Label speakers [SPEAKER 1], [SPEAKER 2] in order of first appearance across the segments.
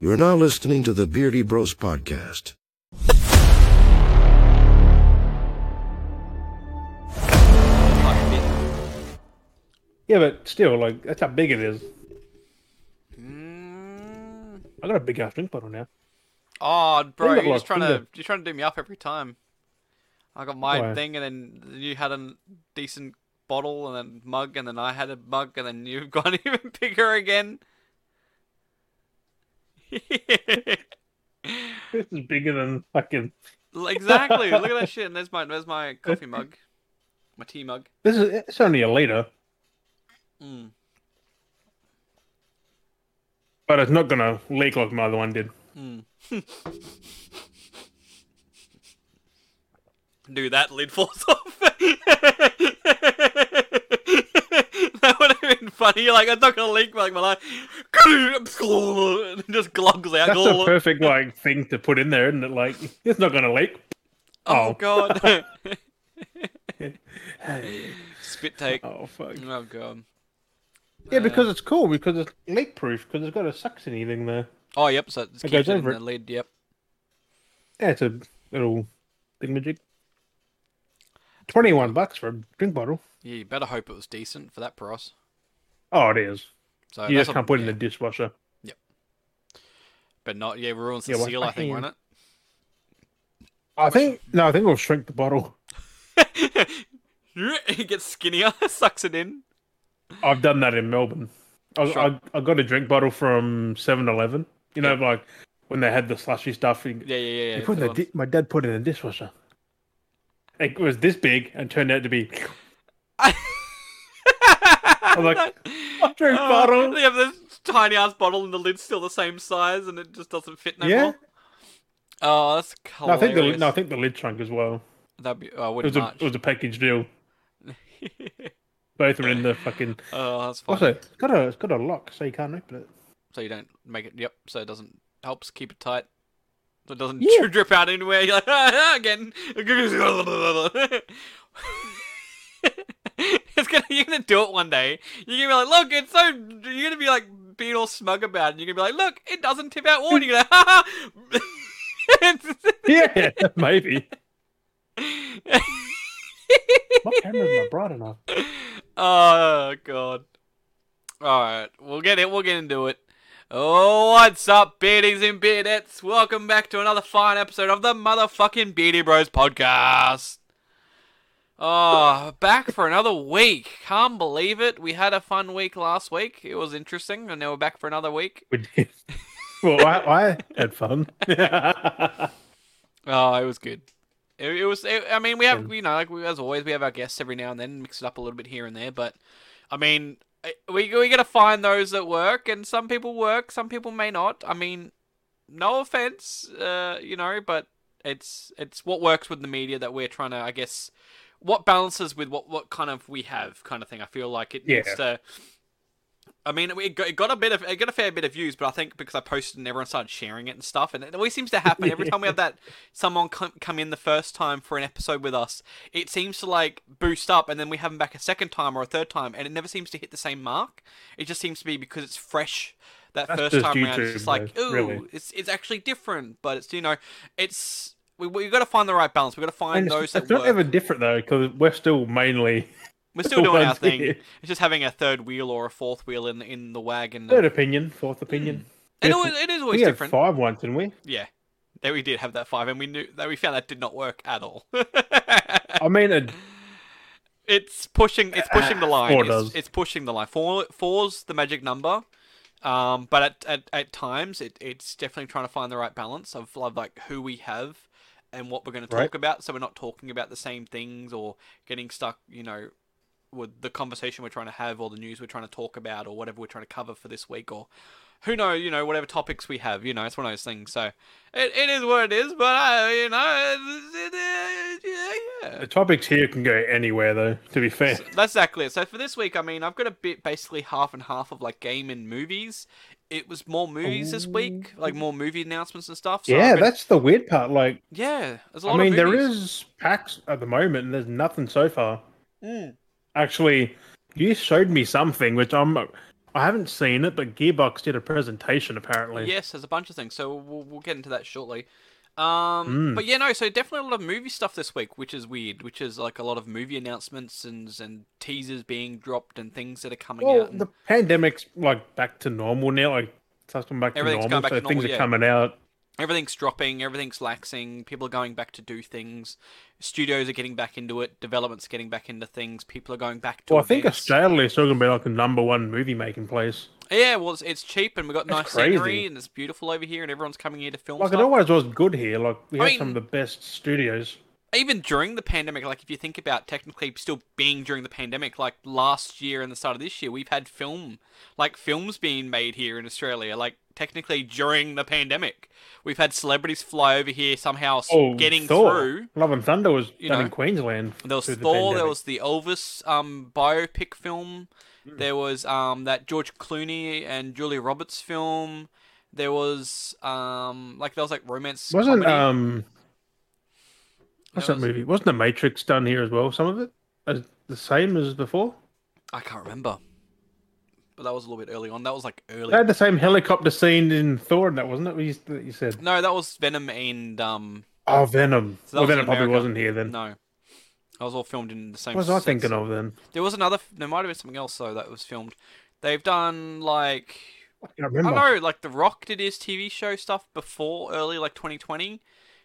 [SPEAKER 1] You're now listening to the Beardy Bros podcast.
[SPEAKER 2] Yeah, but still, like that's how big it is.
[SPEAKER 3] Mm.
[SPEAKER 2] I got a big ass drink bottle now.
[SPEAKER 3] Oh, bro,
[SPEAKER 2] Finger
[SPEAKER 3] you're just
[SPEAKER 2] block,
[SPEAKER 3] trying to
[SPEAKER 2] finger.
[SPEAKER 3] you're trying to do me up every time. I got my
[SPEAKER 2] Why?
[SPEAKER 3] thing, and then you had a decent bottle and then mug, and then I had a mug, and then you've gone even bigger again.
[SPEAKER 2] This is bigger than fucking.
[SPEAKER 3] exactly. Look at that shit. And there's my there's my coffee mug, my tea mug.
[SPEAKER 2] This is it's only a liter,
[SPEAKER 3] Mm.
[SPEAKER 2] but it's not gonna leak like my other one did.
[SPEAKER 3] Mm. Dude, that lid falls off. that would have been funny. Like, I'm not gonna leak like my life. and it just glogs out.
[SPEAKER 2] That's the perfect like thing to put in there, isn't it? Like it's not gonna leak.
[SPEAKER 3] oh
[SPEAKER 2] oh.
[SPEAKER 3] god. Spit take.
[SPEAKER 2] Oh fuck.
[SPEAKER 3] Oh god.
[SPEAKER 2] Yeah, because it's cool because it's leak proof because it's got a succiony thing there.
[SPEAKER 3] Oh yep. So it's
[SPEAKER 2] It goes
[SPEAKER 3] keeps it in
[SPEAKER 2] over
[SPEAKER 3] the
[SPEAKER 2] it.
[SPEAKER 3] lid. Yep.
[SPEAKER 2] Yeah, it's a little thing magic. Twenty-one bucks for a drink bottle.
[SPEAKER 3] Yeah, you better hope it was decent for that price.
[SPEAKER 2] Oh, it is.
[SPEAKER 3] So
[SPEAKER 2] you
[SPEAKER 3] that's
[SPEAKER 2] just
[SPEAKER 3] a-
[SPEAKER 2] can't put it in
[SPEAKER 3] yeah,
[SPEAKER 2] the dishwasher.
[SPEAKER 3] But not. Yeah, ruins the
[SPEAKER 2] Yeah, well,
[SPEAKER 3] seal. I think,
[SPEAKER 2] fucking-
[SPEAKER 3] won't it?
[SPEAKER 2] I think no, I think we'll shrink the bottle.
[SPEAKER 3] it gets skinnier, sucks it in.
[SPEAKER 2] I've done that in Melbourne. I,
[SPEAKER 3] Sure.
[SPEAKER 2] I, I got a drink bottle from 7-Eleven. You know, like when they had the slushy stuff. You,
[SPEAKER 3] Yeah, yeah, yeah.
[SPEAKER 2] you
[SPEAKER 3] yeah,
[SPEAKER 2] put in
[SPEAKER 3] the
[SPEAKER 2] the
[SPEAKER 3] one-
[SPEAKER 2] di- my dad put it in the dishwasher. It was this big and turned out to be. I'm like, I drink
[SPEAKER 3] Oh,
[SPEAKER 2] bottle.
[SPEAKER 3] They have this tiny ass bottle, and the lid's still the same size, and it just doesn't fit no
[SPEAKER 2] Yeah.
[SPEAKER 3] more. Oh, that's
[SPEAKER 2] No, I
[SPEAKER 3] hilarious.
[SPEAKER 2] think the no, I think the lid shrunk as well.
[SPEAKER 3] That'd be. Oh, I
[SPEAKER 2] It was
[SPEAKER 3] wouldn't
[SPEAKER 2] a it was a package deal. Both were in the fucking.
[SPEAKER 3] oh, that's fine.
[SPEAKER 2] Also, it's got a it's got a lock, so you can't open it.
[SPEAKER 3] So you don't make it. Yep. So it doesn't helps keep it tight. So it doesn't
[SPEAKER 2] Yeah.
[SPEAKER 3] drip out anywhere. You're like "Ah, again. it's gonna. You're gonna do it one day. You're gonna be like, look, it's so. You're gonna be like being all smug about it. You're gonna be like, look, it doesn't tip out water. You're gonna. Ha
[SPEAKER 2] Yeah, maybe. My camera's not bright enough.
[SPEAKER 3] Oh god. Alright, we'll get it, we'll get into it. Oh, what's up, beardies and beardettes? Welcome back to another fine episode of the motherfucking Beardy Bros podcast. Oh, back for another week. Can't believe it. We had a fun week last week. It was interesting, and now we're back for another week.
[SPEAKER 2] We did. Well, I, I had fun.
[SPEAKER 3] Oh, it was good. It, it was. It, I mean, we have
[SPEAKER 2] Yeah.
[SPEAKER 3] you know, like we, as always, we have our guests every now and then, mix it up a little bit here and there. But I mean, I- we we gotta find those that work, and some people work, some people may not. I mean, no offense, uh, you know, but it's it's what works with the media that we're trying to, I guess, what balances with what what kind of we have kind of thing. I feel like it
[SPEAKER 2] Yeah.
[SPEAKER 3] needs to. I mean, it got, it got a bit of it got a fair bit of views, but I think because I posted and everyone started sharing it and stuff, and it always seems to happen every time we have that someone come, come in the first time for an episode with us, it seems to like boost up, and then we have them back a second time or a third time, and it never seems to hit the same mark. It just seems to be because it's fresh that
[SPEAKER 2] That's
[SPEAKER 3] first
[SPEAKER 2] just
[SPEAKER 3] time around. It's
[SPEAKER 2] YouTube,
[SPEAKER 3] just like,
[SPEAKER 2] though,
[SPEAKER 3] ooh,
[SPEAKER 2] really.
[SPEAKER 3] it's it's actually different, but it's you know, it's we we got to find the right balance. We got to find
[SPEAKER 2] And it's,
[SPEAKER 3] those that
[SPEAKER 2] it's not
[SPEAKER 3] work. Mm.
[SPEAKER 2] ever different though, because we're still mainly
[SPEAKER 3] We're still doing our
[SPEAKER 2] ones
[SPEAKER 3] thing.
[SPEAKER 2] here.
[SPEAKER 3] It's just having a third wheel or a fourth wheel in in the wagon.
[SPEAKER 2] third opinion, fourth opinion.
[SPEAKER 3] and
[SPEAKER 2] Yes,
[SPEAKER 3] it, always, it
[SPEAKER 2] we
[SPEAKER 3] is Mm. always
[SPEAKER 2] had
[SPEAKER 3] different.
[SPEAKER 2] five once, didn't we?
[SPEAKER 3] Yeah, that we did have that five, and we knew that we found that did not work at all.
[SPEAKER 2] I mean, it,
[SPEAKER 3] it's pushing. It's pushing the line.
[SPEAKER 2] Uh, Four
[SPEAKER 3] it's,
[SPEAKER 2] does.
[SPEAKER 3] it's pushing the line. Four four's the magic number. Um, but at, at, at times it, it's definitely trying to find the right balance of, of like who we have and what we're going to talk
[SPEAKER 2] Right.
[SPEAKER 3] about. So we're not talking about the same things or getting stuck, you know, with the conversation we're trying to have or the news we're trying to talk about or whatever we're trying to cover for this week or who know, you know, whatever topics we have, you know, it's one of those things. So it, it is what it is, but I, you know, it, it, yeah, yeah.
[SPEAKER 2] the topics here can go anywhere though. To be fair,
[SPEAKER 3] So- that's exactly it. So for this week, I mean, I've got a bit basically half and half of like game and movies. It was more movies this week, like more movie announcements and stuff. So I've
[SPEAKER 2] yeah,
[SPEAKER 3] been-
[SPEAKER 2] that's the weird part. Like,
[SPEAKER 3] yeah. There's a lot
[SPEAKER 2] I mean,
[SPEAKER 3] of
[SPEAKER 2] there
[SPEAKER 3] movies.
[SPEAKER 2] is packs at the moment, and there's nothing so far.
[SPEAKER 3] Mm.
[SPEAKER 2] Actually, you showed me something which I'm I haven't seen it, but Gearbox did a presentation apparently.
[SPEAKER 3] Yes, there's a bunch of things. So we'll, we'll get into that shortly. Um,
[SPEAKER 2] Mm.
[SPEAKER 3] But yeah, no. So definitely a lot of movie stuff this week, which is weird. Which is like a lot of movie announcements and and teasers being dropped and things that are coming
[SPEAKER 2] Well,
[SPEAKER 3] out. and-
[SPEAKER 2] the pandemic's like back to normal now. Like it's come back to
[SPEAKER 3] Everything's
[SPEAKER 2] normal,
[SPEAKER 3] gone back
[SPEAKER 2] so
[SPEAKER 3] to normal,
[SPEAKER 2] things
[SPEAKER 3] yeah.
[SPEAKER 2] are coming out.
[SPEAKER 3] everything's dropping, everything's laxing, people are going back to do things, studios are getting back into it, development's getting back into things, people are going back to
[SPEAKER 2] Well, I think
[SPEAKER 3] events.
[SPEAKER 2] Australia is still going to be like the number one movie making place.
[SPEAKER 3] Yeah, well, it's, it's cheap and we've got nice
[SPEAKER 2] That's
[SPEAKER 3] scenery
[SPEAKER 2] crazy.
[SPEAKER 3] and it's beautiful over here and everyone's coming here to film
[SPEAKER 2] Like it
[SPEAKER 3] stuff.
[SPEAKER 2] always was good here. Like we
[SPEAKER 3] I
[SPEAKER 2] have
[SPEAKER 3] mean-
[SPEAKER 2] some of the best studios.
[SPEAKER 3] Even during the pandemic, like if you think about technically still being during the pandemic, like last year and the start of this year, we've had film, like films being made here in Australia, like technically during the pandemic. We've had celebrities fly over here somehow s-
[SPEAKER 2] Oh,
[SPEAKER 3] getting
[SPEAKER 2] Thor.
[SPEAKER 3] through.
[SPEAKER 2] Love and Thunder was
[SPEAKER 3] You
[SPEAKER 2] done
[SPEAKER 3] know.
[SPEAKER 2] in Queensland.
[SPEAKER 3] There was
[SPEAKER 2] through the
[SPEAKER 3] Thor. there
[SPEAKER 2] pandemic.
[SPEAKER 3] was the Elvis um, biopic film.
[SPEAKER 2] Hmm.
[SPEAKER 3] There was um, that George Clooney and Julia Roberts film. There was um, like there was like romance.
[SPEAKER 2] wasn't
[SPEAKER 3] comedy.
[SPEAKER 2] um what's
[SPEAKER 3] There
[SPEAKER 2] that
[SPEAKER 3] was-
[SPEAKER 2] movie? Wasn't the Matrix done here as well? Some of it as the same as before. uh,
[SPEAKER 3] I can't remember, but that was a little bit early on. That was like early.
[SPEAKER 2] They had the same helicopter scene in Thor, and that wasn't it? What you, that you said.
[SPEAKER 3] No, that was Venom and um.
[SPEAKER 2] Oh, Venom.
[SPEAKER 3] So that
[SPEAKER 2] well,
[SPEAKER 3] was in
[SPEAKER 2] Venom probably
[SPEAKER 3] America.
[SPEAKER 2] wasn't here then.
[SPEAKER 3] No, that was all filmed in the same.
[SPEAKER 2] what was I
[SPEAKER 3] sets.
[SPEAKER 2] thinking of then?
[SPEAKER 3] There was another. f- There might have been something else though that was filmed. They've done like
[SPEAKER 2] I can't remember.
[SPEAKER 3] I don't know, like The Rock did his TV show stuff before early like 2020,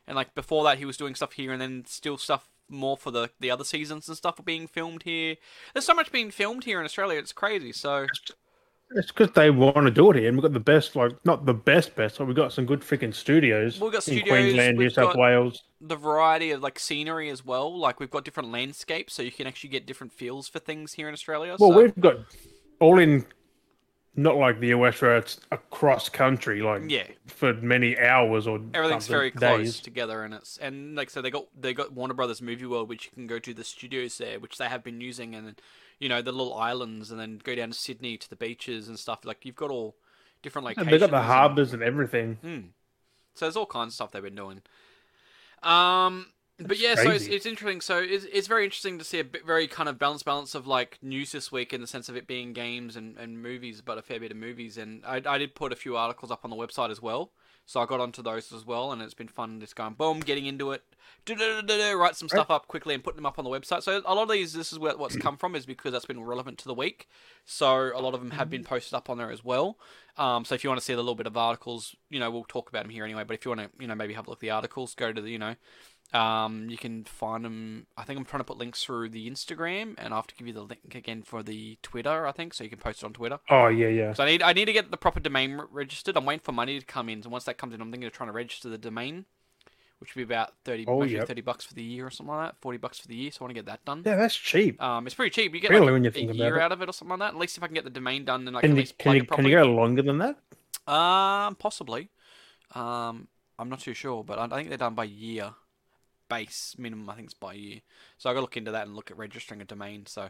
[SPEAKER 3] and like before that he was doing stuff here, and then still stuff more for the the other seasons and stuff were being filmed here. There's so much being filmed here in Australia, it's crazy. So
[SPEAKER 2] It's because they want to do it here, and we've got the best, like not the best, best, but we've got some good freaking studios.
[SPEAKER 3] We've got
[SPEAKER 2] in
[SPEAKER 3] studios,
[SPEAKER 2] Queensland, New
[SPEAKER 3] we've
[SPEAKER 2] South
[SPEAKER 3] got-
[SPEAKER 2] Wales.
[SPEAKER 3] the variety of like scenery as well, like we've got different landscapes, so you can actually get different feels for things here in Australia.
[SPEAKER 2] Well,
[SPEAKER 3] so-
[SPEAKER 2] we've got all in, not like the US where it's across country, like
[SPEAKER 3] yeah,
[SPEAKER 2] for many hours or
[SPEAKER 3] everything's
[SPEAKER 2] something,
[SPEAKER 3] very close
[SPEAKER 2] days.
[SPEAKER 3] together and it's and like so they got they got Warner Brothers Movie World which you can go to the studios there which they have been using and you know the little islands and then go down to Sydney to the beaches and stuff like you've got all different
[SPEAKER 2] And
[SPEAKER 3] locations.
[SPEAKER 2] they've got the
[SPEAKER 3] and-
[SPEAKER 2] harbors and everything.
[SPEAKER 3] Hmm. so there's all kinds of stuff they've been doing. Um, but yeah, so it's,
[SPEAKER 2] crazy.
[SPEAKER 3] it's interesting. So it's, it's very interesting to see a bit, very kind of balanced balance of like news this week in the sense of it being games and, and movies, but a fair bit of movies. And I, I did put a few articles up on the website as well. So I got onto those as well, and it's been fun just going boom, getting into it, du-du-du-du-du, write some stuff up quickly and put them up on the website. So a lot of these, this is where what's come from, is because that's been relevant to the week. So a lot of them have
[SPEAKER 2] Mm-hmm.
[SPEAKER 3] been posted up on there as well. Um, so if you want to see the little bit of articles, you know, we'll talk about them here anyway. But if you want to, you know, maybe have a look at the articles, go to the, you know, um, you can find them. I think I'm trying to put links through the Instagram, and I have to give you the link again for the Twitter. I think so you can post it on Twitter.
[SPEAKER 2] Oh yeah, yeah.
[SPEAKER 3] So I need I need to get the proper domain re- registered. I'm waiting for money to come in. So once that comes in, I'm thinking of trying to register the domain, which would be about thirty,
[SPEAKER 2] Oh,
[SPEAKER 3] maybe
[SPEAKER 2] yep.
[SPEAKER 3] thirty bucks for the year or something like that. Forty bucks for the year. So I want to get that done.
[SPEAKER 2] Yeah, that's cheap.
[SPEAKER 3] Um, it's pretty cheap. You get
[SPEAKER 2] Really,
[SPEAKER 3] like
[SPEAKER 2] when you
[SPEAKER 3] a
[SPEAKER 2] think about
[SPEAKER 3] year
[SPEAKER 2] it.
[SPEAKER 3] out of it or something like that. At least if I can get the domain done, then I can,
[SPEAKER 2] Can
[SPEAKER 3] at
[SPEAKER 2] you
[SPEAKER 3] least plug
[SPEAKER 2] can you,
[SPEAKER 3] it
[SPEAKER 2] can
[SPEAKER 3] properly.
[SPEAKER 2] you go longer than that?
[SPEAKER 3] Um, possibly. Um, I'm not too sure, but I I think they're done by year. Base minimum, I think it's by year. So I got to look into that and look at registering a domain. So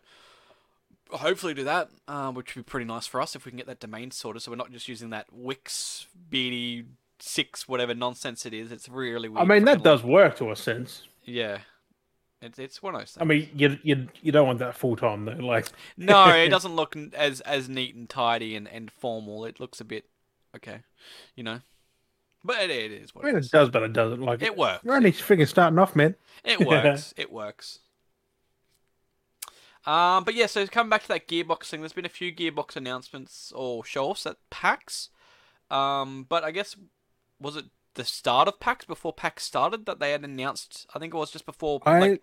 [SPEAKER 3] hopefully do that, uh, which would be pretty nice for us if we can get that domain sorted. So we're not just using that Wix BD six whatever nonsense it is. It's really weird.
[SPEAKER 2] I mean,
[SPEAKER 3] freaking
[SPEAKER 2] that
[SPEAKER 3] lo-
[SPEAKER 2] does work to a sense.
[SPEAKER 3] Yeah. It's, it's one of those things.
[SPEAKER 2] I mean, you you you don't want that full time though. Like,
[SPEAKER 3] no, it doesn't look n- as as neat and tidy and, and formal. It looks a bit okay, you know. But it, it is what
[SPEAKER 2] I mean,
[SPEAKER 3] it
[SPEAKER 2] it
[SPEAKER 3] is.
[SPEAKER 2] does, but it doesn't. Like,
[SPEAKER 3] It works.
[SPEAKER 2] you're only freaking starting off, man.
[SPEAKER 3] It works. it works. Um, but yeah, so coming back to that gearbox thing, there's been a few gearbox announcements or show-offs at PAX. Um, but I guess was it the start of PAX before PAX started that they had announced? I think it was just before.
[SPEAKER 2] I
[SPEAKER 3] like,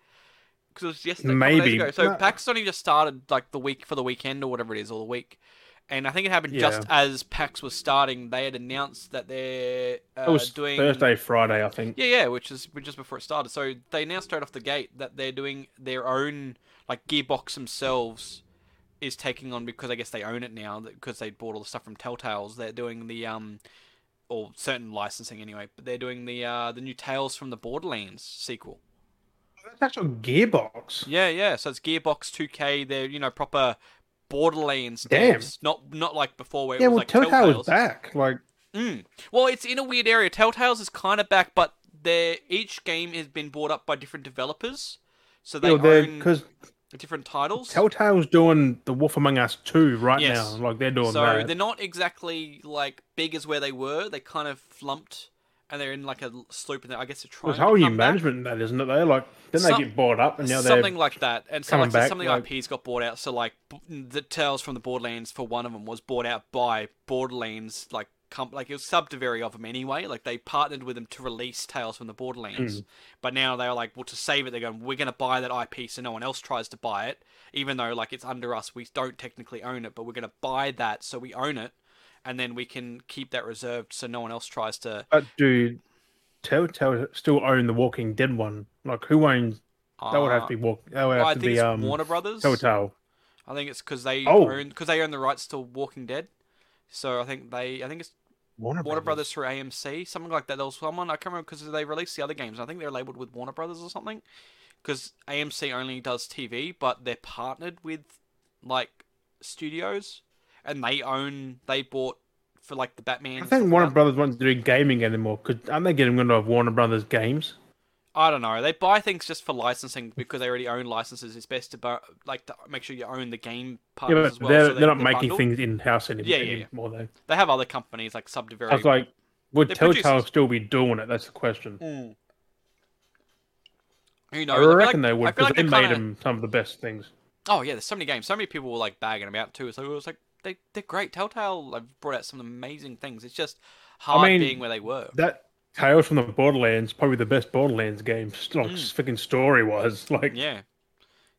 [SPEAKER 3] because it was yesterday, a couple days
[SPEAKER 2] Maybe.
[SPEAKER 3] ago. So
[SPEAKER 2] No.
[SPEAKER 3] PAX only just started like the week for the weekend or whatever it is, or the week. And I think it happened just as PAX was starting. They had announced that they're uh,
[SPEAKER 2] it was
[SPEAKER 3] doing
[SPEAKER 2] Thursday, Friday, I think.
[SPEAKER 3] yeah, yeah, which is which is before it started. So they now straight off the gate that they're doing their own like Gearbox themselves is taking on because I guess they own it now that- because they bought all the stuff from Telltales. They're doing the um or certain licensing anyway, but they're doing the uh the new Tales from the Borderlands sequel.
[SPEAKER 2] That's actual Gearbox.
[SPEAKER 3] Yeah, yeah. So it's Gearbox 2K. They're you know proper Borderlands
[SPEAKER 2] Damn.
[SPEAKER 3] devs, not not like before where
[SPEAKER 2] Yeah,
[SPEAKER 3] it was
[SPEAKER 2] well,
[SPEAKER 3] like
[SPEAKER 2] Telltale
[SPEAKER 3] Telltales.
[SPEAKER 2] was back. Like,
[SPEAKER 3] Mm. Well, it's in a weird area. Telltales is kind of back, but their each game has been bought up by different developers, so they
[SPEAKER 2] you know, they're
[SPEAKER 3] own.
[SPEAKER 2] because
[SPEAKER 3] different titles.
[SPEAKER 2] Telltale's doing The Wolf Among Us 2 right
[SPEAKER 3] Yes.
[SPEAKER 2] now. Like they're doing
[SPEAKER 3] so
[SPEAKER 2] that.
[SPEAKER 3] they're not exactly like big as where they were. They kind of flumped, and they're in like a l- slope. And I guess they're trying.
[SPEAKER 2] There's whole
[SPEAKER 3] to
[SPEAKER 2] new
[SPEAKER 3] come back.
[SPEAKER 2] management in that, isn't it? They like then
[SPEAKER 3] Some-
[SPEAKER 2] they get bought up and now they're
[SPEAKER 3] something like that. And so
[SPEAKER 2] coming
[SPEAKER 3] like, so
[SPEAKER 2] back,
[SPEAKER 3] some of the
[SPEAKER 2] like-
[SPEAKER 3] IPs got bought out. So like b- the Tales from the Borderlands for one of them was bought out by Borderlands like comp- like it was subsidiary of them anyway. Like they partnered with them to release Tales from the
[SPEAKER 2] Hmm.
[SPEAKER 3] Borderlands. But now they're like, well, to save it, they're going, we're going to buy that IP so no one else tries to buy it, even though like it's under us. We don't technically own it, but we're going to buy that so we own it. And then we can keep that reserved so no one else tries to.
[SPEAKER 2] But dude, Telltale still own the Walking Dead one. Like who owns? That would have to be walk. That would
[SPEAKER 3] Uh,
[SPEAKER 2] have
[SPEAKER 3] I
[SPEAKER 2] to
[SPEAKER 3] think
[SPEAKER 2] be
[SPEAKER 3] it's
[SPEAKER 2] um
[SPEAKER 3] Warner Brothers.
[SPEAKER 2] Telltale.
[SPEAKER 3] I think it's because they
[SPEAKER 2] Oh.
[SPEAKER 3] own because they own the rights to Walking Dead. So I think they I think it's
[SPEAKER 2] Warner,
[SPEAKER 3] Warner Brothers through AMC, something like that. There was someone I can't remember because they released the other games. I think they're labeled with Warner Brothers or something. Because AMC only does TV, but they're partnered with like studios, and they own they bought for like the Batman.
[SPEAKER 2] I think
[SPEAKER 3] stuff
[SPEAKER 2] Warner
[SPEAKER 3] now.
[SPEAKER 2] Brothers won't do gaming anymore because aren't they getting rid of Warner Brothers games?
[SPEAKER 3] I don't know. They buy things just for licensing because they already own licenses. It's best to bu- like to make sure you own the game
[SPEAKER 2] Yeah,
[SPEAKER 3] part
[SPEAKER 2] but
[SPEAKER 3] as well.
[SPEAKER 2] they're,
[SPEAKER 3] so
[SPEAKER 2] they're not
[SPEAKER 3] they're
[SPEAKER 2] making
[SPEAKER 3] bundled.
[SPEAKER 2] things in house anymore.
[SPEAKER 3] Yeah, yeah, yeah.
[SPEAKER 2] anymore though.
[SPEAKER 3] They have other companies like Subdivision.
[SPEAKER 2] I was like, would
[SPEAKER 3] They're
[SPEAKER 2] Telltale
[SPEAKER 3] producers.
[SPEAKER 2] still be doing it? That's the question.
[SPEAKER 3] Who knows?
[SPEAKER 2] I
[SPEAKER 3] feel
[SPEAKER 2] reckon
[SPEAKER 3] Mm. like-
[SPEAKER 2] they
[SPEAKER 3] I
[SPEAKER 2] would
[SPEAKER 3] feel
[SPEAKER 2] because
[SPEAKER 3] like
[SPEAKER 2] they
[SPEAKER 3] they're
[SPEAKER 2] made
[SPEAKER 3] kinda-
[SPEAKER 2] them some of the best things.
[SPEAKER 3] Oh yeah, there's so many games. So many people were like bagging them out too. So it was like they they're great. Telltale have brought out some amazing things. It's just hard
[SPEAKER 2] mean,
[SPEAKER 3] being where they were.
[SPEAKER 2] That Tales from the Borderlands probably the best Borderlands game, s- like
[SPEAKER 3] Mm.
[SPEAKER 2] freaking story wise. Like,
[SPEAKER 3] Yeah.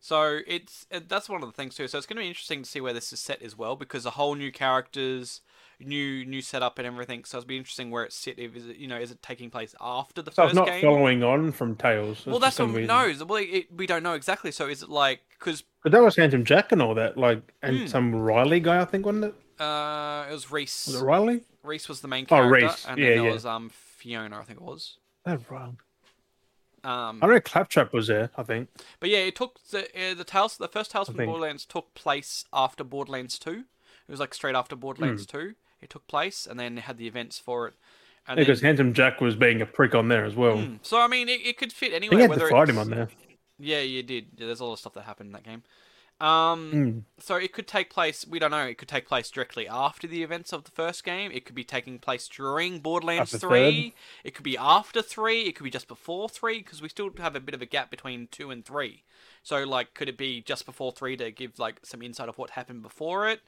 [SPEAKER 3] So it's uh, that's one of the things too. So it's going to be interesting to see where this is set as well, because the whole new characters, new new setup and everything. So it'll be interesting where it's set. If is it, you know, is it taking place after the
[SPEAKER 2] so
[SPEAKER 3] first
[SPEAKER 2] it's not
[SPEAKER 3] game?
[SPEAKER 2] following on from Tales.
[SPEAKER 3] well, that's what knows. Well, it, we don't know exactly. So is it like because
[SPEAKER 2] But that was Phantom Jack and all that, like, and
[SPEAKER 3] Mm.
[SPEAKER 2] some Riley guy, I think, wasn't it?
[SPEAKER 3] uh, it was Reese.
[SPEAKER 2] Was it Riley?
[SPEAKER 3] Reese was the main
[SPEAKER 2] Oh,
[SPEAKER 3] character,
[SPEAKER 2] Reese.
[SPEAKER 3] and then
[SPEAKER 2] Yeah,
[SPEAKER 3] there
[SPEAKER 2] yeah.
[SPEAKER 3] was um Fiona, I think it was.
[SPEAKER 2] That's wrong.
[SPEAKER 3] Um,
[SPEAKER 2] I know Claptrap was there, I think.
[SPEAKER 3] but yeah, it took the uh, the tales. The first tales
[SPEAKER 2] I
[SPEAKER 3] from
[SPEAKER 2] think-
[SPEAKER 3] Borderlands took place after Borderlands Two. It was like straight after Borderlands
[SPEAKER 2] Hmm.
[SPEAKER 3] Two. It took place, and then they had the events for it. And
[SPEAKER 2] Because
[SPEAKER 3] then,
[SPEAKER 2] Handsome Jack was being a prick on there as well.
[SPEAKER 3] Hmm. so I mean, it, it could fit
[SPEAKER 2] I
[SPEAKER 3] anyway.
[SPEAKER 2] think you had
[SPEAKER 3] whether
[SPEAKER 2] to fight
[SPEAKER 3] it's-
[SPEAKER 2] him on there.
[SPEAKER 3] Yeah, you did. Yeah, there's a lot of stuff that happened in that game. Um,
[SPEAKER 2] Mm.
[SPEAKER 3] so it could take place. We don't know. It could take place directly after the events of the first game. It could be taking place during Borderlands
[SPEAKER 2] After
[SPEAKER 3] three. It could be after three. It could be just before three because we still have a bit of a gap between two and three. So like, could it be just before three to give like some insight of what happened before it?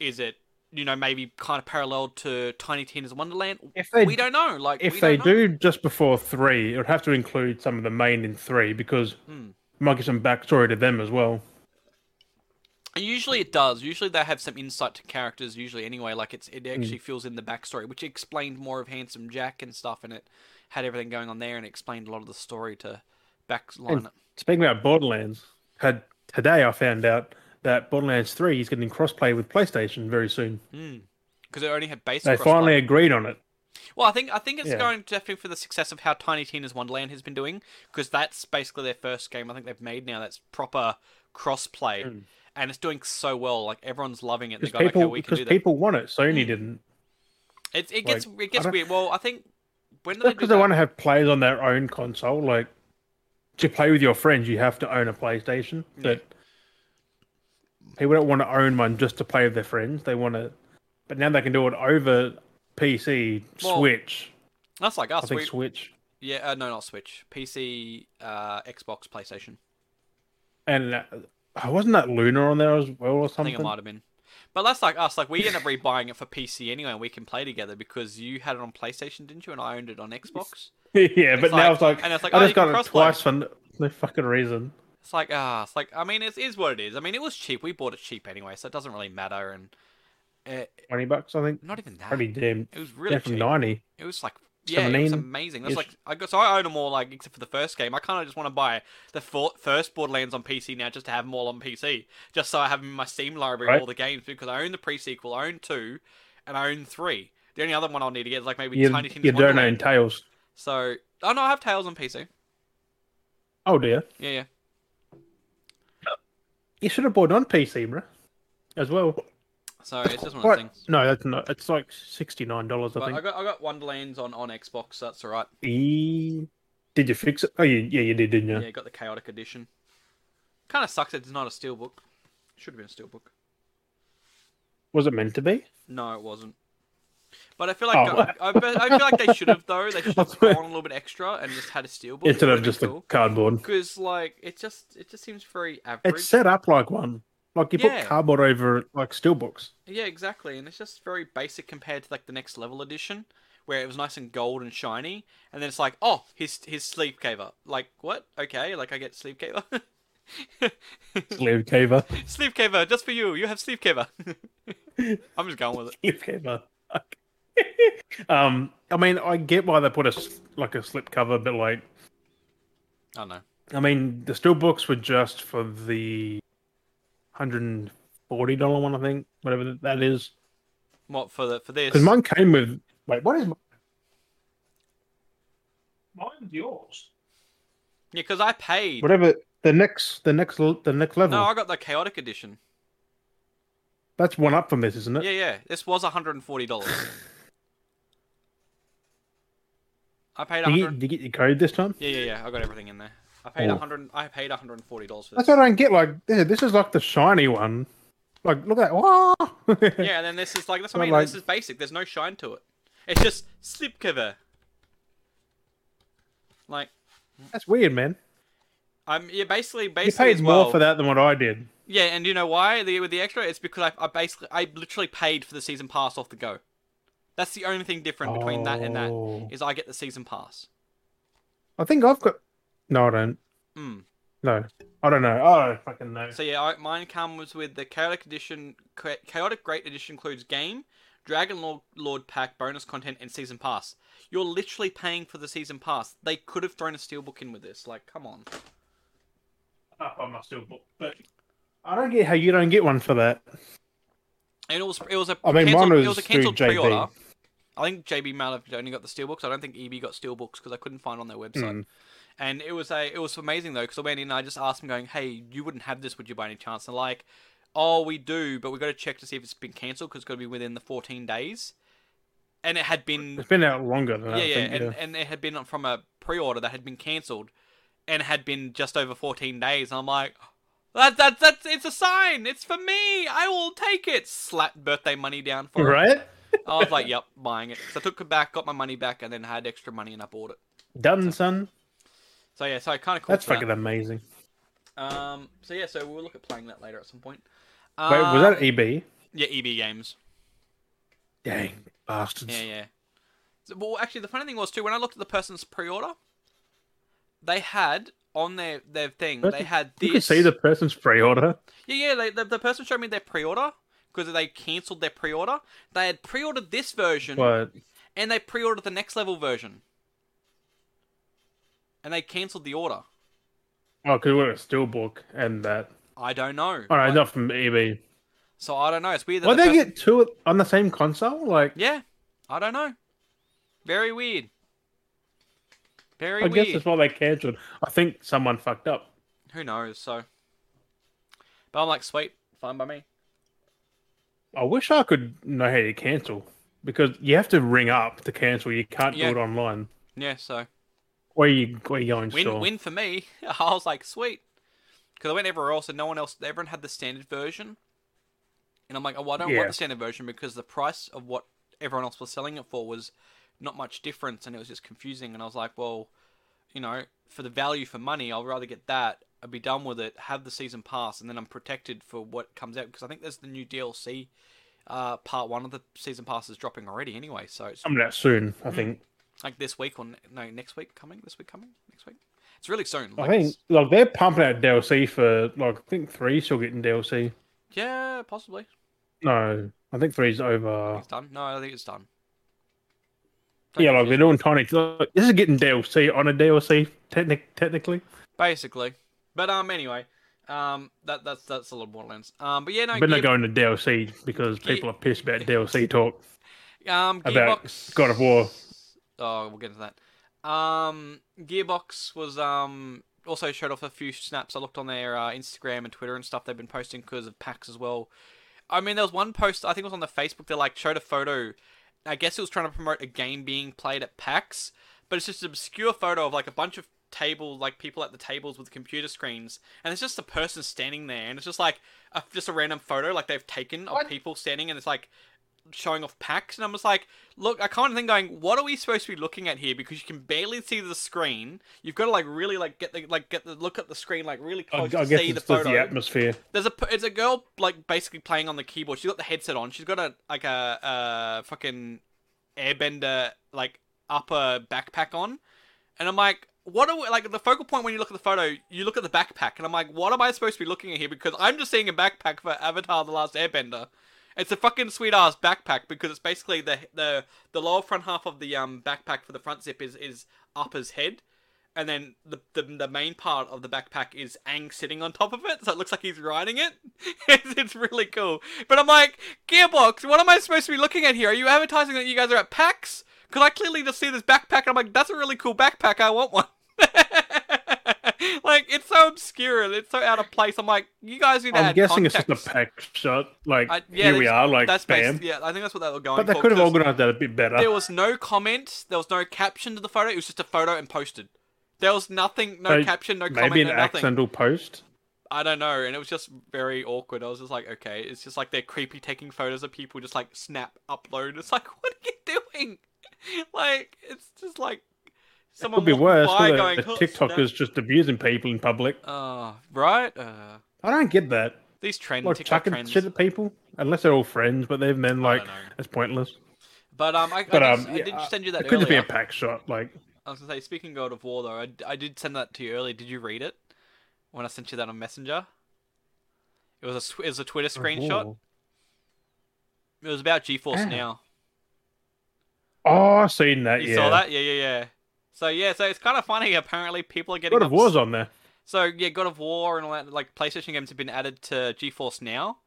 [SPEAKER 3] Is it you know maybe kind of paralleled to Tiny Tina's Wonderland?
[SPEAKER 2] If they
[SPEAKER 3] we don't know. Like we
[SPEAKER 2] if they
[SPEAKER 3] don't know.
[SPEAKER 2] do just before three, it would have to include some of the main in three because
[SPEAKER 3] Hmm.
[SPEAKER 2] might get some backstory to them as well.
[SPEAKER 3] Usually it does. Usually they have some insight to characters. Usually anyway, like it's it actually
[SPEAKER 2] Mm.
[SPEAKER 3] fills in the backstory, which explained more of Handsome Jack and stuff, and it had everything going on there, and explained a lot of the story to backline.
[SPEAKER 2] And-
[SPEAKER 3] it.
[SPEAKER 2] Speaking about Borderlands, had today I found out that Borderlands three is getting crossplay with PlayStation very soon.
[SPEAKER 3] Because it only had base.
[SPEAKER 2] They
[SPEAKER 3] crossplay.
[SPEAKER 2] finally agreed on it.
[SPEAKER 3] Well, I think I think it's
[SPEAKER 2] Yeah.
[SPEAKER 3] going definitely for the success of how Tiny Tina's Wonderland has been doing, because that's basically their first game. I think they've made now that's proper cross-play,
[SPEAKER 2] Mm.
[SPEAKER 3] and it's doing so well. Like everyone's loving it. They
[SPEAKER 2] Because
[SPEAKER 3] go,
[SPEAKER 2] people,
[SPEAKER 3] okay, we can
[SPEAKER 2] because
[SPEAKER 3] do that. Hmm.
[SPEAKER 2] people want it, Sony didn't.
[SPEAKER 3] It, it
[SPEAKER 2] like,
[SPEAKER 3] gets it gets
[SPEAKER 2] don't-
[SPEAKER 3] weird. Well, I think when did they
[SPEAKER 2] That's
[SPEAKER 3] do
[SPEAKER 2] because they
[SPEAKER 3] that?
[SPEAKER 2] want to have players on their own console. Like to play with your friends, you have to own a PlayStation. But people don't want to own one just to play with their friends. They want to, but now they can do it over PC,
[SPEAKER 3] Well,
[SPEAKER 2] Switch.
[SPEAKER 3] That's like
[SPEAKER 2] I
[SPEAKER 3] us.
[SPEAKER 2] think
[SPEAKER 3] we-
[SPEAKER 2] Switch
[SPEAKER 3] Yeah, uh, no, not Switch. PC, uh, Xbox, PlayStation.
[SPEAKER 2] and uh, wasn't that Lunar on there as well or
[SPEAKER 3] I
[SPEAKER 2] something?
[SPEAKER 3] think it might have been. But that's like us. Like we end up rebuying it for PC anyway, and we can play together because you had it on PlayStation, didn't you? And I owned it on Xbox.
[SPEAKER 2] yeah,
[SPEAKER 3] It's
[SPEAKER 2] but now
[SPEAKER 3] like-
[SPEAKER 2] it's like,
[SPEAKER 3] and it's like,
[SPEAKER 2] I
[SPEAKER 3] oh, you
[SPEAKER 2] just
[SPEAKER 3] can
[SPEAKER 2] got it
[SPEAKER 3] cross-play.
[SPEAKER 2] twice for no- no fucking reason.
[SPEAKER 3] It's like ah, it's like I mean, it is what it is. I mean, it was cheap. We bought it cheap anyway, so it doesn't really matter. And uh,
[SPEAKER 2] Twenty bucks, I think.
[SPEAKER 3] not even that.
[SPEAKER 2] Probably damn,
[SPEAKER 3] it was really
[SPEAKER 2] damn
[SPEAKER 3] cheap.
[SPEAKER 2] from ninety.
[SPEAKER 3] It was like yeah, it was
[SPEAKER 2] 17
[SPEAKER 3] amazing. That's
[SPEAKER 2] ish.
[SPEAKER 3] like I got so I own them all like except for the first game. I kind of just want to buy the for, first Borderlands on PC now just to have them all on PC, just so I have them in my Steam library
[SPEAKER 2] Right.
[SPEAKER 3] all the games because I own the pre-sequel, I own two, and I own three. The only other one I'll need to get is like maybe
[SPEAKER 2] You,
[SPEAKER 3] Tiny Tina's
[SPEAKER 2] you don't own
[SPEAKER 3] Wonderland.
[SPEAKER 2] Tails.
[SPEAKER 3] So oh no, I have Tails on PC.
[SPEAKER 2] Oh dear,
[SPEAKER 3] Yeah, yeah.
[SPEAKER 2] you should have bought it on PC, bro, as well.
[SPEAKER 3] So it's just one of
[SPEAKER 2] Quite-
[SPEAKER 3] those things.
[SPEAKER 2] No, that's not. It's like sixty nine dollars, I
[SPEAKER 3] But
[SPEAKER 2] think.
[SPEAKER 3] I got I got Wonderlands on on Xbox. So that's all right.
[SPEAKER 2] E- Did you fix it? Oh, you, yeah, you did, didn't you?
[SPEAKER 3] Yeah, got the Chaotic Edition. Kind of sucks that it's not a steel book. Should have been a steel book.
[SPEAKER 2] Was it meant to be?
[SPEAKER 3] No, it wasn't. But I feel like
[SPEAKER 2] Oh.
[SPEAKER 3] I, I, bet- I feel like they should have though. They should have
[SPEAKER 2] That's right.
[SPEAKER 3] gone a little bit extra and just had a steel book.
[SPEAKER 2] Instead of just the cardboard.
[SPEAKER 3] because like it just it just seems very average.
[SPEAKER 2] It's set up like one. Like you
[SPEAKER 3] Yeah.
[SPEAKER 2] put cardboard over like steelbooks.
[SPEAKER 3] Yeah, exactly, and it's just very basic compared to like the next level edition, where it was nice and gold and shiny, and then it's like, oh, his his sleep caver. Like what? Okay, like I get sleep caver.
[SPEAKER 2] Sleeve caver.
[SPEAKER 3] sleep caver just for you. You have sleep caver. I'm just going with it.
[SPEAKER 2] Sleeve caver. Fuck. um, I mean, I get why they put a s- like a slip cover, but like,
[SPEAKER 3] I don't know.
[SPEAKER 2] I mean, the steelbooks were just for the hundred and forty dollar one, I think, whatever th- that is.
[SPEAKER 3] What for the for this?
[SPEAKER 2] Because mine came with. Wait, what is mine? Mine's yours.
[SPEAKER 3] Yeah, because I paid.
[SPEAKER 2] Whatever the next, the next, l- the next level.
[SPEAKER 3] No, I got the chaotic edition.
[SPEAKER 2] That's one up from this, isn't it?
[SPEAKER 3] Yeah, yeah. This was $140. I paid
[SPEAKER 2] Did you, get,
[SPEAKER 3] 100
[SPEAKER 2] did you get your code this time?
[SPEAKER 3] Yeah, yeah, yeah. I got everything in there. I paid
[SPEAKER 2] Oh.
[SPEAKER 3] 100 I paid $140 for this.
[SPEAKER 2] That's what I don't get. Like, yeah, this is like the shiny one. Like, look at that. Whoa!
[SPEAKER 3] Yeah, and then this is like that's what I
[SPEAKER 2] But,
[SPEAKER 3] mean.
[SPEAKER 2] like-
[SPEAKER 3] This is basic. There's no shine to it. It's just slipcover. Like
[SPEAKER 2] That's weird, man.
[SPEAKER 3] I'm yeah, basically
[SPEAKER 2] You
[SPEAKER 3] basically
[SPEAKER 2] paid
[SPEAKER 3] as
[SPEAKER 2] more
[SPEAKER 3] well.
[SPEAKER 2] for that than what I did.
[SPEAKER 3] Yeah, and you know why? The, with the extra, it's because I, I basically I literally paid for the season pass off the go. That's the only thing different between that and that
[SPEAKER 2] Oh.
[SPEAKER 3] is I get the season pass.
[SPEAKER 2] I think I've got. No, I don't.
[SPEAKER 3] Mm.
[SPEAKER 2] No, I don't know. I don't fucking know.
[SPEAKER 3] So yeah, I, mine comes with the chaotic edition. Cha- Chaotic Great Edition includes game, Dragon Lord, Lord pack, bonus content, and season pass. You're literally paying for the season pass. They could have thrown a steelbook in with this. Like, come on.
[SPEAKER 2] Up on my still book, but I don't get how you don't get one for that.
[SPEAKER 3] And it was it was a
[SPEAKER 2] I mean,
[SPEAKER 3] cancelled-
[SPEAKER 2] mine
[SPEAKER 3] it was a
[SPEAKER 2] was through
[SPEAKER 3] cancelled
[SPEAKER 2] JB.
[SPEAKER 3] pre-order. I think JB might have only got the steelbooks. I don't think EB got steelbooks because I couldn't find on their website.
[SPEAKER 2] Mm.
[SPEAKER 3] And it was a it was amazing though because I went in and I just asked them going, "Hey, you wouldn't have this, would you, by any chance?" And like, "Oh, we do, but we got to check to see if it's been cancelled because it's got to be within the 14 days." And it had been
[SPEAKER 2] It's been out longer than
[SPEAKER 3] yeah,
[SPEAKER 2] I
[SPEAKER 3] yeah,
[SPEAKER 2] think.
[SPEAKER 3] and, and it had been from a pre-order that had been cancelled, and had been just over 14 days. And I'm like, that that that's it's a sign. It's for me. I will take it. Slap birthday money down for it.
[SPEAKER 2] Right?
[SPEAKER 3] I was like, yep, buying it. So I took it back, got my money back, and then had extra money and I bought it.
[SPEAKER 2] Done, son.
[SPEAKER 3] So yeah, so I kind of cool.
[SPEAKER 2] That's
[SPEAKER 3] for that.
[SPEAKER 2] fucking amazing.
[SPEAKER 3] Um, so yeah, so we'll look at playing that later at some point.
[SPEAKER 2] Wait, was
[SPEAKER 3] Um,
[SPEAKER 2] that E EB?
[SPEAKER 3] yeah, EB Games.
[SPEAKER 2] Dang bastards.
[SPEAKER 3] Yeah, yeah. So, well, actually, the funny thing was too when I looked at the person's pre-order, they had on their their thing they
[SPEAKER 2] Person-
[SPEAKER 3] had this.
[SPEAKER 2] You can see the person's pre-order.
[SPEAKER 3] Yeah, yeah. They, the the person showed me their pre-order because they cancelled their pre-order. They had pre-ordered this version
[SPEAKER 2] But
[SPEAKER 3] and they pre-ordered the next level version, and they cancelled the order.
[SPEAKER 2] oh, because we're a steelbook and that.
[SPEAKER 3] I don't know.
[SPEAKER 2] All right,
[SPEAKER 3] Like,
[SPEAKER 2] not from E EB.
[SPEAKER 3] So I don't know. It's weird. That
[SPEAKER 2] Why
[SPEAKER 3] the
[SPEAKER 2] they
[SPEAKER 3] person-
[SPEAKER 2] get two on the same console? Like,
[SPEAKER 3] Yeah, I don't know. Very weird. Very
[SPEAKER 2] I guess
[SPEAKER 3] weird.
[SPEAKER 2] that's why they cancelled. I think someone fucked up.
[SPEAKER 3] Who knows? So, but I'm like, sweet, fine by me.
[SPEAKER 2] I wish I could know how to cancel because you have to ring up to cancel. You can't
[SPEAKER 3] Yeah.
[SPEAKER 2] do it online.
[SPEAKER 3] Yeah. So
[SPEAKER 2] Or you, or you go in
[SPEAKER 3] win
[SPEAKER 2] store.
[SPEAKER 3] win for me. I was like, sweet, because I went everywhere else and no one else. Everyone had the standard version, and I'm like, oh, well, I don't
[SPEAKER 2] Yeah.
[SPEAKER 3] want the standard version because the price of what everyone else was selling it for was not much difference, and it was just confusing. And I was like, well, you know, for the value for money, I'll rather get that. I'd be done with it, have the season pass, and then I'm protected for what comes out because I think there's the new DLC. Uh, part one of the season pass is dropping already anyway, so it's
[SPEAKER 2] Coming out soon,
[SPEAKER 3] Mm.
[SPEAKER 2] I think.
[SPEAKER 3] like this week or ne- no next week coming this week coming next week it's really soon
[SPEAKER 2] I
[SPEAKER 3] like
[SPEAKER 2] think
[SPEAKER 3] it's-
[SPEAKER 2] like they're pumping out DLC for like I think three still getting DLC.
[SPEAKER 3] yeah possibly
[SPEAKER 2] No, I think three's
[SPEAKER 3] I think
[SPEAKER 2] over.
[SPEAKER 3] it's done no i think it's done Don't
[SPEAKER 2] Yeah, like they're
[SPEAKER 3] confuse-
[SPEAKER 2] doing tiny. Like, this is getting DLC on a DLC technic- technically,
[SPEAKER 3] basically but um anyway um that that's that's a little borderlands um but yeah no
[SPEAKER 2] but not
[SPEAKER 3] Gear-
[SPEAKER 2] going to DLC because people are pissed about DLC talk.
[SPEAKER 3] um
[SPEAKER 2] about
[SPEAKER 3] gearbox
[SPEAKER 2] God of War.
[SPEAKER 3] oh we'll get into that um gearbox was um also showed off a few snaps i looked on their uh, instagram and twitter and stuff they've been posting because of packs as well I mean, there was one post I think it was on the Facebook. They like showed a photo. I guess it was trying to promote a game being played at PAX, but it's just an obscure photo of like a bunch of table, like people at the tables with computer screens, and it's just a person standing there, and it's just like a, just a random photo like they've taken of
[SPEAKER 4] What?
[SPEAKER 3] people standing, and it's like showing off packs, and I'm just like, look, I can't think going, what are we supposed to be looking at here? Because you can barely see the screen. You've got to like really like get the like get the look at the screen like really
[SPEAKER 2] I, I
[SPEAKER 3] close to
[SPEAKER 2] guess
[SPEAKER 3] see
[SPEAKER 2] it's just
[SPEAKER 3] the photo
[SPEAKER 2] the atmosphere.
[SPEAKER 3] there's a it's a girl like basically playing on the keyboard. She's got the headset on. She's got a like a uh fucking airbender like upper backpack on, and I'm like, what are we, like the focal point when you look at the photo? You look at the backpack, and I'm like, what am I supposed to be looking at here? Because I'm just seeing a backpack for Avatar: The Last Airbender. It's a fucking sweet ass backpack because it's basically the the the lower front half of the um backpack for the front zip is is upper's head, and then the, the the main part of the backpack is Aang sitting on top of it, so it looks like he's riding it. it's, it's really cool. But I'm like, Gearbox, what am I supposed to be looking at here? Are you advertising that you guys are at PAX? Because I clearly just see this backpack, and I'm like, that's a really cool backpack. I want one. like it's so obscure, and it's so out of place. I'm like, you guys need to
[SPEAKER 2] I'm
[SPEAKER 3] add
[SPEAKER 2] guessing it's
[SPEAKER 3] context.
[SPEAKER 2] just a pack shot. Like
[SPEAKER 3] I-
[SPEAKER 2] here we
[SPEAKER 3] that's-
[SPEAKER 2] are, like
[SPEAKER 3] that's
[SPEAKER 2] bam.
[SPEAKER 3] basi- yeah, I think that's what they were going
[SPEAKER 2] but they
[SPEAKER 3] for,
[SPEAKER 2] could have
[SPEAKER 3] because-
[SPEAKER 2] organized that a bit better.
[SPEAKER 3] there was no comment. There was no caption to the photo. It was just a photo and posted. There was nothing, no
[SPEAKER 2] So,
[SPEAKER 3] caption, no comment,
[SPEAKER 2] Maybe an
[SPEAKER 3] no nothing.
[SPEAKER 2] accidental post.
[SPEAKER 3] I don't know, and it was just very awkward. I was just like, okay, it's just like they're creepy taking photos of people, just like snap upload. It's like, what are you doing? like, it's just like
[SPEAKER 2] It
[SPEAKER 3] someone
[SPEAKER 2] could be
[SPEAKER 3] walking
[SPEAKER 2] worse.
[SPEAKER 3] by
[SPEAKER 2] could it?
[SPEAKER 3] going,
[SPEAKER 2] the
[SPEAKER 3] "Huh,
[SPEAKER 2] TikTokers just abusing people in public.
[SPEAKER 3] snap." Uh, right? Uh,
[SPEAKER 2] I don't get that.
[SPEAKER 3] these trend
[SPEAKER 2] Like
[SPEAKER 3] TikTok
[SPEAKER 2] chucking
[SPEAKER 3] trends.
[SPEAKER 2] shit at people, unless they're all friends. But they've then like
[SPEAKER 3] don't know.
[SPEAKER 2] it's pointless.
[SPEAKER 3] But um, I,
[SPEAKER 2] But
[SPEAKER 3] I,
[SPEAKER 2] um,
[SPEAKER 3] did,
[SPEAKER 2] yeah,
[SPEAKER 3] I did send you that
[SPEAKER 2] It could just be
[SPEAKER 3] earlier.
[SPEAKER 2] a pack shot. Like
[SPEAKER 3] I was gonna say, speaking God of War though, I, I did send that to you earlier. Did you read it when I sent you that on Messenger? It was a sw- it was a Twitter screenshot.
[SPEAKER 2] oh.
[SPEAKER 3] It was about
[SPEAKER 2] Ah.
[SPEAKER 3] GeForce Now.
[SPEAKER 2] Oh, I've seen that.
[SPEAKER 3] You
[SPEAKER 2] yeah.
[SPEAKER 3] saw that? Yeah, yeah, yeah. So yeah, so it's kind of funny. Apparently, people are getting
[SPEAKER 2] God of
[SPEAKER 3] ups-
[SPEAKER 2] War's on there.
[SPEAKER 3] So yeah, God of War and all that. Like PlayStation games have been added to GeForce Now,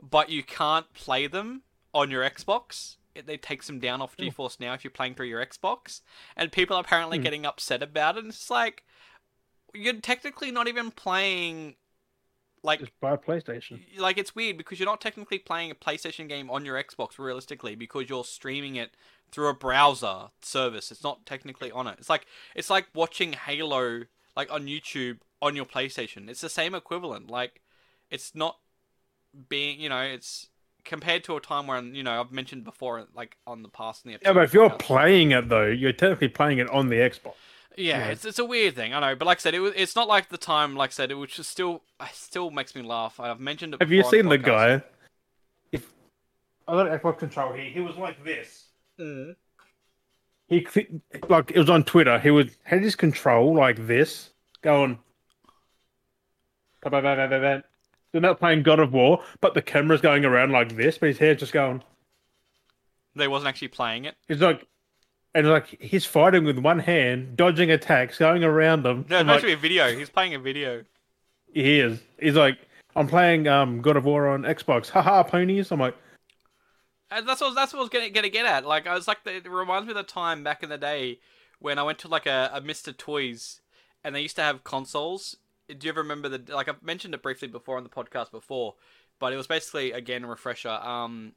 [SPEAKER 3] but you can't play them on your Xbox. It, it takes them down off GeForce Now if you're playing through your Xbox, and people are apparently
[SPEAKER 2] Hmm.
[SPEAKER 3] getting upset about it. And it's like you're technically not even playing. Like
[SPEAKER 2] Just buy a PlayStation.
[SPEAKER 3] Y- like it's weird because you're not technically playing a PlayStation game on your Xbox realistically because you're streaming it through a browser service. It's not technically on it. It's like it's like watching Halo like on YouTube on your PlayStation. It's the same equivalent. Like it's not being, you know, it's compared to a time when, you know, I've mentioned before like on the past in the
[SPEAKER 2] Yeah,
[SPEAKER 3] episode
[SPEAKER 2] but if you're
[SPEAKER 3] podcast.
[SPEAKER 2] playing it though, you're technically playing it on the Xbox.
[SPEAKER 3] Yeah,
[SPEAKER 2] Yeah.
[SPEAKER 3] it's it's a weird thing, I know. But like I said, it was, it's not like the time, like I said, it was just still, it still makes me laugh. I've mentioned it.
[SPEAKER 2] Have you
[SPEAKER 3] before on
[SPEAKER 2] seen the
[SPEAKER 3] podcast.
[SPEAKER 2] guy? If I got an Xbox control here, he was like this.
[SPEAKER 3] Mm.
[SPEAKER 2] He cl- like it was on Twitter. He was had his control like this, going. ba- ba- ba- ba- ba- ba. They're not playing God of War, but the camera's going around like this, but his hair's just going.
[SPEAKER 3] They wasn't actually playing it.
[SPEAKER 2] He's like, and like he's fighting with one hand, dodging attacks, going around them.
[SPEAKER 3] No,
[SPEAKER 2] I'm
[SPEAKER 3] it's
[SPEAKER 2] like,
[SPEAKER 3] supposed to be a video. He's playing a video.
[SPEAKER 2] He is. He's like, I'm playing um, God of War on Xbox. Haha, ponies. I'm like,
[SPEAKER 3] And Uh, that's what that's what I was gonna, gonna get at. Like I was like, it reminds me of the time back in the day when I went to like a, a Mr. Toys, and they used to have consoles. Do you ever remember the like I've mentioned it briefly before on the podcast before, but it was basically again a refresher. Um,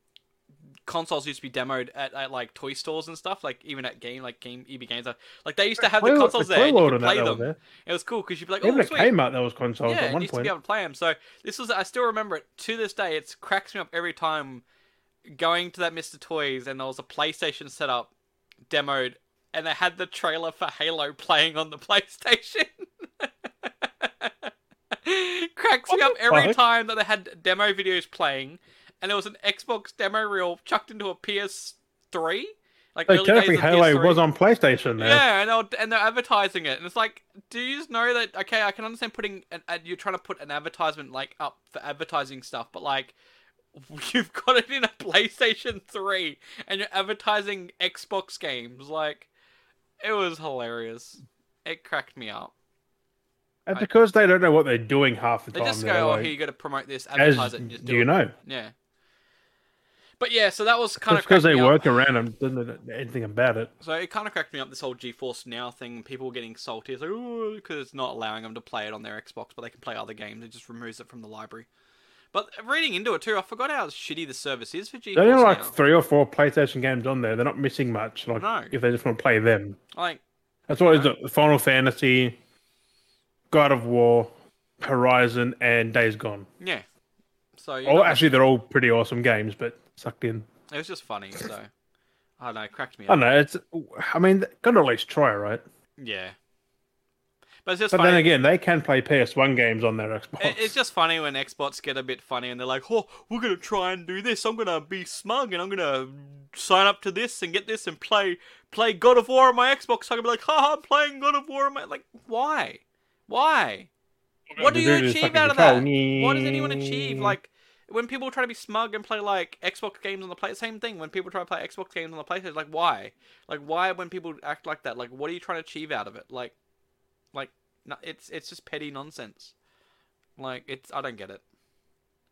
[SPEAKER 3] consoles used to be demoed at, at like toy stores and stuff, like even at game like game EB Games. Like, Like they used to have the
[SPEAKER 2] Toy-
[SPEAKER 3] consoles there, and you
[SPEAKER 2] Toy World
[SPEAKER 3] could
[SPEAKER 2] and that
[SPEAKER 3] play
[SPEAKER 2] they were
[SPEAKER 3] them.
[SPEAKER 2] there.
[SPEAKER 3] It was cool because you'd be like,
[SPEAKER 2] Even
[SPEAKER 3] oh
[SPEAKER 2] at
[SPEAKER 3] sweet,
[SPEAKER 2] Kmart, there was consoles
[SPEAKER 3] yeah,
[SPEAKER 2] at
[SPEAKER 3] you
[SPEAKER 2] one
[SPEAKER 3] used to
[SPEAKER 2] point.
[SPEAKER 3] be able to play them. So this was I still remember it to this day. It's cracks me up every time going to that Mr. Toys and there was a PlayStation set up demoed and they had the trailer for Halo playing on the PlayStation. cracks me
[SPEAKER 2] What
[SPEAKER 3] up
[SPEAKER 2] the
[SPEAKER 3] every
[SPEAKER 2] fuck?
[SPEAKER 3] time that they had demo videos playing and it was an Xbox demo reel chucked into a PS3.
[SPEAKER 2] Like,
[SPEAKER 3] Like early days
[SPEAKER 2] technically,
[SPEAKER 3] of
[SPEAKER 2] Halo
[SPEAKER 3] PS3.
[SPEAKER 2] was on PlayStation there.
[SPEAKER 3] Yeah, and they're, and they're advertising it, and it's like, do you just know that? Okay, I can understand putting an ad, you're trying to put an advertisement like up for advertising stuff, but like, you've got it in a PlayStation Three, and you're advertising Xbox games. Like, it was hilarious. It cracked me up.
[SPEAKER 2] And because they don't know what they're doing half the
[SPEAKER 3] They
[SPEAKER 2] time.
[SPEAKER 3] just
[SPEAKER 2] they're
[SPEAKER 3] go, "Oh,
[SPEAKER 2] like,
[SPEAKER 3] here you got to promote this, advertise
[SPEAKER 2] as
[SPEAKER 3] it, and just do,
[SPEAKER 2] do you
[SPEAKER 3] it."
[SPEAKER 2] know?
[SPEAKER 3] Yeah. But yeah, so that was kind
[SPEAKER 2] Just
[SPEAKER 3] of
[SPEAKER 2] because they work around them doesn't know anything about it.
[SPEAKER 3] So it kind of cracked me up this whole GeForce Now thing. People were getting salty. It's like, oh, because it's not allowing them to play it on their Xbox, but they can play other games. It just removes it from the library. But reading into it too, I forgot how shitty the service is for
[SPEAKER 2] They only
[SPEAKER 3] GeForce
[SPEAKER 2] like
[SPEAKER 3] Now.
[SPEAKER 2] three or four PlayStation games on there. They're not missing much. Like
[SPEAKER 3] No.
[SPEAKER 2] if they just want to play them.
[SPEAKER 3] Like,
[SPEAKER 2] That's what it is
[SPEAKER 3] No.
[SPEAKER 2] it Final Fantasy, God of War, Horizon, and Days Gone.
[SPEAKER 3] Yeah. So you
[SPEAKER 2] Oh,
[SPEAKER 3] know,
[SPEAKER 2] actually, they're all pretty awesome games, but sucked in.
[SPEAKER 3] it was just funny. So I don't know, it cracked me
[SPEAKER 2] I don't
[SPEAKER 3] up.
[SPEAKER 2] know. It's. I mean, gotta at least try, right?
[SPEAKER 3] Yeah. But it's just
[SPEAKER 2] But
[SPEAKER 3] funny.
[SPEAKER 2] then again, they can play PS1 games on their Xbox.
[SPEAKER 3] It- It's just funny when Xbox get a bit funny and they're like, "Oh, we're gonna try and do this. I'm gonna be smug and I'm gonna sign up to this and get this and play play God of War on my Xbox." I'm gonna be like, "Ha, ha, I'm playing God of War on my like, why, why? What do
[SPEAKER 2] They
[SPEAKER 3] you
[SPEAKER 2] do this
[SPEAKER 3] achieve
[SPEAKER 2] fucking
[SPEAKER 3] out of that?
[SPEAKER 2] control.
[SPEAKER 3] What does anyone achieve? Like, when people try to be smug and play like Xbox games on the play, same thing. When people try to play Xbox games on the PlayStation, like why? Like why when people act like that? Like, what are you trying to achieve out of it? Like, like no, it's it's just petty nonsense. Like it's I don't get it.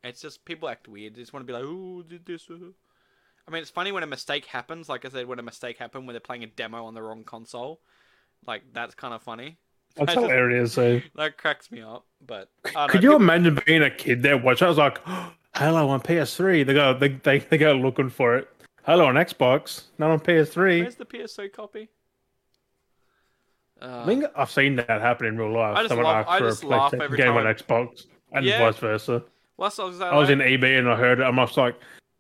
[SPEAKER 3] It's just people act weird. They just want to be like, "Ooh, did this." uh." I mean, it's funny when a mistake happens. Like I said, when a mistake happened when they're playing a demo on the wrong console, like that's kind of funny.
[SPEAKER 2] That's hilarious. So,
[SPEAKER 3] That cracks me up. But I don't
[SPEAKER 2] could
[SPEAKER 3] know,
[SPEAKER 2] you imagine being a kid there watching? I was like, "Hello on PS3." They go, they, they, they go looking for it. Hello on Xbox, not on PS3.
[SPEAKER 3] Where's the PSO copy? Uh,
[SPEAKER 2] I think I've seen that happen in real life.
[SPEAKER 3] I just
[SPEAKER 2] Someone
[SPEAKER 3] laugh-
[SPEAKER 2] asked
[SPEAKER 3] I
[SPEAKER 2] for a
[SPEAKER 3] just laugh
[SPEAKER 2] PlayStation
[SPEAKER 3] every
[SPEAKER 2] game on
[SPEAKER 3] time.
[SPEAKER 2] Xbox, and
[SPEAKER 3] Yeah.
[SPEAKER 2] vice versa.
[SPEAKER 3] what's I was,
[SPEAKER 2] I was in EB and I heard it. I'm just like,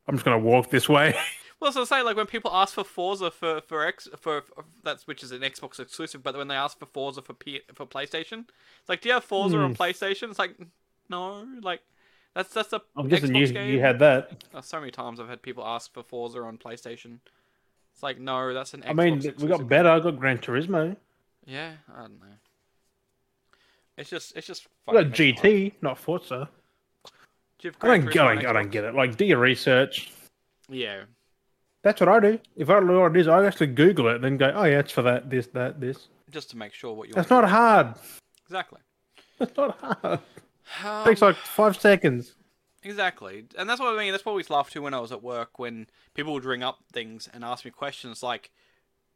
[SPEAKER 2] I'm just gonna walk this way.
[SPEAKER 3] Well, so say like when people ask for Forza for for X for, for that's which is an Xbox exclusive, but when they ask for Forza for P, for PlayStation, it's like, do you have Forza
[SPEAKER 2] Hmm.
[SPEAKER 3] on PlayStation? It's like, no, like that's that's a
[SPEAKER 2] I'm guessing
[SPEAKER 3] Xbox
[SPEAKER 2] you,
[SPEAKER 3] game.
[SPEAKER 2] you had that.
[SPEAKER 3] Oh, so many times I've had people ask for Forza on PlayStation. It's like, no, that's an Xbox
[SPEAKER 2] I mean, we
[SPEAKER 3] exclusive.
[SPEAKER 2] got better. I got Gran Turismo.
[SPEAKER 3] yeah, I don't know. It's just it's just
[SPEAKER 2] I got
[SPEAKER 3] fucking Xbox. Do
[SPEAKER 2] GT, not Forza.
[SPEAKER 3] you have
[SPEAKER 2] I
[SPEAKER 3] Gran
[SPEAKER 2] don't,
[SPEAKER 3] Turismo
[SPEAKER 2] I
[SPEAKER 3] on
[SPEAKER 2] don't, I don't
[SPEAKER 3] Xbox?
[SPEAKER 2] get it. Like, do your research.
[SPEAKER 3] Yeah.
[SPEAKER 2] That's what I do. If I don't know what it is, I actually Google it, then go, oh yeah, it's for that, this, that, this.
[SPEAKER 3] just to make sure what you're
[SPEAKER 2] That's not hard.
[SPEAKER 3] exactly
[SPEAKER 2] That's not hard.
[SPEAKER 3] Um,
[SPEAKER 2] takes like five seconds.
[SPEAKER 3] exactly and that's what i mean that's what I always laughed to when i was at work when people would ring up things and ask me questions like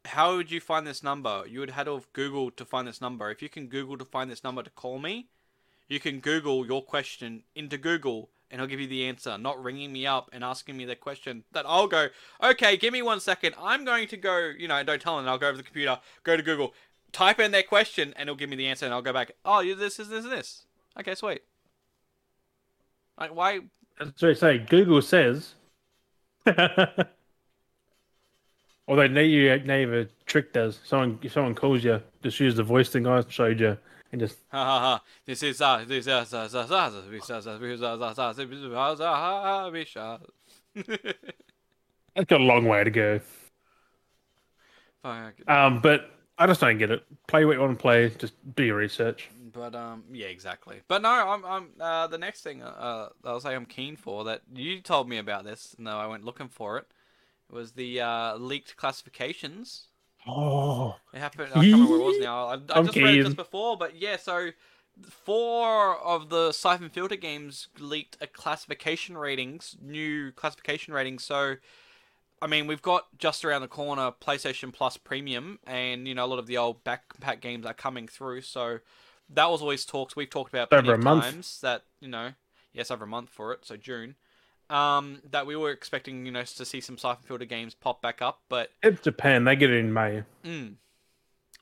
[SPEAKER 3] how would you find this number you would have had to have googled to find this number if you can google to find this number to call me you can google your question into google and he'll give you the answer not ringing me up and asking me the question that i'll go okay give me one second i'm going to go you know don't tell them i'll go over the computer go to google type in their question and it'll give me the answer and i'll go back oh you- this is this and this okay sweet like why
[SPEAKER 2] That's what I say. Google says. Although now you now you have a trick does. Someone if someone calls you, just use the voice thing I showed you and just
[SPEAKER 3] Ha ha ha. This is uh this is uh uh uh uh uh uh
[SPEAKER 2] That's got a long way to go.
[SPEAKER 3] Fuck.
[SPEAKER 2] Um, but I just don't get it. Play what you want to play. Just do your research.
[SPEAKER 3] But um yeah exactly. But no, I'm I'm uh the next thing uh I'll say I'm keen for that you told me about this and though I went looking for it was the uh leaked classifications.
[SPEAKER 2] Oh,
[SPEAKER 3] It happened. I can't remember where it was now. I, I
[SPEAKER 2] I'm
[SPEAKER 3] just read it
[SPEAKER 2] keen.
[SPEAKER 3] just before, but yeah. So four of the Siphon Filter games leaked a classification ratings, new classification ratings. So I mean, we've got just around the corner PlayStation Plus Premium, and you know a lot of the old backpack games are coming through. So that was always talked. We've talked about
[SPEAKER 2] Over
[SPEAKER 3] plenty
[SPEAKER 2] a
[SPEAKER 3] of
[SPEAKER 2] month.
[SPEAKER 3] times that you know, yes, over a month for it. So June. Um, that we were expecting, you know, to see some Siphon Filter games pop back up, but
[SPEAKER 2] it's Japan. They get it in May,
[SPEAKER 3] mm,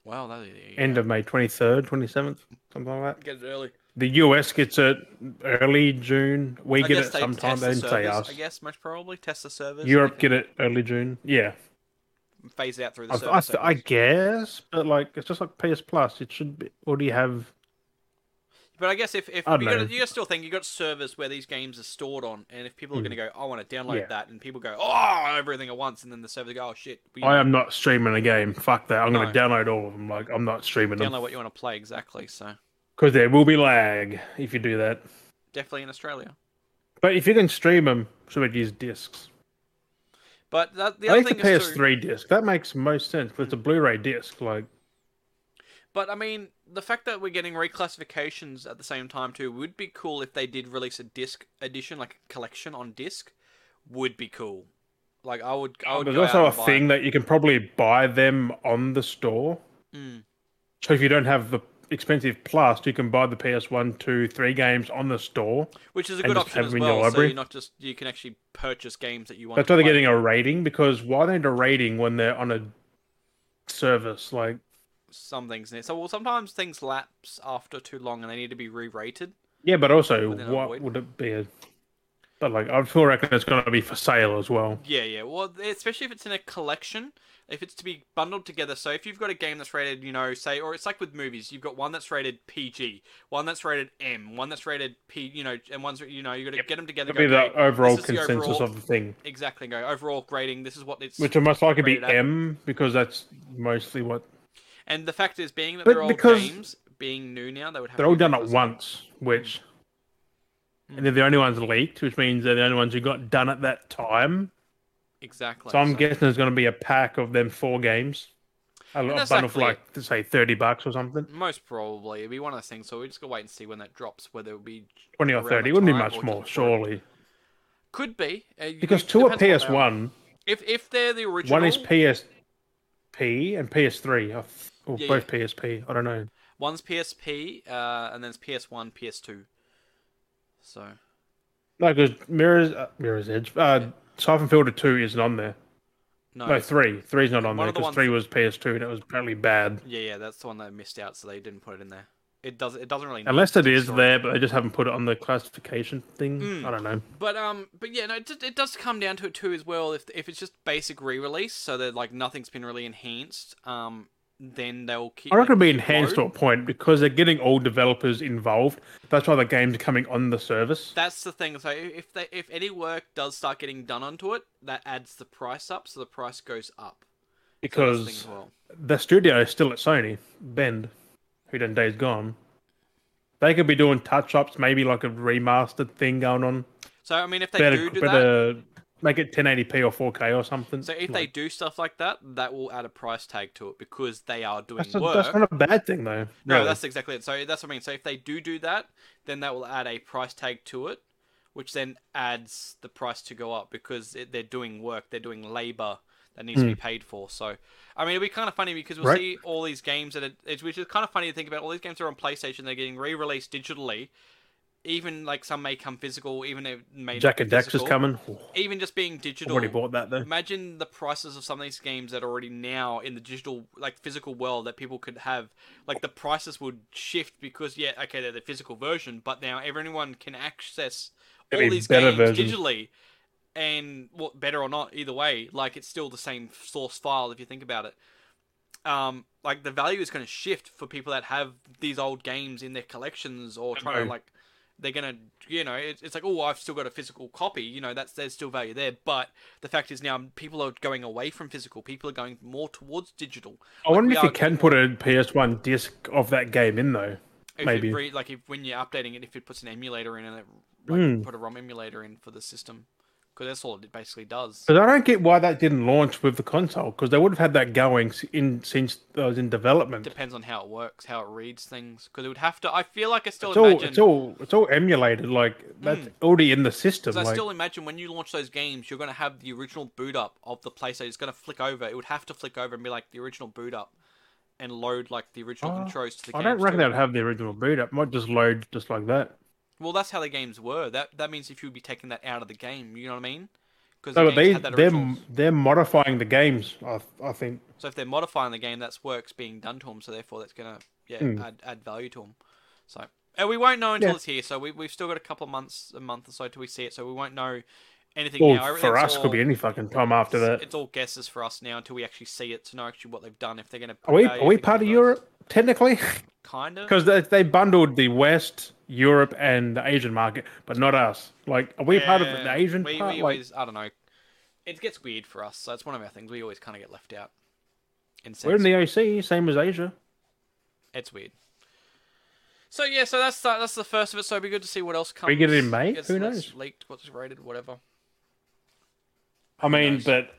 [SPEAKER 3] wow, that is
[SPEAKER 2] end of May, twenty third, twenty seventh, something like that.
[SPEAKER 3] Get it early.
[SPEAKER 2] The US gets it early June. We
[SPEAKER 3] I
[SPEAKER 2] get
[SPEAKER 3] guess
[SPEAKER 2] it
[SPEAKER 3] they
[SPEAKER 2] sometime.
[SPEAKER 3] test
[SPEAKER 2] They
[SPEAKER 3] the
[SPEAKER 2] didn't say
[SPEAKER 3] servers,
[SPEAKER 2] us.
[SPEAKER 3] I guess most probably test the servers.
[SPEAKER 2] Europe get it early June. Yeah,
[SPEAKER 3] phase out through the
[SPEAKER 2] I,
[SPEAKER 3] server.
[SPEAKER 2] I, I
[SPEAKER 3] segments.
[SPEAKER 2] guess, but like it's just like PS Plus. It should be, already have.
[SPEAKER 3] but I guess if if
[SPEAKER 2] I
[SPEAKER 3] you
[SPEAKER 2] don't know.
[SPEAKER 3] got, you gotta still think you got servers where these games are stored on, and if people are gonna go, I want to download
[SPEAKER 2] Mm. Yeah.
[SPEAKER 3] that, and people go, oh, everything at once, and then the servers go, oh shit, we
[SPEAKER 2] I am not streaming a game. Fuck that. I'm
[SPEAKER 3] No.
[SPEAKER 2] going to download all of them. Like I'm not streaming them
[SPEAKER 3] download what you want to play exactly. So
[SPEAKER 2] because there will be lag if you do that.
[SPEAKER 3] definitely in Australia.
[SPEAKER 2] But if you can stream them, should we use discs?
[SPEAKER 3] But that, the
[SPEAKER 2] I
[SPEAKER 3] other
[SPEAKER 2] think
[SPEAKER 3] thing
[SPEAKER 2] the
[SPEAKER 3] is Hmm. too,
[SPEAKER 2] PS3 disc. That makes most sense. But it's a Blu-ray disc. Like
[SPEAKER 3] But I mean, the fact that we're getting reclassifications at the same time too would be cool if they did release a disc edition, like a collection on disc, would be cool. Like I would, I would.
[SPEAKER 2] Oh, there's
[SPEAKER 3] go
[SPEAKER 2] also a
[SPEAKER 3] out and buy
[SPEAKER 2] thing
[SPEAKER 3] It.
[SPEAKER 2] that you can probably buy them on the store.
[SPEAKER 3] Mm.
[SPEAKER 2] So if you don't have the expensive Plus, you can buy the PS1, 2, 3 games on the store.
[SPEAKER 3] Which is a
[SPEAKER 2] and
[SPEAKER 3] good
[SPEAKER 2] just
[SPEAKER 3] option
[SPEAKER 2] have
[SPEAKER 3] as
[SPEAKER 2] them in your
[SPEAKER 3] well. So
[SPEAKER 2] library.
[SPEAKER 3] you're not just you can actually purchase games that you want.
[SPEAKER 2] That's
[SPEAKER 3] to
[SPEAKER 2] why they're
[SPEAKER 3] play.
[SPEAKER 2] getting a rating because why they need a rating when they're on a service? Like
[SPEAKER 3] some things in it. So well, sometimes things lapse after too long and they need to be re-rated.
[SPEAKER 2] Yeah, but also,
[SPEAKER 3] Within a
[SPEAKER 2] what
[SPEAKER 3] void.
[SPEAKER 2] would it be? A, but like, I feel reckon it's going to be for sale as well.
[SPEAKER 3] Yeah, yeah. Well, especially if it's in a collection, if it's to be bundled together. So if you've got a game that's rated, you know, say, or it's like with movies, you've got one that's rated PG, one that's rated M, one that's rated P, you know, and one's you know, you got to get them together.
[SPEAKER 2] It'd be
[SPEAKER 3] go,
[SPEAKER 2] the
[SPEAKER 3] okay,
[SPEAKER 2] overall
[SPEAKER 3] this is the
[SPEAKER 2] consensus
[SPEAKER 3] overall-
[SPEAKER 2] of the thing,
[SPEAKER 3] exactly go overall grading. This is what it's.
[SPEAKER 2] which it must likely be
[SPEAKER 3] Rated at-
[SPEAKER 2] M because that's mostly what
[SPEAKER 3] and the fact is, being that
[SPEAKER 2] But
[SPEAKER 3] they're all
[SPEAKER 2] because-
[SPEAKER 3] games, being new now, they would have.
[SPEAKER 2] they're
[SPEAKER 3] to
[SPEAKER 2] all
[SPEAKER 3] be
[SPEAKER 2] done at
[SPEAKER 3] because-
[SPEAKER 2] once, which
[SPEAKER 3] Hmm.
[SPEAKER 2] and they're the only ones leaked, which means they're the only ones who got done at that time.
[SPEAKER 3] Exactly.
[SPEAKER 2] So I'm guessing there's going to be a pack of them four games, a, a
[SPEAKER 3] that's
[SPEAKER 2] bundle for
[SPEAKER 3] likely it.
[SPEAKER 2] like say thirty bucks or something,
[SPEAKER 3] Most probably, it'd be one of those things. So we just gotta wait and see when that drops. Whether it'll be
[SPEAKER 2] twenty or
[SPEAKER 3] Around
[SPEAKER 2] thirty.
[SPEAKER 3] the
[SPEAKER 2] It wouldn't be
[SPEAKER 3] time
[SPEAKER 2] much
[SPEAKER 3] or
[SPEAKER 2] more,
[SPEAKER 3] just for
[SPEAKER 2] surely,
[SPEAKER 3] could be uh, you-
[SPEAKER 2] because
[SPEAKER 3] it
[SPEAKER 2] two are
[SPEAKER 3] depends
[SPEAKER 2] PS
[SPEAKER 3] what they are.
[SPEAKER 2] one,
[SPEAKER 3] If if they're the original,
[SPEAKER 2] one is PSP and PS three, or
[SPEAKER 3] Yeah,
[SPEAKER 2] both PSP. I don't know.
[SPEAKER 3] One's PSP, uh, and then it's PS1, PS2. So
[SPEAKER 2] No, because Mirror's uh, Mirror's Edge, uh, Siphon Filter two isn't on there.
[SPEAKER 3] no,
[SPEAKER 2] No, three, three's not on
[SPEAKER 3] One
[SPEAKER 2] there
[SPEAKER 3] of the
[SPEAKER 2] because
[SPEAKER 3] ones-
[SPEAKER 2] three was PS two and it was apparently bad.
[SPEAKER 3] yeah, yeah, that's the one that I missed out, so they didn't put it in there. It does, it doesn't really. need
[SPEAKER 2] Unless it is
[SPEAKER 3] Sorry. Hmm.
[SPEAKER 2] there, but they just haven't put it on the classification thing. I don't know.
[SPEAKER 3] But um, but yeah, no, it, d- it does come down to it too as well. If if it's just basic re-release, so that like nothing's been really enhanced, um, then they'll keep.
[SPEAKER 2] I reckon it'll be
[SPEAKER 3] keep
[SPEAKER 2] enhanced
[SPEAKER 3] low.
[SPEAKER 2] to a point because they're getting all developers involved. That's why the game's coming on the service.
[SPEAKER 3] That's the thing. So i- if they if any work does start getting done onto it, that adds the price up, so the price goes up. So that's the thing
[SPEAKER 2] Because
[SPEAKER 3] as well.
[SPEAKER 2] the studio is still at Sony, Bend, who done Days Gone. They could be doing touch ups, maybe like a remastered thing going on.
[SPEAKER 3] So I mean, if they
[SPEAKER 2] Better,
[SPEAKER 3] do do that,
[SPEAKER 2] better make it 1080p or 4K or something.
[SPEAKER 3] So if they
[SPEAKER 2] Like,
[SPEAKER 3] do stuff like that, that will add a price tag to it because they are doing
[SPEAKER 2] that's, a-
[SPEAKER 3] work.
[SPEAKER 2] that's not a bad thing though.
[SPEAKER 3] no,
[SPEAKER 2] really.
[SPEAKER 3] that's exactly it. So that's what I mean. So if they do do that, then that will add a price tag to it, which then adds the price to go up because it, they're doing work, they're doing labor that needs to be paid for. So I mean, it'll be kind of funny because we'll
[SPEAKER 2] Hmm. Right.
[SPEAKER 3] see all these games that it, it's which is kind of funny to think about. All these games are on PlayStation; they're getting re-released digitally. Even like some may come physical, even if it may
[SPEAKER 2] Jack
[SPEAKER 3] not
[SPEAKER 2] and
[SPEAKER 3] be
[SPEAKER 2] Dax is
[SPEAKER 3] physical.
[SPEAKER 2] coming. Oh,
[SPEAKER 3] Even just being digital,
[SPEAKER 2] already bought that though.
[SPEAKER 3] Imagine the prices of some of these games that are already now in the digital, like physical world that people could have. Like the prices would shift because, yeah, okay, they're the physical version, but now everyone can access all
[SPEAKER 2] It'll be
[SPEAKER 3] these
[SPEAKER 2] better
[SPEAKER 3] games
[SPEAKER 2] versions.
[SPEAKER 3] digitally. And what better or not, either way, like it's still the same source file if you think about it. Um, like the value is going to shift for people that have these old games in their collections or trying to
[SPEAKER 2] know.
[SPEAKER 3] like they're gonna you know it's, it's like oh i've still got a physical copy you know that's there's still value there but the fact is now people are going away from physical people are going more towards digital
[SPEAKER 2] I wonder
[SPEAKER 3] we
[SPEAKER 2] if you
[SPEAKER 3] are-
[SPEAKER 2] can put a PS1 disc of that game in though.
[SPEAKER 3] if it
[SPEAKER 2] Maybe.
[SPEAKER 3] re- like if when you're updating it if it puts an emulator in and it like,
[SPEAKER 2] Hmm.
[SPEAKER 3] put a rom emulator in for the system because that's all it basically does
[SPEAKER 2] Because I don't get why that didn't launch with the console. Because they would have had that going s- in since it was in development.
[SPEAKER 3] depends on how it works how it reads things because it would have to i feel like i still
[SPEAKER 2] It's all,
[SPEAKER 3] imagine
[SPEAKER 2] it's all it's all emulated. Like that's already in the system.
[SPEAKER 3] Because I
[SPEAKER 2] like,
[SPEAKER 3] still imagine when you launch those games, you're going to have the original boot up of the PlayStation. It's going to flick over. It would have to flick over and be like the original boot up and load like the original
[SPEAKER 2] Uh,
[SPEAKER 3] intros to the
[SPEAKER 2] I
[SPEAKER 3] games.
[SPEAKER 2] don't reckon
[SPEAKER 3] too.
[SPEAKER 2] they'd have the original boot up. Might just load just like that.
[SPEAKER 3] Well, that's how the games were. That that means if you'd be taking that out of the game, you know what I mean? Because
[SPEAKER 2] No, but they they're
[SPEAKER 3] original.
[SPEAKER 2] they're modifying the games. I I think.
[SPEAKER 3] So if they're modifying the game, that's work's being done to them. So therefore, that's going to yeah
[SPEAKER 2] Hmm.
[SPEAKER 3] add, add value to them. So and we won't know until
[SPEAKER 2] Yeah.
[SPEAKER 3] it's here. So we we've still got a couple of months, a month or so till we see it. So we won't know anything
[SPEAKER 2] Well,
[SPEAKER 3] now.
[SPEAKER 2] for
[SPEAKER 3] Everything's
[SPEAKER 2] us, could
[SPEAKER 3] all-
[SPEAKER 2] be any fucking time after
[SPEAKER 3] it's,
[SPEAKER 2] that.
[SPEAKER 3] it's all guesses for us now until we actually see it to know actually what they've done. If they're going to
[SPEAKER 2] Are we are we part of Europe technically?
[SPEAKER 3] Kind of.
[SPEAKER 2] Because they, they bundled the West, Europe, and the Asian market, but not us. Like, are we part of the Asian
[SPEAKER 3] we,
[SPEAKER 2] part?
[SPEAKER 3] We
[SPEAKER 2] like,
[SPEAKER 3] always, I don't know. It gets weird for us. So it's one of our things. We always kind of get left out. In
[SPEAKER 2] we're in
[SPEAKER 3] sense,
[SPEAKER 2] the OC, same as Asia.
[SPEAKER 3] it's weird. So yeah, so that's the, that's the first of it. So it'd be good to see what else comes.
[SPEAKER 2] get it in May?
[SPEAKER 3] Gets
[SPEAKER 2] Who
[SPEAKER 3] less
[SPEAKER 2] knows?
[SPEAKER 3] Leaked, what's rated, whatever.
[SPEAKER 2] I mean,
[SPEAKER 3] knows?
[SPEAKER 2] but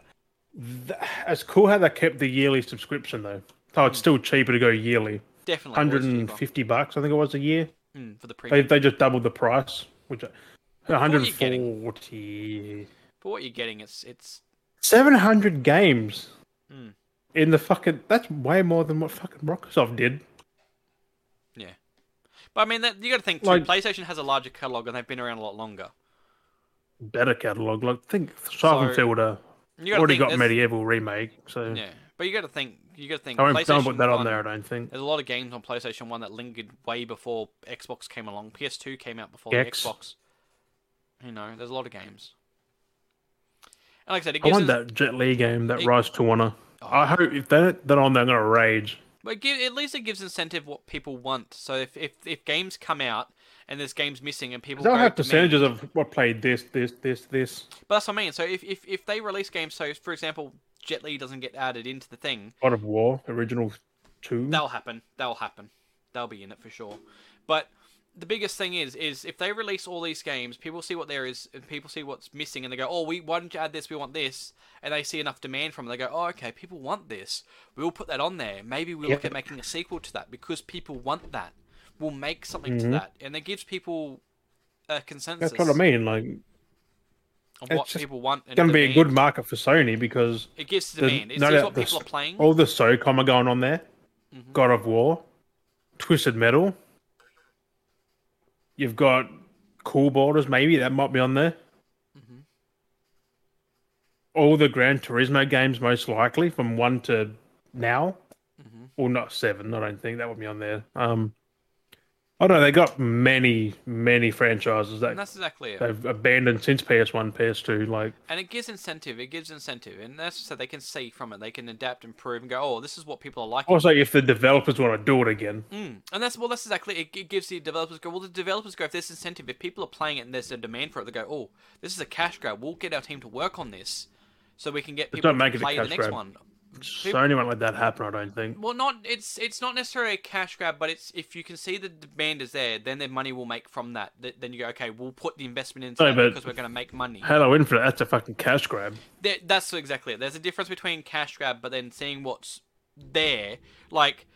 [SPEAKER 2] th- it's cool how they kept the yearly subscription though. So it's still cheaper to go yearly,
[SPEAKER 3] Definitely. always
[SPEAKER 2] hundred and
[SPEAKER 3] cheaper.
[SPEAKER 2] fifty bucks, I think it was a year.
[SPEAKER 3] Mm, for the
[SPEAKER 2] They
[SPEAKER 3] premium.
[SPEAKER 2] they just doubled the price, which one
[SPEAKER 3] are
[SPEAKER 2] hundred
[SPEAKER 3] you getting?
[SPEAKER 2] forty.
[SPEAKER 3] For what you're getting, it's it's
[SPEAKER 2] 700 games
[SPEAKER 3] Mm.
[SPEAKER 2] in the fucking. That's way more than what fucking Microsoft did.
[SPEAKER 3] But I mean, that, you got to think too.
[SPEAKER 2] Like-
[SPEAKER 3] PlayStation has a larger catalog, and they've been around a lot longer.
[SPEAKER 2] Better catalog. Like, think Siphon
[SPEAKER 3] So-
[SPEAKER 2] Filter
[SPEAKER 3] You gotta
[SPEAKER 2] already
[SPEAKER 3] think
[SPEAKER 2] got
[SPEAKER 3] there's-
[SPEAKER 2] medieval remake. So
[SPEAKER 3] Yeah, but you got to think you got to think.
[SPEAKER 2] Don't, don't put that on
[SPEAKER 3] 1,
[SPEAKER 2] there. I don't think.
[SPEAKER 3] There's a lot of games on PlayStation One that lingered way before Xbox came along. PS2 came out before
[SPEAKER 2] Gex.
[SPEAKER 3] the Xbox. You know, there's a lot of games. And like I said, it
[SPEAKER 2] I
[SPEAKER 3] gives
[SPEAKER 2] want
[SPEAKER 3] us-
[SPEAKER 2] that Jet Li game, that
[SPEAKER 3] it-
[SPEAKER 2] Rise to Honor.
[SPEAKER 3] Oh.
[SPEAKER 2] I hope if they're not on there, I'm gonna rage.
[SPEAKER 3] But it give, at least it gives incentive what people want. So if, if, if games come out and there's games missing and people
[SPEAKER 2] They'll
[SPEAKER 3] go
[SPEAKER 2] have
[SPEAKER 3] demand-
[SPEAKER 2] percentages of what played this, this, this, this.
[SPEAKER 3] But that's what I mean. So if, if, if they release games, so for example, Jet Li doesn't get added into the thing,
[SPEAKER 2] God of War original two.
[SPEAKER 3] that'll happen. That'll happen. They'll be in it for sure. But the biggest thing is is if they release all these games, people see what there is and people see what's missing and they go, Oh, we why didn't you add this, we want this and they see enough demand from it, they go, Oh, okay, people want this. We'll put that on there. Maybe we'll look
[SPEAKER 2] Yeah.
[SPEAKER 3] at making a sequel to that because people want that. We'll make something to that. And that gives people a consensus
[SPEAKER 2] That's Mm-hmm. what I mean. Like,
[SPEAKER 3] on
[SPEAKER 2] It's
[SPEAKER 3] what
[SPEAKER 2] just
[SPEAKER 3] people want and
[SPEAKER 2] it's gonna be a good
[SPEAKER 3] demand.
[SPEAKER 2] market for Sony because
[SPEAKER 3] it gives
[SPEAKER 2] the-
[SPEAKER 3] demand. It
[SPEAKER 2] no
[SPEAKER 3] sees
[SPEAKER 2] doubt
[SPEAKER 3] what
[SPEAKER 2] the
[SPEAKER 3] people are
[SPEAKER 2] s-
[SPEAKER 3] playing. Mm-hmm.
[SPEAKER 2] all the SOCOM are going on there. God of War, Twisted Metal. You've got Cool Borders, maybe that might be on there.
[SPEAKER 3] Mm-hmm.
[SPEAKER 2] All the Gran Turismo games, most likely from one to now.
[SPEAKER 3] Mm-hmm.
[SPEAKER 2] Well, not seven. I don't think that would be on there. Um, I don't know. They got many, many franchises
[SPEAKER 3] And
[SPEAKER 2] that
[SPEAKER 3] that's exactly it.
[SPEAKER 2] they've abandoned since PS1, PS2. Like,
[SPEAKER 3] And it gives incentive. It gives incentive, and that's so they can see from it. They can adapt, improve, and go. Oh, this is what people are liking.
[SPEAKER 2] also, if the developers want to do it again,
[SPEAKER 3] Mm. And that's well, that's exactly. It, it gives the developers go. Well, the developers go. If there's incentive, if people are playing it and there's a demand for it, they go. Oh, this is a cash grab. We'll get our team to work on this, so we can get people
[SPEAKER 2] don't make
[SPEAKER 3] to
[SPEAKER 2] it a
[SPEAKER 3] play the
[SPEAKER 2] cash
[SPEAKER 3] next
[SPEAKER 2] grab.
[SPEAKER 3] one.
[SPEAKER 2] Sony won't let that happen. I don't think.
[SPEAKER 3] Well, not it's it's not necessarily a cash grab, but it's if you can see the demand is there, then the money will make from that. Th- Then you go, okay, we'll put the investment into
[SPEAKER 2] No,
[SPEAKER 3] that
[SPEAKER 2] but-
[SPEAKER 3] because we're going to make money.
[SPEAKER 2] Halo Infinite, that's a fucking cash grab.
[SPEAKER 3] Th that's exactly it. There's a difference between cash grab, but then seeing what's there. Like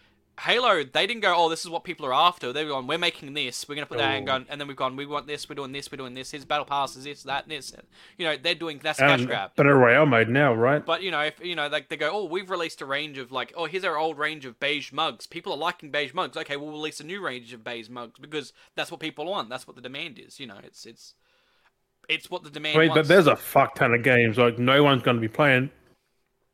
[SPEAKER 3] Halo, they didn't go, "Oh, this is what people are after." They're going, "We're making this. We're gonna put that and
[SPEAKER 2] Oh.
[SPEAKER 3] gone." And then we've gone, "We want this. We're doing this. We're doing this. Here's battle passes. This, that, and this." You know, they're doing that's cash
[SPEAKER 2] And-
[SPEAKER 3] grab.
[SPEAKER 2] But a Royale mode now, right?
[SPEAKER 3] But you know, if you know, like they go, "Oh, we've released a range of like, oh, here's our old range of beige mugs. People are liking beige mugs. Okay, we'll release a new range of beige mugs because that's what people want. That's what the demand is. You know, it's it's it's what the demand.
[SPEAKER 2] I mean,
[SPEAKER 3] wants.
[SPEAKER 2] but there's a fuck ton of games. Like, no one's going to be playing.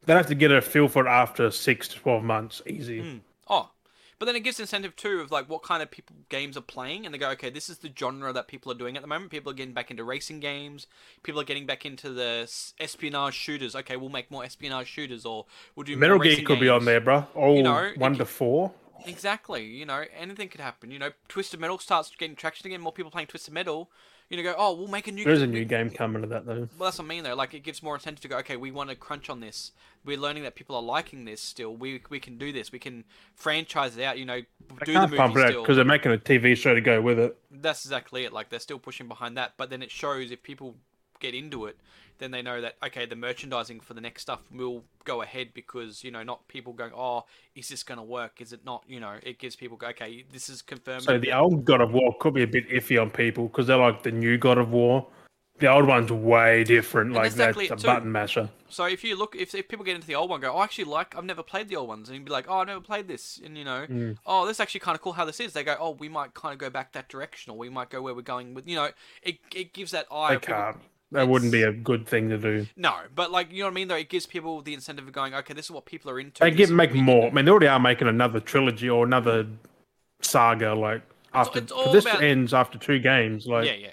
[SPEAKER 2] They have to get a feel for it after six to 12 months. Easy.
[SPEAKER 3] Oh, but then it gives incentive too of like what kind of people games are playing, and they go, okay, this is the genre that people are doing at the moment. People are getting back into racing games. People are getting back into the s- espionage shooters. Okay, we'll make more espionage shooters, or we'll do
[SPEAKER 2] Metal
[SPEAKER 3] more
[SPEAKER 2] Gear
[SPEAKER 3] racing
[SPEAKER 2] could be on
[SPEAKER 3] games.
[SPEAKER 2] there, bro. All
[SPEAKER 3] know, it
[SPEAKER 2] one
[SPEAKER 3] could-
[SPEAKER 2] to four.
[SPEAKER 3] Exactly. You know, anything could happen. You know, Twisted Metal starts getting traction again. More people playing Twisted Metal. You know, go, oh, we'll make a new.
[SPEAKER 2] There is a new game coming to that, though.
[SPEAKER 3] Well, that's what I mean though. Like it gives more incentive to go. Okay, we want to crunch on this. We're learning that people are liking this still. We we can do this. We can franchise it out. You know,
[SPEAKER 2] They
[SPEAKER 3] do the
[SPEAKER 2] can't
[SPEAKER 3] movie
[SPEAKER 2] pump it out
[SPEAKER 3] still.
[SPEAKER 2] because they're making a TV show to go with it.
[SPEAKER 3] that's exactly it. Like they're still pushing behind that, but then it shows if people get into it, then they know that okay, the merchandising for the next stuff will go ahead because you know not people going, oh, is this gonna work? Is it not? You know, it gives people go, okay, this is confirmed.
[SPEAKER 2] So the old God of War could be a bit iffy on people because they're like the new God of War. The old one's way different. Like,
[SPEAKER 3] exactly
[SPEAKER 2] that's
[SPEAKER 3] it
[SPEAKER 2] a
[SPEAKER 3] too.
[SPEAKER 2] button masher.
[SPEAKER 3] So if you look, if, if people get into the old one, go, oh, I actually like, I've never played the old ones, and you'd be like, oh, I've never played this, and you know,
[SPEAKER 2] Mm.
[SPEAKER 3] oh, this is actually kind of cool how this is. They go, oh, we might kind of go back that direction, or we might go where we're going with, you know, it, it gives that eye.
[SPEAKER 2] They
[SPEAKER 3] of people-
[SPEAKER 2] can't. That wouldn't be a good thing to do.
[SPEAKER 3] No, but like you know what I mean. Though it gives people the incentive of going, okay, this is what people are into.
[SPEAKER 2] They
[SPEAKER 3] this
[SPEAKER 2] get
[SPEAKER 3] is
[SPEAKER 2] make
[SPEAKER 3] what we
[SPEAKER 2] more. I
[SPEAKER 3] can do."
[SPEAKER 2] mean, they already are making another trilogy or another saga. Like after
[SPEAKER 3] it's all
[SPEAKER 2] this
[SPEAKER 3] about-
[SPEAKER 2] ends after two games. Like
[SPEAKER 3] yeah, yeah.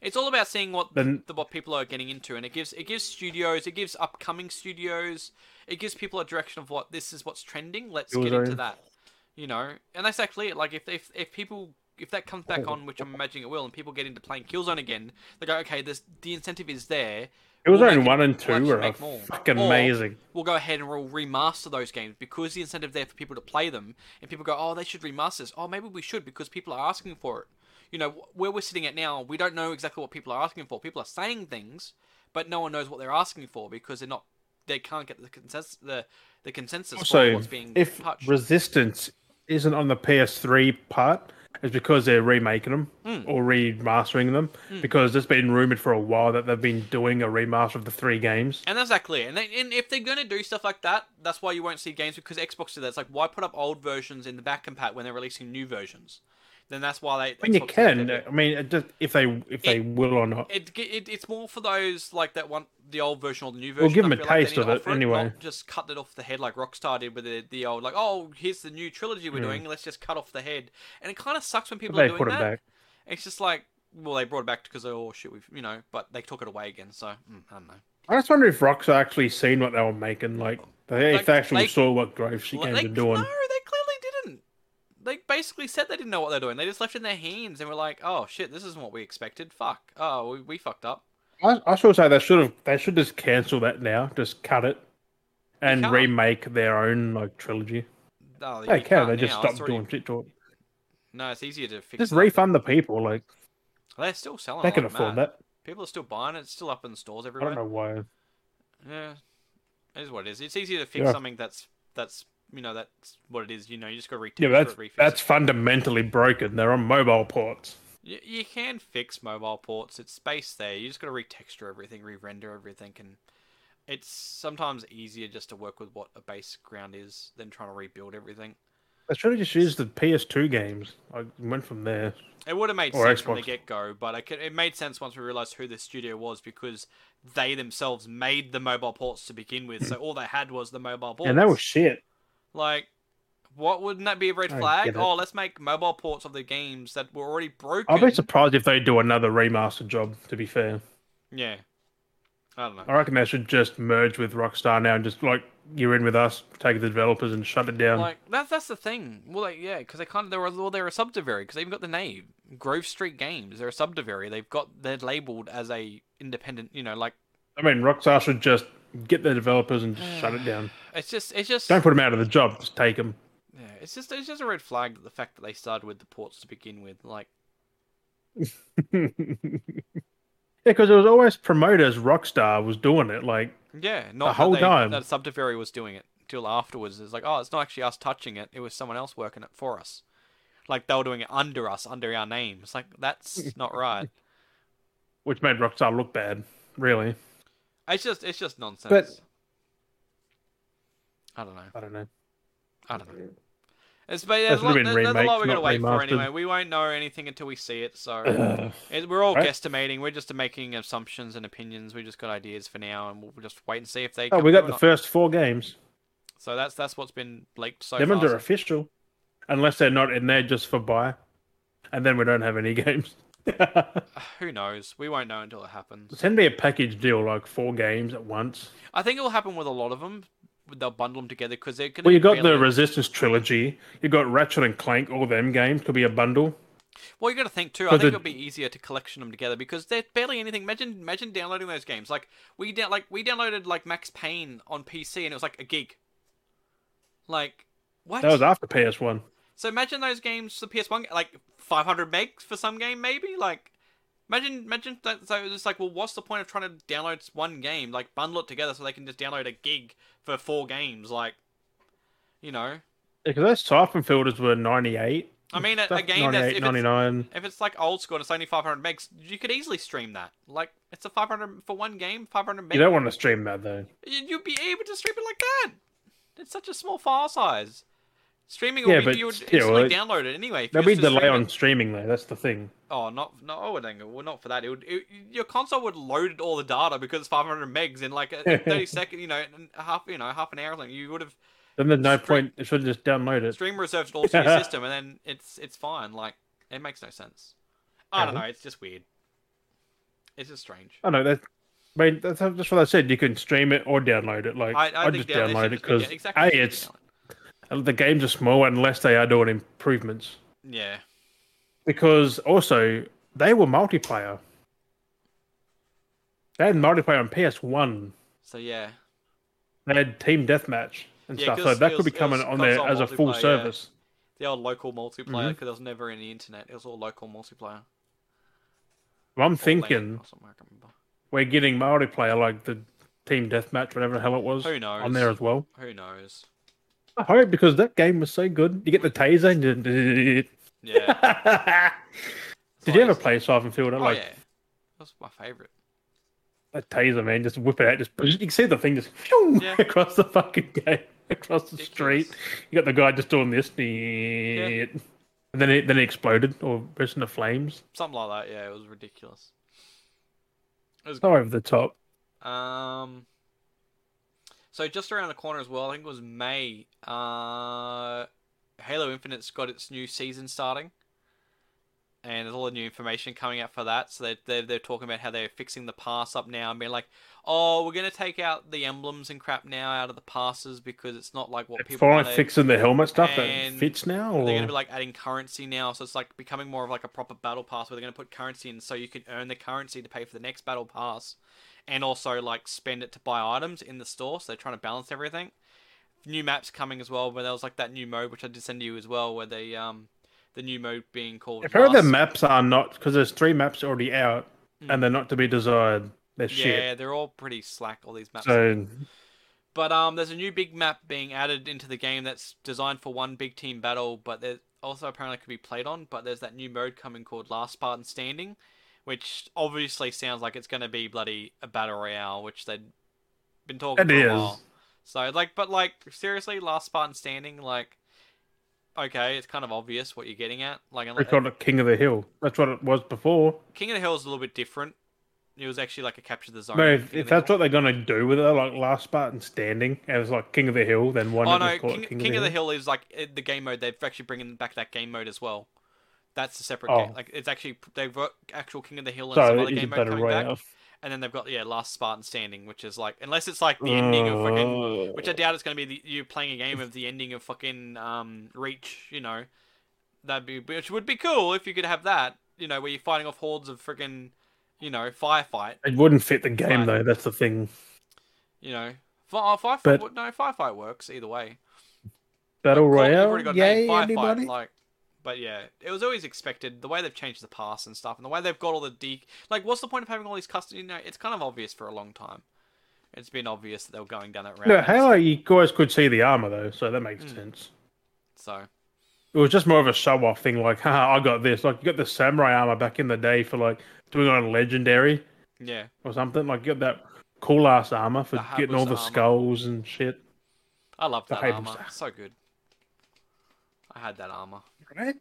[SPEAKER 3] It's all about seeing what
[SPEAKER 2] Then-
[SPEAKER 3] the, what people are getting into, and it gives it gives studios, it gives upcoming studios, it gives people a direction of what this is what's trending. Let's get into
[SPEAKER 2] Killzone.
[SPEAKER 3] that, you know. And that's actually it. Like if if if people if that comes
[SPEAKER 2] Oh.
[SPEAKER 3] back on, which I'm imagining it will, and people get into playing Killzone again, they go, okay, this the incentive is there.
[SPEAKER 2] it was
[SPEAKER 3] We'll
[SPEAKER 2] only
[SPEAKER 3] make it-
[SPEAKER 2] one and
[SPEAKER 3] we'll
[SPEAKER 2] two
[SPEAKER 3] actually
[SPEAKER 2] were
[SPEAKER 3] make more.
[SPEAKER 2] fucking
[SPEAKER 3] Or
[SPEAKER 2] amazing.
[SPEAKER 3] We'll go ahead and we'll remaster those games because the incentive there for people to play them, and people go, "Oh, they should remaster this. Oh, maybe we should because people are asking for it." You know, wh- where we're sitting at now, we don't know exactly what people are asking for. People are saying things, but no one knows what they're asking for because they're not, they can't get the consensus, the, the consensus for
[SPEAKER 2] Also,
[SPEAKER 3] what's being
[SPEAKER 2] if
[SPEAKER 3] touched.
[SPEAKER 2] Resistance isn't on the PS3 part, it's because they're remaking them
[SPEAKER 3] Hmm.
[SPEAKER 2] or remastering them. Because it's been rumored for a while that they've been doing a remaster of the three games.
[SPEAKER 3] And that's exactly it. And, they, and if they're going to do stuff like that, that's why you won't see games because Xbox do that. It's like, why put up old versions in the back compat when they're releasing new versions? then that's why they.
[SPEAKER 2] I mean, you
[SPEAKER 3] Xbox said they
[SPEAKER 2] can.
[SPEAKER 3] do.
[SPEAKER 2] I mean, it just if they if they will or not.
[SPEAKER 3] It, it it's more for those like that want the old version or the new version.
[SPEAKER 2] Well, give
[SPEAKER 3] I
[SPEAKER 2] them a
[SPEAKER 3] feel like they
[SPEAKER 2] taste
[SPEAKER 3] need to
[SPEAKER 2] of it
[SPEAKER 3] offer
[SPEAKER 2] anyway.
[SPEAKER 3] not just cut it off the head like Rockstar did with the, the old like, oh, here's the new trilogy we're doing. Let's just cut off the head, and it kind of sucks when people are
[SPEAKER 2] Hmm. They
[SPEAKER 3] doing
[SPEAKER 2] put it
[SPEAKER 3] that.
[SPEAKER 2] back.
[SPEAKER 3] It's just like, well, they brought it back because oh shit, we've you know, but they took it away again. So mm, I don't know.
[SPEAKER 2] I just wonder if Rockstar actually seen what they were making. Like, they,
[SPEAKER 3] Like-
[SPEAKER 2] if they actually
[SPEAKER 3] like-
[SPEAKER 2] saw what Graves she
[SPEAKER 3] Well,
[SPEAKER 2] came
[SPEAKER 3] they,
[SPEAKER 2] to doing.
[SPEAKER 3] No, they clearly didn't. They basically said they didn't know what they're doing. They just left it in their hands and were like, oh shit, this isn't what we expected. Fuck. Oh, we, we fucked up.
[SPEAKER 2] I, I should say they should have. They should just cancel that now. Just cut it and
[SPEAKER 3] can't.
[SPEAKER 2] remake their own like trilogy.
[SPEAKER 3] No,
[SPEAKER 2] They
[SPEAKER 3] Oh, you
[SPEAKER 2] can.
[SPEAKER 3] can't
[SPEAKER 2] They just
[SPEAKER 3] now.
[SPEAKER 2] stop
[SPEAKER 3] It's already-
[SPEAKER 2] doing shit to it.
[SPEAKER 3] No, it's easier to fix.
[SPEAKER 2] Just
[SPEAKER 3] it.
[SPEAKER 2] refund the people. Like
[SPEAKER 3] They're still selling.
[SPEAKER 2] they
[SPEAKER 3] it
[SPEAKER 2] can
[SPEAKER 3] like
[SPEAKER 2] afford
[SPEAKER 3] mad.
[SPEAKER 2] that.
[SPEAKER 3] People are still buying it. It's still up in stores
[SPEAKER 2] I
[SPEAKER 3] everywhere.
[SPEAKER 2] don't know why.
[SPEAKER 3] Yeah, it is what it is. It's easier to fix
[SPEAKER 2] Yeah.
[SPEAKER 3] something that's that's you know that's what it is. You know, you just got to retexture
[SPEAKER 2] Yeah, but that's
[SPEAKER 3] it, refix
[SPEAKER 2] that's
[SPEAKER 3] it.
[SPEAKER 2] fundamentally broken. They're on mobile ports.
[SPEAKER 3] You, you can fix mobile ports. It's space there. You just got to retexture everything, re-render everything, and it's sometimes easier just to work with what a base ground is than trying to rebuild everything.
[SPEAKER 2] They should have just used the PS2 games. I went from there.
[SPEAKER 3] It would have made
[SPEAKER 2] Or
[SPEAKER 3] sense from the
[SPEAKER 2] Xbox.
[SPEAKER 3] get go, but it, could- it made sense once we realized who the studio was because they themselves made the mobile ports to begin with. So all they had was the mobile ports.
[SPEAKER 2] And they were shit.
[SPEAKER 3] Like, what wouldn't that be a red
[SPEAKER 2] I
[SPEAKER 3] flag?
[SPEAKER 2] get it.
[SPEAKER 3] Oh, let's make mobile ports of the games that were already broken.
[SPEAKER 2] I'll be surprised if they do another remaster job. To be fair,
[SPEAKER 3] yeah. I don't know.
[SPEAKER 2] I reckon they should just merge with Rockstar now and just like you're in with us, take the developers and shut it down.
[SPEAKER 3] Like that's that's the thing. Well, like, yeah, because they kind of they were well, they're a subsidiary because they've even got the name Grove Street Games. They're a subsidiary. They've got they're labeled as a independent. You know, like
[SPEAKER 2] I mean, Rockstar should just get their developers and just shut it down.
[SPEAKER 3] it's just it's just
[SPEAKER 2] Don't put them out of the job. Just take them.
[SPEAKER 3] yeah, it's just it's just a red flag that the fact that they started with the ports to begin with. Like,
[SPEAKER 2] yeah, because it was always promoters. Rockstar was doing it. Like
[SPEAKER 3] yeah, not that
[SPEAKER 2] whole
[SPEAKER 3] they-
[SPEAKER 2] time.
[SPEAKER 3] that subsidiary was doing it till afterwards. It's like, oh, it's not actually us touching it. It was someone else working it for us. Like they were doing it under us, under our name. It's like that's not right.
[SPEAKER 2] which made Rockstar look bad, really.
[SPEAKER 3] It's just it's just nonsense. I don't know.
[SPEAKER 2] I don't know.
[SPEAKER 3] I don't know. It's, but there's, a
[SPEAKER 2] should've
[SPEAKER 3] lot,
[SPEAKER 2] been
[SPEAKER 3] there's, there's a
[SPEAKER 2] remakes,
[SPEAKER 3] lot we're going to
[SPEAKER 2] not
[SPEAKER 3] wait for
[SPEAKER 2] remastered.
[SPEAKER 3] anyway. We won't know anything until we see it, so
[SPEAKER 2] Ugh.
[SPEAKER 3] it, we're all
[SPEAKER 2] Right.
[SPEAKER 3] guesstimating. We're just making assumptions and opinions. We just got ideas for now, and we'll just wait and see if they.
[SPEAKER 2] oh,
[SPEAKER 3] come
[SPEAKER 2] we
[SPEAKER 3] through
[SPEAKER 2] got
[SPEAKER 3] or
[SPEAKER 2] the
[SPEAKER 3] not.
[SPEAKER 2] first four games.
[SPEAKER 3] So that's that's what's been leaked so
[SPEAKER 2] Them ones are
[SPEAKER 3] far.
[SPEAKER 2] official, unless they're not in there just for buy, and then we don't have any games.
[SPEAKER 3] Who knows? We won't know until it happens.
[SPEAKER 2] Send me a package deal, like four games at once.
[SPEAKER 3] I think it'll happen with a lot of them. They'll bundle them together because they're going.
[SPEAKER 2] Well, you got the Resistance trilogy. You got Ratchet and Clank. All them games could be a bundle.
[SPEAKER 3] Well, you got to think too. I
[SPEAKER 2] 'Cause
[SPEAKER 3] think
[SPEAKER 2] it-
[SPEAKER 3] it'll be easier to collection them together because there's barely anything. Imagine, imagine downloading those games. Like we down, like we downloaded like Max Payne on PC, and it was like a gig. Like what?
[SPEAKER 2] That was after PS One.
[SPEAKER 3] So imagine those games, the PS1, ga- like 500 megs for some game, maybe. Like imagine, imagine that. So it's like, well, what's the point of trying to download one game? Like bundle it together so they can just download a gig for four games. Like, you know,
[SPEAKER 2] Because those siphon filters were ninety eight.
[SPEAKER 3] I mean, a, a game that's if
[SPEAKER 2] 98,
[SPEAKER 3] it's-
[SPEAKER 2] 99.
[SPEAKER 3] If it's like old school and it's only 500 megs, you could easily stream that. Like, it's a 500 for one game, 500
[SPEAKER 2] You
[SPEAKER 3] megs.
[SPEAKER 2] don't want to stream that though.
[SPEAKER 3] You You'd be able to stream it like that. It's such a small file size. Streaming
[SPEAKER 2] Yeah,
[SPEAKER 3] will be
[SPEAKER 2] but
[SPEAKER 3] you would
[SPEAKER 2] still,
[SPEAKER 3] instantly
[SPEAKER 2] it-
[SPEAKER 3] download it anyway. If you
[SPEAKER 2] There'll be
[SPEAKER 3] was to
[SPEAKER 2] delay
[SPEAKER 3] stream it-
[SPEAKER 2] on streaming though. That's the thing.
[SPEAKER 3] Oh, not no, I would think well, not for that. It would it, your console would load all the data because 500 megs in like a, 30 second, you know, in half you know half an hour. or something. You would have
[SPEAKER 2] Then there's no
[SPEAKER 3] Stream-
[SPEAKER 2] point. It should just download it.
[SPEAKER 3] stream reserved it all to your system, and then it's it's fine. Like it makes no sense. I don't
[SPEAKER 2] Okay.
[SPEAKER 3] know. It's just weird. It's just strange.
[SPEAKER 2] I know Oh, that. I mean, that's, that's what I said. You can stream it or download it. Like I,
[SPEAKER 3] I, I think
[SPEAKER 2] just
[SPEAKER 3] down- they should
[SPEAKER 2] download it
[SPEAKER 3] just be-
[SPEAKER 2] because
[SPEAKER 3] yeah, exactly, they
[SPEAKER 2] a
[SPEAKER 3] should be
[SPEAKER 2] it's
[SPEAKER 3] down.
[SPEAKER 2] the games are small unless they are doing improvements.
[SPEAKER 3] yeah.
[SPEAKER 2] Because also they were multiplayer. They had multiplayer on PS One.
[SPEAKER 3] So yeah,
[SPEAKER 2] They had team deathmatch and
[SPEAKER 3] Yeah,
[SPEAKER 2] stuff. So
[SPEAKER 3] 'cause
[SPEAKER 2] that
[SPEAKER 3] it
[SPEAKER 2] could be
[SPEAKER 3] was- it
[SPEAKER 2] coming
[SPEAKER 3] was
[SPEAKER 2] on there
[SPEAKER 3] console
[SPEAKER 2] as a full
[SPEAKER 3] multiplayer, yeah.
[SPEAKER 2] service.
[SPEAKER 3] the old local
[SPEAKER 2] Mm-hmm.
[SPEAKER 3] multiplayer because there was never any internet. It was all local multiplayer.
[SPEAKER 2] Well, I'm
[SPEAKER 3] Or LAN
[SPEAKER 2] thinking
[SPEAKER 3] or something, I can't remember.
[SPEAKER 2] we're getting multiplayer like the team deathmatch, whatever the hell it was,
[SPEAKER 3] Who
[SPEAKER 2] on there
[SPEAKER 3] knows?
[SPEAKER 2] as well.
[SPEAKER 3] Who knows?
[SPEAKER 2] I hope because that game was so good. You get the taser. And
[SPEAKER 3] Yeah.
[SPEAKER 2] Did you ever play Siphon Fielder?
[SPEAKER 3] Oh
[SPEAKER 2] like
[SPEAKER 3] yeah, that's my favorite.
[SPEAKER 2] that taser, man, just whip it out. Just you can see the thing just
[SPEAKER 3] Yeah.
[SPEAKER 2] across the fucking gate, across the
[SPEAKER 3] Ridiculous.
[SPEAKER 2] street. You got the guy just doing this. Yeah. And then it then it exploded or burst into flames.
[SPEAKER 3] Something like that. Yeah, it was ridiculous.
[SPEAKER 2] So over the top.
[SPEAKER 3] Um, so just around the corner as well, I think it was May. Uh, Halo Infinite's got its new season starting, and there's all the new information coming out for that. So they're they're, they're talking about how they're fixing the pass up now and being like, oh, we're gonna take out the emblems and crap now out of the passes because it's not like what
[SPEAKER 2] It's
[SPEAKER 3] people.
[SPEAKER 2] finally
[SPEAKER 3] wanna-
[SPEAKER 2] fixing the helmet stuff that
[SPEAKER 3] and
[SPEAKER 2] fits now.
[SPEAKER 3] they're
[SPEAKER 2] Or...
[SPEAKER 3] gonna be like adding currency now, so it's like becoming more of like a proper battle pass where they're gonna put currency in, so you can earn the currency to pay for the next battle pass, and also like spend it to buy items in the store. So they're trying to balance everything. New maps coming as well, where there was like that new mode which I did send to you as well, where they um the new mode being called.
[SPEAKER 2] Apparently the
[SPEAKER 3] Last-
[SPEAKER 2] maps are not because there's three maps already out
[SPEAKER 3] Mm.
[SPEAKER 2] and they're not to be desired. They're
[SPEAKER 3] Yeah,
[SPEAKER 2] shit.
[SPEAKER 3] they're all pretty slack. All these maps.
[SPEAKER 2] So
[SPEAKER 3] But um, there's a new big map being added into the game that's designed for one big team battle, but there also apparently could be played on. But there's that new mode coming called Last Spartan Standing, which obviously sounds like it's going to be bloody a battle royale, which they've been talking
[SPEAKER 2] It
[SPEAKER 3] for
[SPEAKER 2] is.
[SPEAKER 3] a while. So like, but like seriously, Last Spartan Standing, like, okay, it's kind of obvious what you're getting at. Like,
[SPEAKER 2] it's
[SPEAKER 3] unless,
[SPEAKER 2] called it King of the Hill. That's what it was before.
[SPEAKER 3] King of the Hill is a little bit different. It was actually like a capture the zone.
[SPEAKER 2] No,
[SPEAKER 3] King of
[SPEAKER 2] if,
[SPEAKER 3] the
[SPEAKER 2] if that's
[SPEAKER 3] Hill.
[SPEAKER 2] what they're gonna do with it, like last Spartan standing, and it's like King of the Hill, then why
[SPEAKER 3] Oh
[SPEAKER 2] not
[SPEAKER 3] no,
[SPEAKER 2] just call
[SPEAKER 3] King,
[SPEAKER 2] it
[SPEAKER 3] King of the Hill is like eh, the game mode. They're actually bringing back that game mode as well. That's a separate
[SPEAKER 2] Oh.
[SPEAKER 3] game. Like it's actually they've got actual King of the Hill and some
[SPEAKER 2] So
[SPEAKER 3] other
[SPEAKER 2] it is a
[SPEAKER 3] game mode
[SPEAKER 2] battle
[SPEAKER 3] coming
[SPEAKER 2] royale.
[SPEAKER 3] back, and then they've got yeah, Last Spartan Standing, which is like unless it's like the ending of
[SPEAKER 2] Uh,
[SPEAKER 3] fucking,
[SPEAKER 2] Oh.
[SPEAKER 3] which I doubt it's gonna be the, you playing a game of the ending of fucking um Reach, you know, that'd be which would be cool if you could have that, you know, where you're fighting off hordes of freaking, you know, firefight,
[SPEAKER 2] It wouldn't fit the game
[SPEAKER 3] Right.
[SPEAKER 2] though. That's the thing.
[SPEAKER 3] you know, fire, firefight,
[SPEAKER 2] But-
[SPEAKER 3] no firefight works either way.
[SPEAKER 2] Battle
[SPEAKER 3] Call- you've
[SPEAKER 2] Royale.
[SPEAKER 3] already got
[SPEAKER 2] Yay,
[SPEAKER 3] named Firefight,
[SPEAKER 2] anybody?
[SPEAKER 3] Like, but yeah, it was always expected. The way they've changed the pass and stuff, and the way they've got all the de like, what's the point of having all these custom? You know, it's kind of obvious for a long time. It's been obvious that they were going down that route.
[SPEAKER 2] no, Halo, you guys could see the armor though, so that makes
[SPEAKER 3] Mm.
[SPEAKER 2] sense.
[SPEAKER 3] So
[SPEAKER 2] It was just more of a show off thing, like, haha, I got this. Like, you got the samurai armor back in the day for like doing it on legendary
[SPEAKER 3] yeah,
[SPEAKER 2] or something. Like, you got that cool ass armor for
[SPEAKER 3] The
[SPEAKER 2] getting all the
[SPEAKER 3] Hayabusa armor.
[SPEAKER 2] skulls and shit.
[SPEAKER 3] I love
[SPEAKER 2] The
[SPEAKER 3] that
[SPEAKER 2] Hayabusa.
[SPEAKER 3] armor. So good. I had that armor.
[SPEAKER 2] Right?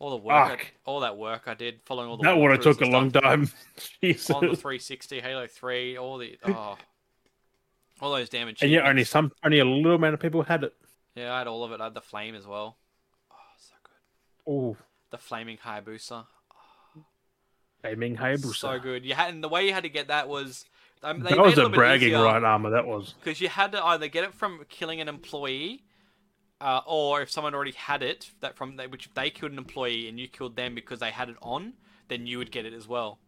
[SPEAKER 3] All the work, I,
[SPEAKER 2] Fuck.
[SPEAKER 3] all that work I did following all the
[SPEAKER 2] That would have
[SPEAKER 3] walkthroughs
[SPEAKER 2] took a
[SPEAKER 3] and
[SPEAKER 2] long
[SPEAKER 3] stuff.
[SPEAKER 2] time. Jesus.
[SPEAKER 3] on the 360, Halo 3, all the oh, all those damage.
[SPEAKER 2] And yet, only some, only a little amount of people had it.
[SPEAKER 3] yeah, I had all of it. I had the flame as well. Oh, so good.
[SPEAKER 2] Oh,
[SPEAKER 3] The flaming Hayabusa.
[SPEAKER 2] aiming Hayabusa.
[SPEAKER 3] So good. You had and the way you had to get that was um, they
[SPEAKER 2] That was a bragging right armor. That was.
[SPEAKER 3] because you had to either get it from killing an employee, uh, or if someone already had it that from they, which if they killed an employee and you killed them because they had it on, then you would get it as well.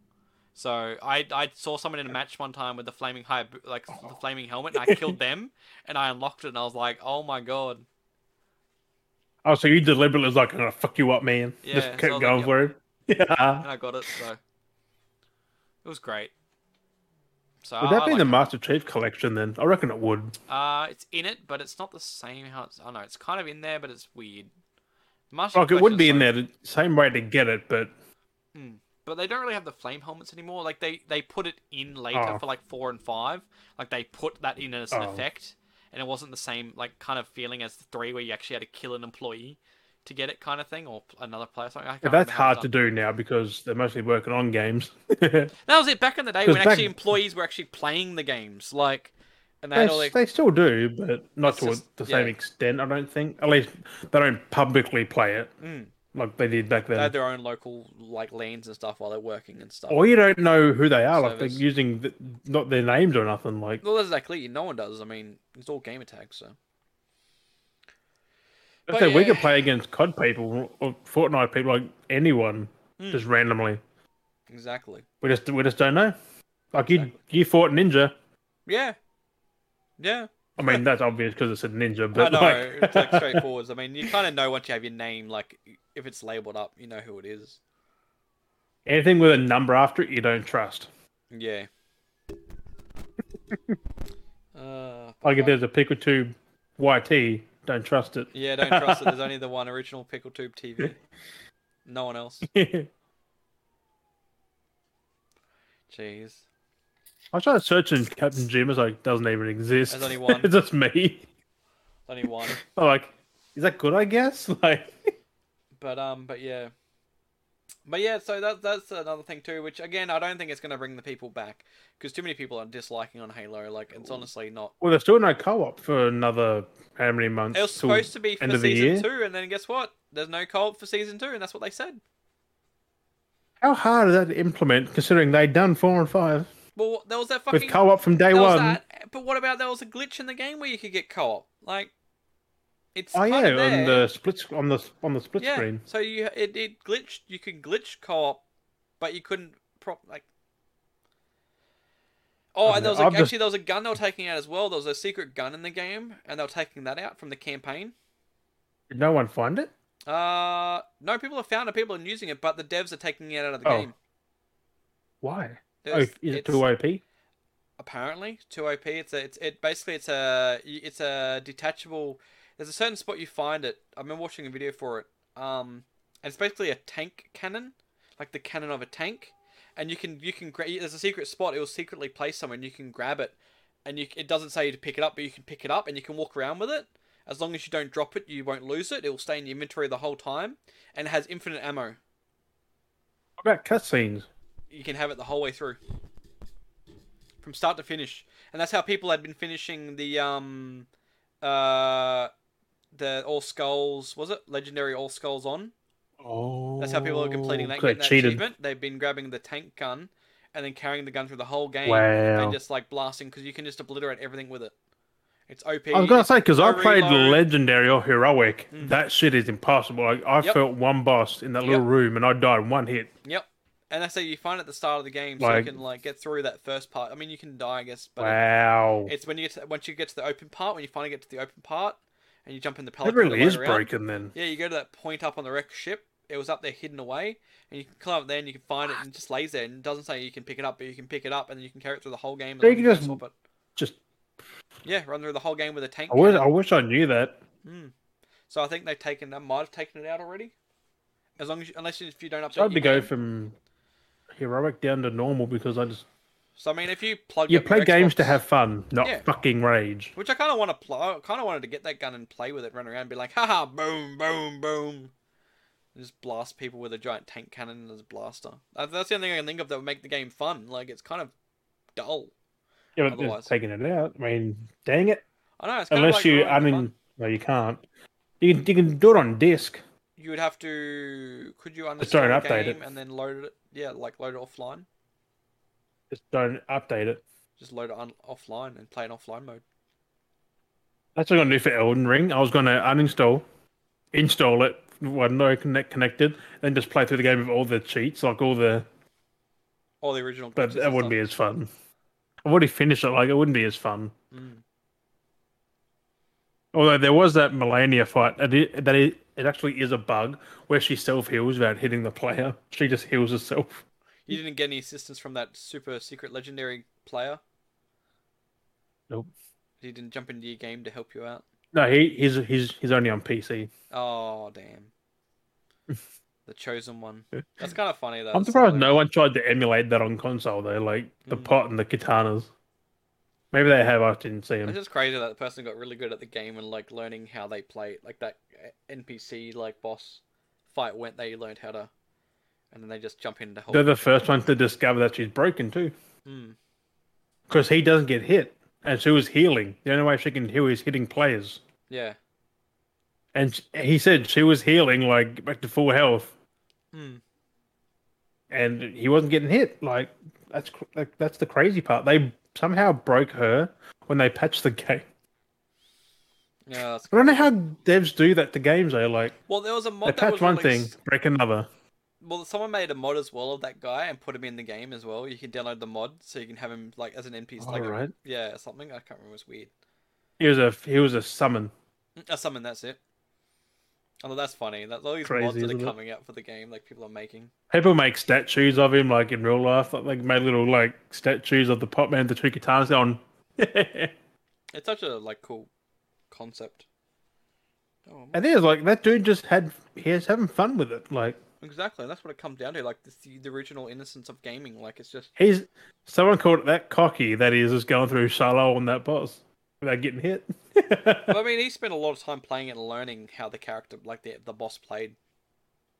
[SPEAKER 3] So I, I saw someone in a match one time with the flaming high like
[SPEAKER 2] Oh.
[SPEAKER 3] the flaming helmet and I killed them and I unlocked it and I was like oh my god
[SPEAKER 2] Oh, so you deliberately was like, "I'm gonna fuck you up, man."
[SPEAKER 3] Yeah, so
[SPEAKER 2] Just
[SPEAKER 3] I
[SPEAKER 2] kept
[SPEAKER 3] was like,
[SPEAKER 2] going
[SPEAKER 3] yep.
[SPEAKER 2] for it. Yeah.
[SPEAKER 3] and I got it so it was great. So
[SPEAKER 2] Would
[SPEAKER 3] I- I
[SPEAKER 2] that be in
[SPEAKER 3] Ah, like
[SPEAKER 2] the
[SPEAKER 3] that.
[SPEAKER 2] Master Chief collection then? I reckon it would.
[SPEAKER 3] Uh, it's in it, but it's not the same how it's. I know it's kind of in there, but it's weird. Master
[SPEAKER 2] Like it would
[SPEAKER 3] Collection's
[SPEAKER 2] be in
[SPEAKER 3] like-
[SPEAKER 2] there the same way to get it, but
[SPEAKER 3] but they don't really have the flame helmets anymore. Like they they put it in later
[SPEAKER 2] Oh.
[SPEAKER 3] for like four and five. Like they put that in as an
[SPEAKER 2] Oh.
[SPEAKER 3] effect, and it wasn't the same like kind of feeling as the three where you actually had to kill an employee to get it kind of thing or pl- another player. or Something. I can't
[SPEAKER 2] that's
[SPEAKER 3] remember how
[SPEAKER 2] hard
[SPEAKER 3] it's
[SPEAKER 2] to
[SPEAKER 3] done.
[SPEAKER 2] do now because they're mostly working on games. they,
[SPEAKER 3] That was it back in the day
[SPEAKER 2] 'Cause
[SPEAKER 3] when
[SPEAKER 2] back-
[SPEAKER 3] actually employees were actually playing the games. Like, and they had all their
[SPEAKER 2] they still do, but not
[SPEAKER 3] It's
[SPEAKER 2] to
[SPEAKER 3] just-
[SPEAKER 2] the same
[SPEAKER 3] yeah.
[SPEAKER 2] extent. I don't think. At least they don't publicly play it
[SPEAKER 3] Mm.
[SPEAKER 2] like they did back
[SPEAKER 3] they
[SPEAKER 2] then.
[SPEAKER 3] had their own local like lanes and stuff while they're working and stuff.
[SPEAKER 2] Or you don't know who they are. Like they're
[SPEAKER 3] Service.
[SPEAKER 2] using the, not their names or nothing. Like
[SPEAKER 3] Well, that's exactly. No one does. I mean, it's all gamer tags, so.
[SPEAKER 2] I
[SPEAKER 3] But
[SPEAKER 2] said, we
[SPEAKER 3] yeah.
[SPEAKER 2] could play against COD people or Fortnite people, like anyone,
[SPEAKER 3] Mm.
[SPEAKER 2] just randomly.
[SPEAKER 3] Exactly.
[SPEAKER 2] We just we just don't know. Like you
[SPEAKER 3] Exactly.
[SPEAKER 2] you fought Ninja.
[SPEAKER 3] Yeah. Yeah.
[SPEAKER 2] I mean that's obvious because it said Ninja,
[SPEAKER 3] I
[SPEAKER 2] but
[SPEAKER 3] know.
[SPEAKER 2] like,
[SPEAKER 3] it's like straightforward. I mean, you kind of know once you have your name, like, if it's labeled up, you know who it is.
[SPEAKER 2] anything with a number after it, you don't trust.
[SPEAKER 3] Yeah. uh,
[SPEAKER 2] Like if there's a Pikachu YT, don't trust it.
[SPEAKER 3] yeah, don't trust it. There's only the one original Pickle Tube TV. No one else. Jeez.
[SPEAKER 2] I tried searching Captain Jim. It's like doesn't even exist.
[SPEAKER 3] There's only one.
[SPEAKER 2] it's just me.
[SPEAKER 3] Only one.
[SPEAKER 2] I'm like, is that good? I guess. Like,
[SPEAKER 3] But um, but yeah, but yeah. So that that's another thing too. Which again, I don't think it's going to bring the people back because too many people are disliking on Halo. Like it's honestly not.
[SPEAKER 2] Well, there's still no co-op for another how many months?
[SPEAKER 3] It was
[SPEAKER 2] till
[SPEAKER 3] supposed to be for
[SPEAKER 2] end of the
[SPEAKER 3] season
[SPEAKER 2] year?
[SPEAKER 3] two, and then guess what? There's no co-op for season two, and that's what they said.
[SPEAKER 2] How hard is that to implement, considering they done four and five
[SPEAKER 3] Well, there was that
[SPEAKER 2] with
[SPEAKER 3] fucking
[SPEAKER 2] co-op from day
[SPEAKER 3] there was
[SPEAKER 2] one?
[SPEAKER 3] that, but what about there was a glitch in the game where you could get co-op? Like, it's
[SPEAKER 2] oh yeah,
[SPEAKER 3] kinda there.
[SPEAKER 2] on the split sc- on the on the split
[SPEAKER 3] yeah.
[SPEAKER 2] screen.
[SPEAKER 3] So you it, it glitched. You could glitch co-op, but you couldn't prop like. Oh,
[SPEAKER 2] I
[SPEAKER 3] and there was
[SPEAKER 2] dunno,
[SPEAKER 3] a,
[SPEAKER 2] I've
[SPEAKER 3] actually
[SPEAKER 2] just-
[SPEAKER 3] there was a gun they were taking out as well. There was a secret gun in the game, and they were taking that out from the campaign.
[SPEAKER 2] Did no one find it?
[SPEAKER 3] Uh, no, people have found it. People are using it, but the devs are taking it out of the
[SPEAKER 2] Oh.
[SPEAKER 3] game.
[SPEAKER 2] Why? Oh,
[SPEAKER 3] There's-
[SPEAKER 2] is it
[SPEAKER 3] it's-
[SPEAKER 2] too OP?
[SPEAKER 3] apparently two OP. It's a, it's it basically it's a it's a detachable. There's a certain spot you find it. I've been watching a video for it. Um, and it's basically a tank cannon, like the cannon of a tank, and you can you can gra- there's a secret spot. It will secretly place somewhere, and you can grab it, and you it doesn't say you to pick it up, but you can pick it up and you can walk around with it. As long as you don't drop it, you won't lose it. It will stay in your inventory the whole time, and it has infinite ammo.
[SPEAKER 2] What about cutscenes?
[SPEAKER 3] You can have it the whole way through, from start to finish, and that's how people had been finishing the um, uh, the All Skulls was it legendary All Skulls on?
[SPEAKER 2] Oh,
[SPEAKER 3] That's how people are completing that,
[SPEAKER 2] They
[SPEAKER 3] getting that
[SPEAKER 2] cheated.
[SPEAKER 3] achievement. They've been grabbing the tank gun and then carrying the gun through the whole game
[SPEAKER 2] Wow.
[SPEAKER 3] and just like blasting because you can just obliterate everything with it. It's OP.
[SPEAKER 2] I was gonna
[SPEAKER 3] it's
[SPEAKER 2] say because I
[SPEAKER 3] no
[SPEAKER 2] played
[SPEAKER 3] reload.
[SPEAKER 2] legendary or heroic.
[SPEAKER 3] Mm.
[SPEAKER 2] That shit is impossible. I, I
[SPEAKER 3] Yep.
[SPEAKER 2] felt one boss in that little
[SPEAKER 3] Yep.
[SPEAKER 2] room and I died in one hit.
[SPEAKER 3] Yep. And that's how you find it at the start of the game, so
[SPEAKER 2] Like-
[SPEAKER 3] you can like get through that first part. I mean, you can die, I guess, but
[SPEAKER 2] Wow,
[SPEAKER 3] It's when you get to, once you get to the open part, when you finally get to the open part, and you jump in the
[SPEAKER 2] it
[SPEAKER 3] pelican. and
[SPEAKER 2] really
[SPEAKER 3] load
[SPEAKER 2] is
[SPEAKER 3] around.
[SPEAKER 2] broken. Then
[SPEAKER 3] Yeah, you go to that point up on the wrecked ship. It was up there, hidden away, and you can climb up there and you can find it, and it just lays there. And it doesn't say you can pick it up, but you can pick it up, and you can carry it through the whole game. as
[SPEAKER 2] So you
[SPEAKER 3] long
[SPEAKER 2] can
[SPEAKER 3] as
[SPEAKER 2] just-
[SPEAKER 3] swap it.
[SPEAKER 2] just
[SPEAKER 3] yeah, run through the whole game with a tank.
[SPEAKER 2] I wish
[SPEAKER 3] cannon.
[SPEAKER 2] I wish I knew that.
[SPEAKER 3] Mm. So I think they've taken. They might have taken it out already. As long as you, unless you, if you don't update.
[SPEAKER 2] So I had
[SPEAKER 3] your
[SPEAKER 2] to go
[SPEAKER 3] game.
[SPEAKER 2] from heroic down to normal because I just
[SPEAKER 3] So I mean, if you plug.
[SPEAKER 2] you
[SPEAKER 3] up your
[SPEAKER 2] play games to
[SPEAKER 3] Xbox-
[SPEAKER 2] have fun, not
[SPEAKER 3] Yeah.
[SPEAKER 2] fucking rage.
[SPEAKER 3] Which I kind of want to play. I kind of wanted to get that gun and play with it, run around, and be like, haha, boom, boom, boom. And just blast people with a giant tank cannon as a blaster. That- That's the only thing I can think of that would make the game fun. Like, it's kind of dull.
[SPEAKER 2] Yeah, but
[SPEAKER 3] Otherwise-
[SPEAKER 2] just taking it out. I mean, dang it!
[SPEAKER 3] I know. It's kind
[SPEAKER 2] Unless
[SPEAKER 3] of like
[SPEAKER 2] you,
[SPEAKER 3] ruining
[SPEAKER 2] I
[SPEAKER 3] the
[SPEAKER 2] mean,
[SPEAKER 3] fun.
[SPEAKER 2] no, you can't. You can you can do it on disc.
[SPEAKER 3] you would have to. Could you uninstall
[SPEAKER 2] don't
[SPEAKER 3] the
[SPEAKER 2] update it.
[SPEAKER 3] game and then load it? Yeah, like load it offline.
[SPEAKER 2] Just don't update it.
[SPEAKER 3] Just load it on offline and play in offline mode.
[SPEAKER 2] That's what I'm gonna do for Elden Ring. I was gonna uninstall, install it when no connect connected, then just play through the game with all the cheats, like all the.
[SPEAKER 3] Or the original.
[SPEAKER 2] But
[SPEAKER 3] glitches
[SPEAKER 2] that
[SPEAKER 3] and
[SPEAKER 2] wouldn't be as fun. I've already finished it. Like it wouldn't be as fun.
[SPEAKER 3] stuff. Mm.
[SPEAKER 2] Although there was that Melania fight, and it, that it, it actually is a bug where she self heals without hitting the player. She just heals herself.
[SPEAKER 3] You didn't get any assistance from that super secret legendary player.
[SPEAKER 2] Nope.
[SPEAKER 3] He didn't jump into your game to help you out.
[SPEAKER 2] No, he he's he's he's only on PC.
[SPEAKER 3] Oh damn. the chosen one. That's kind of funny though.
[SPEAKER 2] I'm
[SPEAKER 3] It's
[SPEAKER 2] surprised
[SPEAKER 3] like-
[SPEAKER 2] no one tried to emulate that on console though, like the
[SPEAKER 3] Mm.
[SPEAKER 2] pot and the katanas. Maybe they have. I didn't see
[SPEAKER 3] It's
[SPEAKER 2] them.
[SPEAKER 3] just crazy that the person got really good at the game and like learning how they play it. like that uh, NPC like boss fight went. They learned how to, and then they just jump in to help.
[SPEAKER 2] They're the first ones to discover that she's broken too,
[SPEAKER 3] Mm.
[SPEAKER 2] because he doesn't get hit, and she was healing. The only way she can heal is hitting players.
[SPEAKER 3] Yeah.
[SPEAKER 2] And sh- he said she was healing like back to full health,
[SPEAKER 3] Mm.
[SPEAKER 2] and he wasn't getting hit. Like that's cr- like, that's the crazy part. They somehow broke her when they patched the game.
[SPEAKER 3] Yeah. That's
[SPEAKER 2] I don't know how devs do that to games. They like
[SPEAKER 3] Well, there was a
[SPEAKER 2] they
[SPEAKER 3] mod that was
[SPEAKER 2] patch one
[SPEAKER 3] released-
[SPEAKER 2] thing, break another.
[SPEAKER 3] Well, someone made a mod as well of that guy and put him in the game as well. You can download the mod so you can have him like as an NPC.
[SPEAKER 2] All
[SPEAKER 3] like a-
[SPEAKER 2] right.
[SPEAKER 3] yeah, something. I can't remember. It's weird.
[SPEAKER 2] He was a he was a summon.
[SPEAKER 3] Mm, Uh, something. That's it. Although that's funny. That's all these mods
[SPEAKER 2] Crazy,
[SPEAKER 3] that are
[SPEAKER 2] isn't it?
[SPEAKER 3] coming out for the game, like people are making.
[SPEAKER 2] People make statues of him, like in real life. Like they made little like statues of the pop man, with the two guitars going. and
[SPEAKER 3] It's such a like cool concept. Oh, man.
[SPEAKER 2] there's like that dude just had he was having fun with it. Like
[SPEAKER 3] exactly. That's what it comes down to. Like this, the the original innocence of gaming. Like it's just
[SPEAKER 2] he's someone called it that cocky that he is just going through shallow on that boss without getting hit.
[SPEAKER 3] But I mean, he spent a lot of time playing it and learning how the character, like the the boss, played.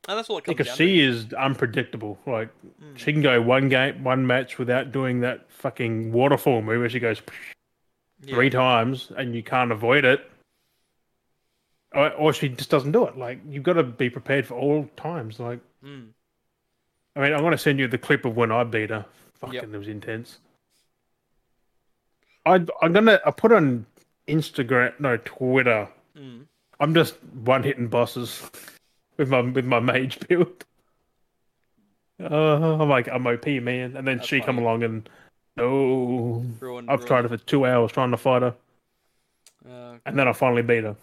[SPEAKER 3] And that's all it comes
[SPEAKER 2] Because
[SPEAKER 3] down Mm.
[SPEAKER 2] she is unpredictable. Like she can go one game, one match without doing that fucking waterfall move where she goes
[SPEAKER 3] to. Yeah.
[SPEAKER 2] three times and you can't avoid it. Or, or she just doesn't do it. Like you've got to be prepared for all times. Like
[SPEAKER 3] Mm.
[SPEAKER 2] I mean, I'm going to send you the clip of when I beat her. Fucking,
[SPEAKER 3] Yep.
[SPEAKER 2] it was intense. I I'm gonna I put on Instagram, no Twitter.
[SPEAKER 3] Mm.
[SPEAKER 2] I'm just one hitting bosses with my with my mage build. Uh, I'm like I'm OP man, and then
[SPEAKER 3] That's
[SPEAKER 2] she come
[SPEAKER 3] funny.
[SPEAKER 2] along and no,
[SPEAKER 3] Ruined,
[SPEAKER 2] I've tried it for two hours trying to fight her,
[SPEAKER 3] Uh,
[SPEAKER 2] and then I finally beat her.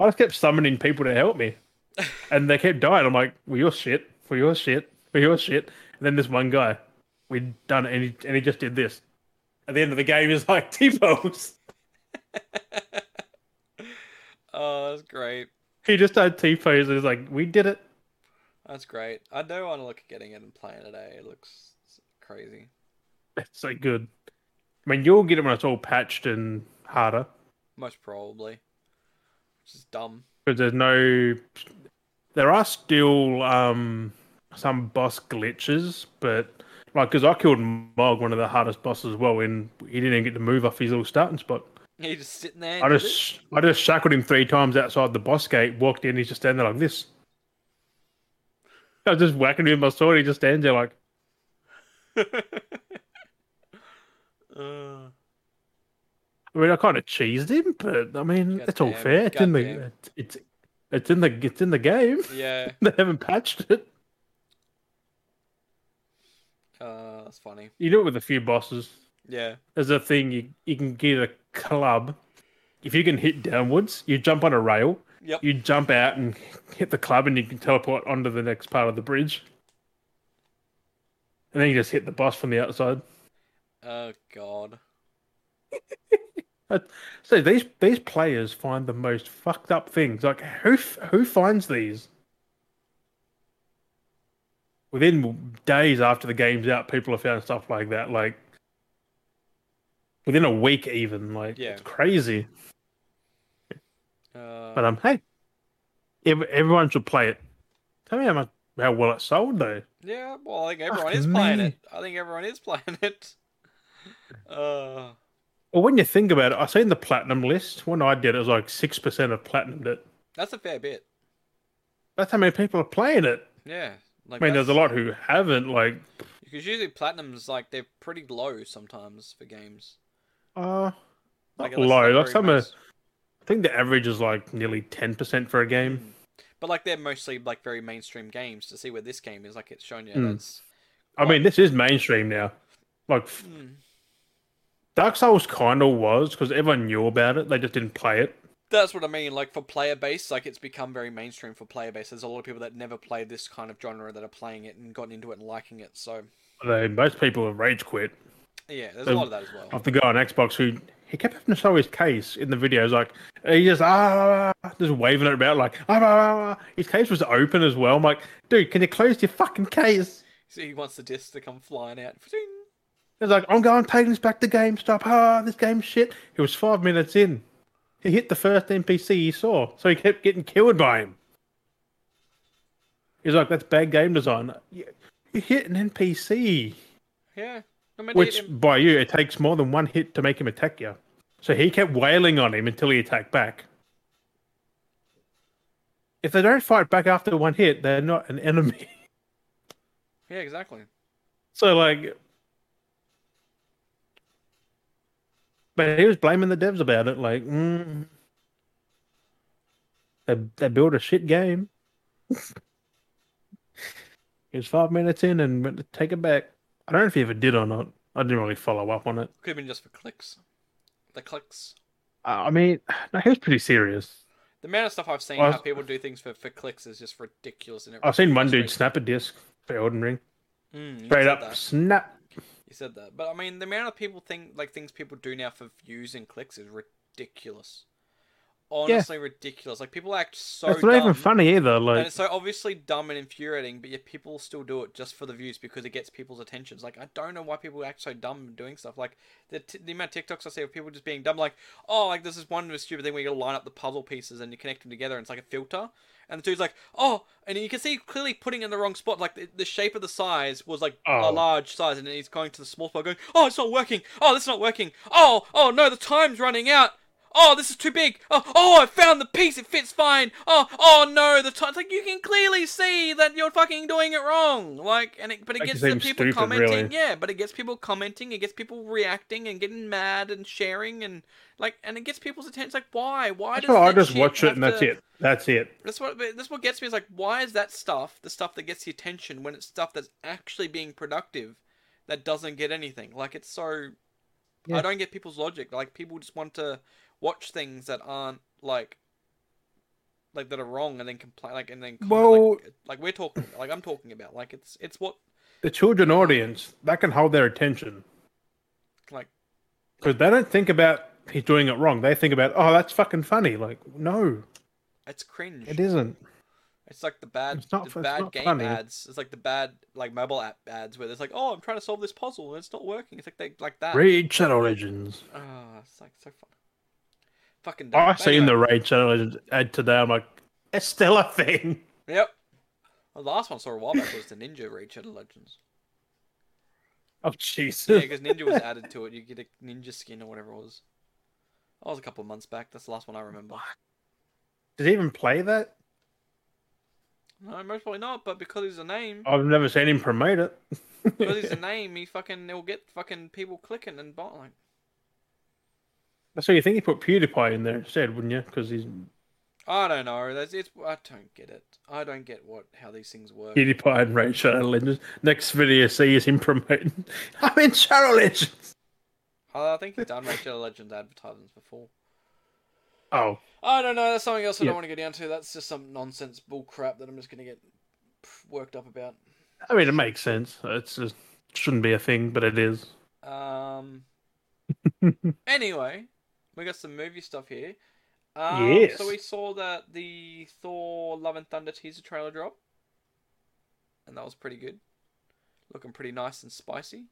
[SPEAKER 2] I just kept summoning people to help me, and they kept dying. I'm like, "Well, your shit, for your shit, for your shit," and then this one guy, we'd done it, and he, and he just did this. At the end of the game, he's like T-pose.
[SPEAKER 3] oh, that's great.
[SPEAKER 2] He just had T-pose, and he's like, "We did it."
[SPEAKER 3] That's great. I do want to look at getting it and playing it. Eh? It looks crazy.
[SPEAKER 2] That's so good. I mean, you'll get it when it's all patched and harder
[SPEAKER 3] Most probably. Which is dumb.
[SPEAKER 2] because there's no. There are still um, some boss glitches, but like because I killed Mog, one of the hardest bosses as well, and he didn't even get to move off his little starting spot.
[SPEAKER 3] He's just sitting there.
[SPEAKER 2] I
[SPEAKER 3] and-
[SPEAKER 2] just I just shackled him three times outside the boss gate, walked in, he's just standing there like this. I was just whacking him with my sword, he just stands there like,
[SPEAKER 3] Uh,
[SPEAKER 2] I mean, I kind of cheesed him, but I mean, it's all
[SPEAKER 3] Goddamn,
[SPEAKER 2] fair. It's in the
[SPEAKER 3] goddamn.
[SPEAKER 2] it's it's in the it's in the game.
[SPEAKER 3] yeah.
[SPEAKER 2] they haven't patched it.
[SPEAKER 3] Uh, that's funny.
[SPEAKER 2] You do it with a few bosses.
[SPEAKER 3] Yeah.
[SPEAKER 2] There's a thing you you can get a club. If you can hit downwards, you jump on a rail.
[SPEAKER 3] Yep.
[SPEAKER 2] You jump out and hit the club, and you can teleport onto the next part of the bridge. And then you just hit the boss from the outside.
[SPEAKER 3] Oh god.
[SPEAKER 2] So these these players find the most fucked up things. Like who f- who finds these? Within days after the game's out, people have found stuff like that. Like within a week, even like
[SPEAKER 3] Yeah.
[SPEAKER 2] it's crazy.
[SPEAKER 3] Uh,
[SPEAKER 2] But um, hey, ev- everyone should play it. Tell me how much how well it sold though.
[SPEAKER 3] yeah. Well, I think everyone
[SPEAKER 2] Fuck
[SPEAKER 3] is playing
[SPEAKER 2] me.
[SPEAKER 3] it. I think everyone is playing it. Uh,
[SPEAKER 2] Well, when you think about it, I seen the platinum list. When I did, it was like six percent of platinum. It
[SPEAKER 3] that's a fair bit.
[SPEAKER 2] that's how many people are playing it.
[SPEAKER 3] Yeah. Like
[SPEAKER 2] I mean, there's a
[SPEAKER 3] that's-
[SPEAKER 2] lot who haven't. Like
[SPEAKER 3] Because usually platinums, like, they're pretty low sometimes for games.
[SPEAKER 2] Uh, not
[SPEAKER 3] unless
[SPEAKER 2] low.
[SPEAKER 3] they're
[SPEAKER 2] Like
[SPEAKER 3] very
[SPEAKER 2] some are,
[SPEAKER 3] mass-
[SPEAKER 2] I think the average is like nearly ten percent for a game.
[SPEAKER 3] Mm. But, like, they're mostly, like, very mainstream games. To see where this game is, like, it's shown you
[SPEAKER 2] Mm.
[SPEAKER 3] that's.
[SPEAKER 2] I mean, this is mainstream now. Like f-
[SPEAKER 3] Mm.
[SPEAKER 2] Dark Souls kind of was because everyone knew about it. They just didn't play it.
[SPEAKER 3] That's what I mean. Like, for player base, like, it's become very mainstream for player base. There's a lot of people that never played this kind of genre that are playing it and gotten into it and liking it. So,
[SPEAKER 2] They, most people have rage quit.
[SPEAKER 3] yeah, there's a
[SPEAKER 2] So-
[SPEAKER 3] lot of that as well.
[SPEAKER 2] Of the guy on Xbox who he kept having to show his case in the videos, like he just ah, just waving it about, like ah, ah, ah. his case was open as well. I'm like, dude, can you close your fucking case?
[SPEAKER 3] So he wants the disc to come flying out. Ding.
[SPEAKER 2] He's like, I'm going, taking this back to GameStop. Ah, this game's shit. He was five minutes in. He hit the first NPC he saw, so he kept getting killed by him. He's like, that's bad game design. You you hit an NPC,
[SPEAKER 3] Yeah. I mean,
[SPEAKER 2] which
[SPEAKER 3] it-
[SPEAKER 2] by you, it takes more than one hit to make him attack you. So he kept wailing on him until he attacked back. If they don't fight back after one hit, they're not an enemy.
[SPEAKER 3] yeah, exactly.
[SPEAKER 2] So like, but he was blaming the devs about it. Like, mm, they they built a shit game. it was five minutes in and went to take it back. I don't know if he ever did or not. I didn't really follow up on it.
[SPEAKER 3] Could have been just for clicks. The clicks.
[SPEAKER 2] Uh, I mean, no, he was pretty serious.
[SPEAKER 3] The amount of stuff I've seen
[SPEAKER 2] I
[SPEAKER 3] how
[SPEAKER 2] was-
[SPEAKER 3] people do things for, for clicks is just ridiculous. And it
[SPEAKER 2] I've seen one dude
[SPEAKER 3] frustrates-
[SPEAKER 2] snap a disc for Elden Ring.
[SPEAKER 3] Mm, you
[SPEAKER 2] Straight
[SPEAKER 3] said
[SPEAKER 2] up
[SPEAKER 3] that.
[SPEAKER 2] snap.
[SPEAKER 3] You said that, but I mean, the amount of people think like things people do now for views and clicks is ridiculous. honestly ridiculous. Like people act so.
[SPEAKER 2] it's not even
[SPEAKER 3] dumb,
[SPEAKER 2] funny either.
[SPEAKER 3] And
[SPEAKER 2] Like,
[SPEAKER 3] it's so obviously dumb and infuriating, but yet people still do it just for the views because it gets people's attentions. Like I don't know why people act so dumb doing stuff. Like the, t- the amount of TikToks I see of people just being dumb. Like oh, like this is one stupid thing where you gotta line up the puzzle pieces and you connect them together. and It's like a filter. And the dude's like, oh, and you can see clearly putting it in the wrong spot. Like the, the shape of the size was like a
[SPEAKER 2] Oh.
[SPEAKER 3] large size, and then he's going to the small spot, going, oh, it's not working. Oh, this is not working. Oh, oh no, the time's running out. Oh, this is too big. Oh, oh, I found the piece. It fits fine. Oh, oh no, the time. Like you can clearly see that you're fucking doing it wrong. Like, and it, but it
[SPEAKER 2] Like,
[SPEAKER 3] gets
[SPEAKER 2] you
[SPEAKER 3] the
[SPEAKER 2] seem
[SPEAKER 3] people
[SPEAKER 2] stupid,
[SPEAKER 3] commenting.
[SPEAKER 2] really.
[SPEAKER 3] Yeah, but it gets people commenting. It gets people reacting and getting mad and sharing and like, and it gets people's attention. It's like, why? Why
[SPEAKER 2] that's
[SPEAKER 3] does
[SPEAKER 2] why I
[SPEAKER 3] that
[SPEAKER 2] just
[SPEAKER 3] shit
[SPEAKER 2] watch it
[SPEAKER 3] have
[SPEAKER 2] and that's
[SPEAKER 3] to-
[SPEAKER 2] it. That's it.
[SPEAKER 3] that's what but that's what gets me is like, why is that stuff the stuff that gets the attention when it's stuff that's actually being productive, that doesn't get anything? Like it's so, I
[SPEAKER 2] Yeah.
[SPEAKER 3] don't get people's logic. Like people just want to watch things that aren't like, like that are wrong and then complain like and then comment,
[SPEAKER 2] Well-
[SPEAKER 3] like, like we're talking like I'm talking about like it's it's what
[SPEAKER 2] The children audience that can hold their attention
[SPEAKER 3] like
[SPEAKER 2] because they don't think about he's doing it wrong. They think about, oh, that's fucking funny. Like, no,
[SPEAKER 3] it's cringe.
[SPEAKER 2] it isn't.
[SPEAKER 3] It's like the bad,
[SPEAKER 2] It's not
[SPEAKER 3] the
[SPEAKER 2] fu- it's
[SPEAKER 3] bad
[SPEAKER 2] not
[SPEAKER 3] game
[SPEAKER 2] funny.
[SPEAKER 3] ads. It's like the bad like mobile app ads where there's like, oh, I'm trying to solve this puzzle and it's not working. It's like they like that.
[SPEAKER 2] Raid Shadow Legends.
[SPEAKER 3] Oh, it's like so fun. Fucking.
[SPEAKER 2] I
[SPEAKER 3] dumb.
[SPEAKER 2] seen the
[SPEAKER 3] Anyway,
[SPEAKER 2] Raid Shadow Legends ad today. I'm like, it's still a thing.
[SPEAKER 3] Yep. The last one I saw a while back was the Ninja Raid Shadow Legends.
[SPEAKER 2] Oh Jesus.
[SPEAKER 3] Yeah, because Ninja was added to it. You get a ninja skin or whatever it was. That was a couple of months back. That's the last one I remember.
[SPEAKER 2] Does he even play that?
[SPEAKER 3] No, most probably not. But because he's a name,
[SPEAKER 2] I've never seen him promote it.
[SPEAKER 3] because he's a name, he fucking he'll get fucking people clicking and buying. Like,
[SPEAKER 2] That's what you think he put PewDiePie in there instead, wouldn't you? Because he's
[SPEAKER 3] I don't know. That's it's. I don't get it. I don't get what how these things work.
[SPEAKER 2] PewDiePie and Raid Shadow Legends. Next video you see is him promoting. I'm in Shadow Legends.
[SPEAKER 3] I I think he's done Raid Shadow Legends advertisements before.
[SPEAKER 2] Oh,
[SPEAKER 3] I don't know. That's something else I
[SPEAKER 2] Yeah.
[SPEAKER 3] don't want to go down to. That's just some nonsense bull crap that I'm just going to get worked up about.
[SPEAKER 2] I mean it makes sense. It's just shouldn't be a thing, but it is.
[SPEAKER 3] Um. anyway, we got some movie stuff here. Um,
[SPEAKER 2] Yes.
[SPEAKER 3] So we saw that the Thor: Love and Thunder teaser trailer drop, and that was pretty good. Looking pretty nice and spicy.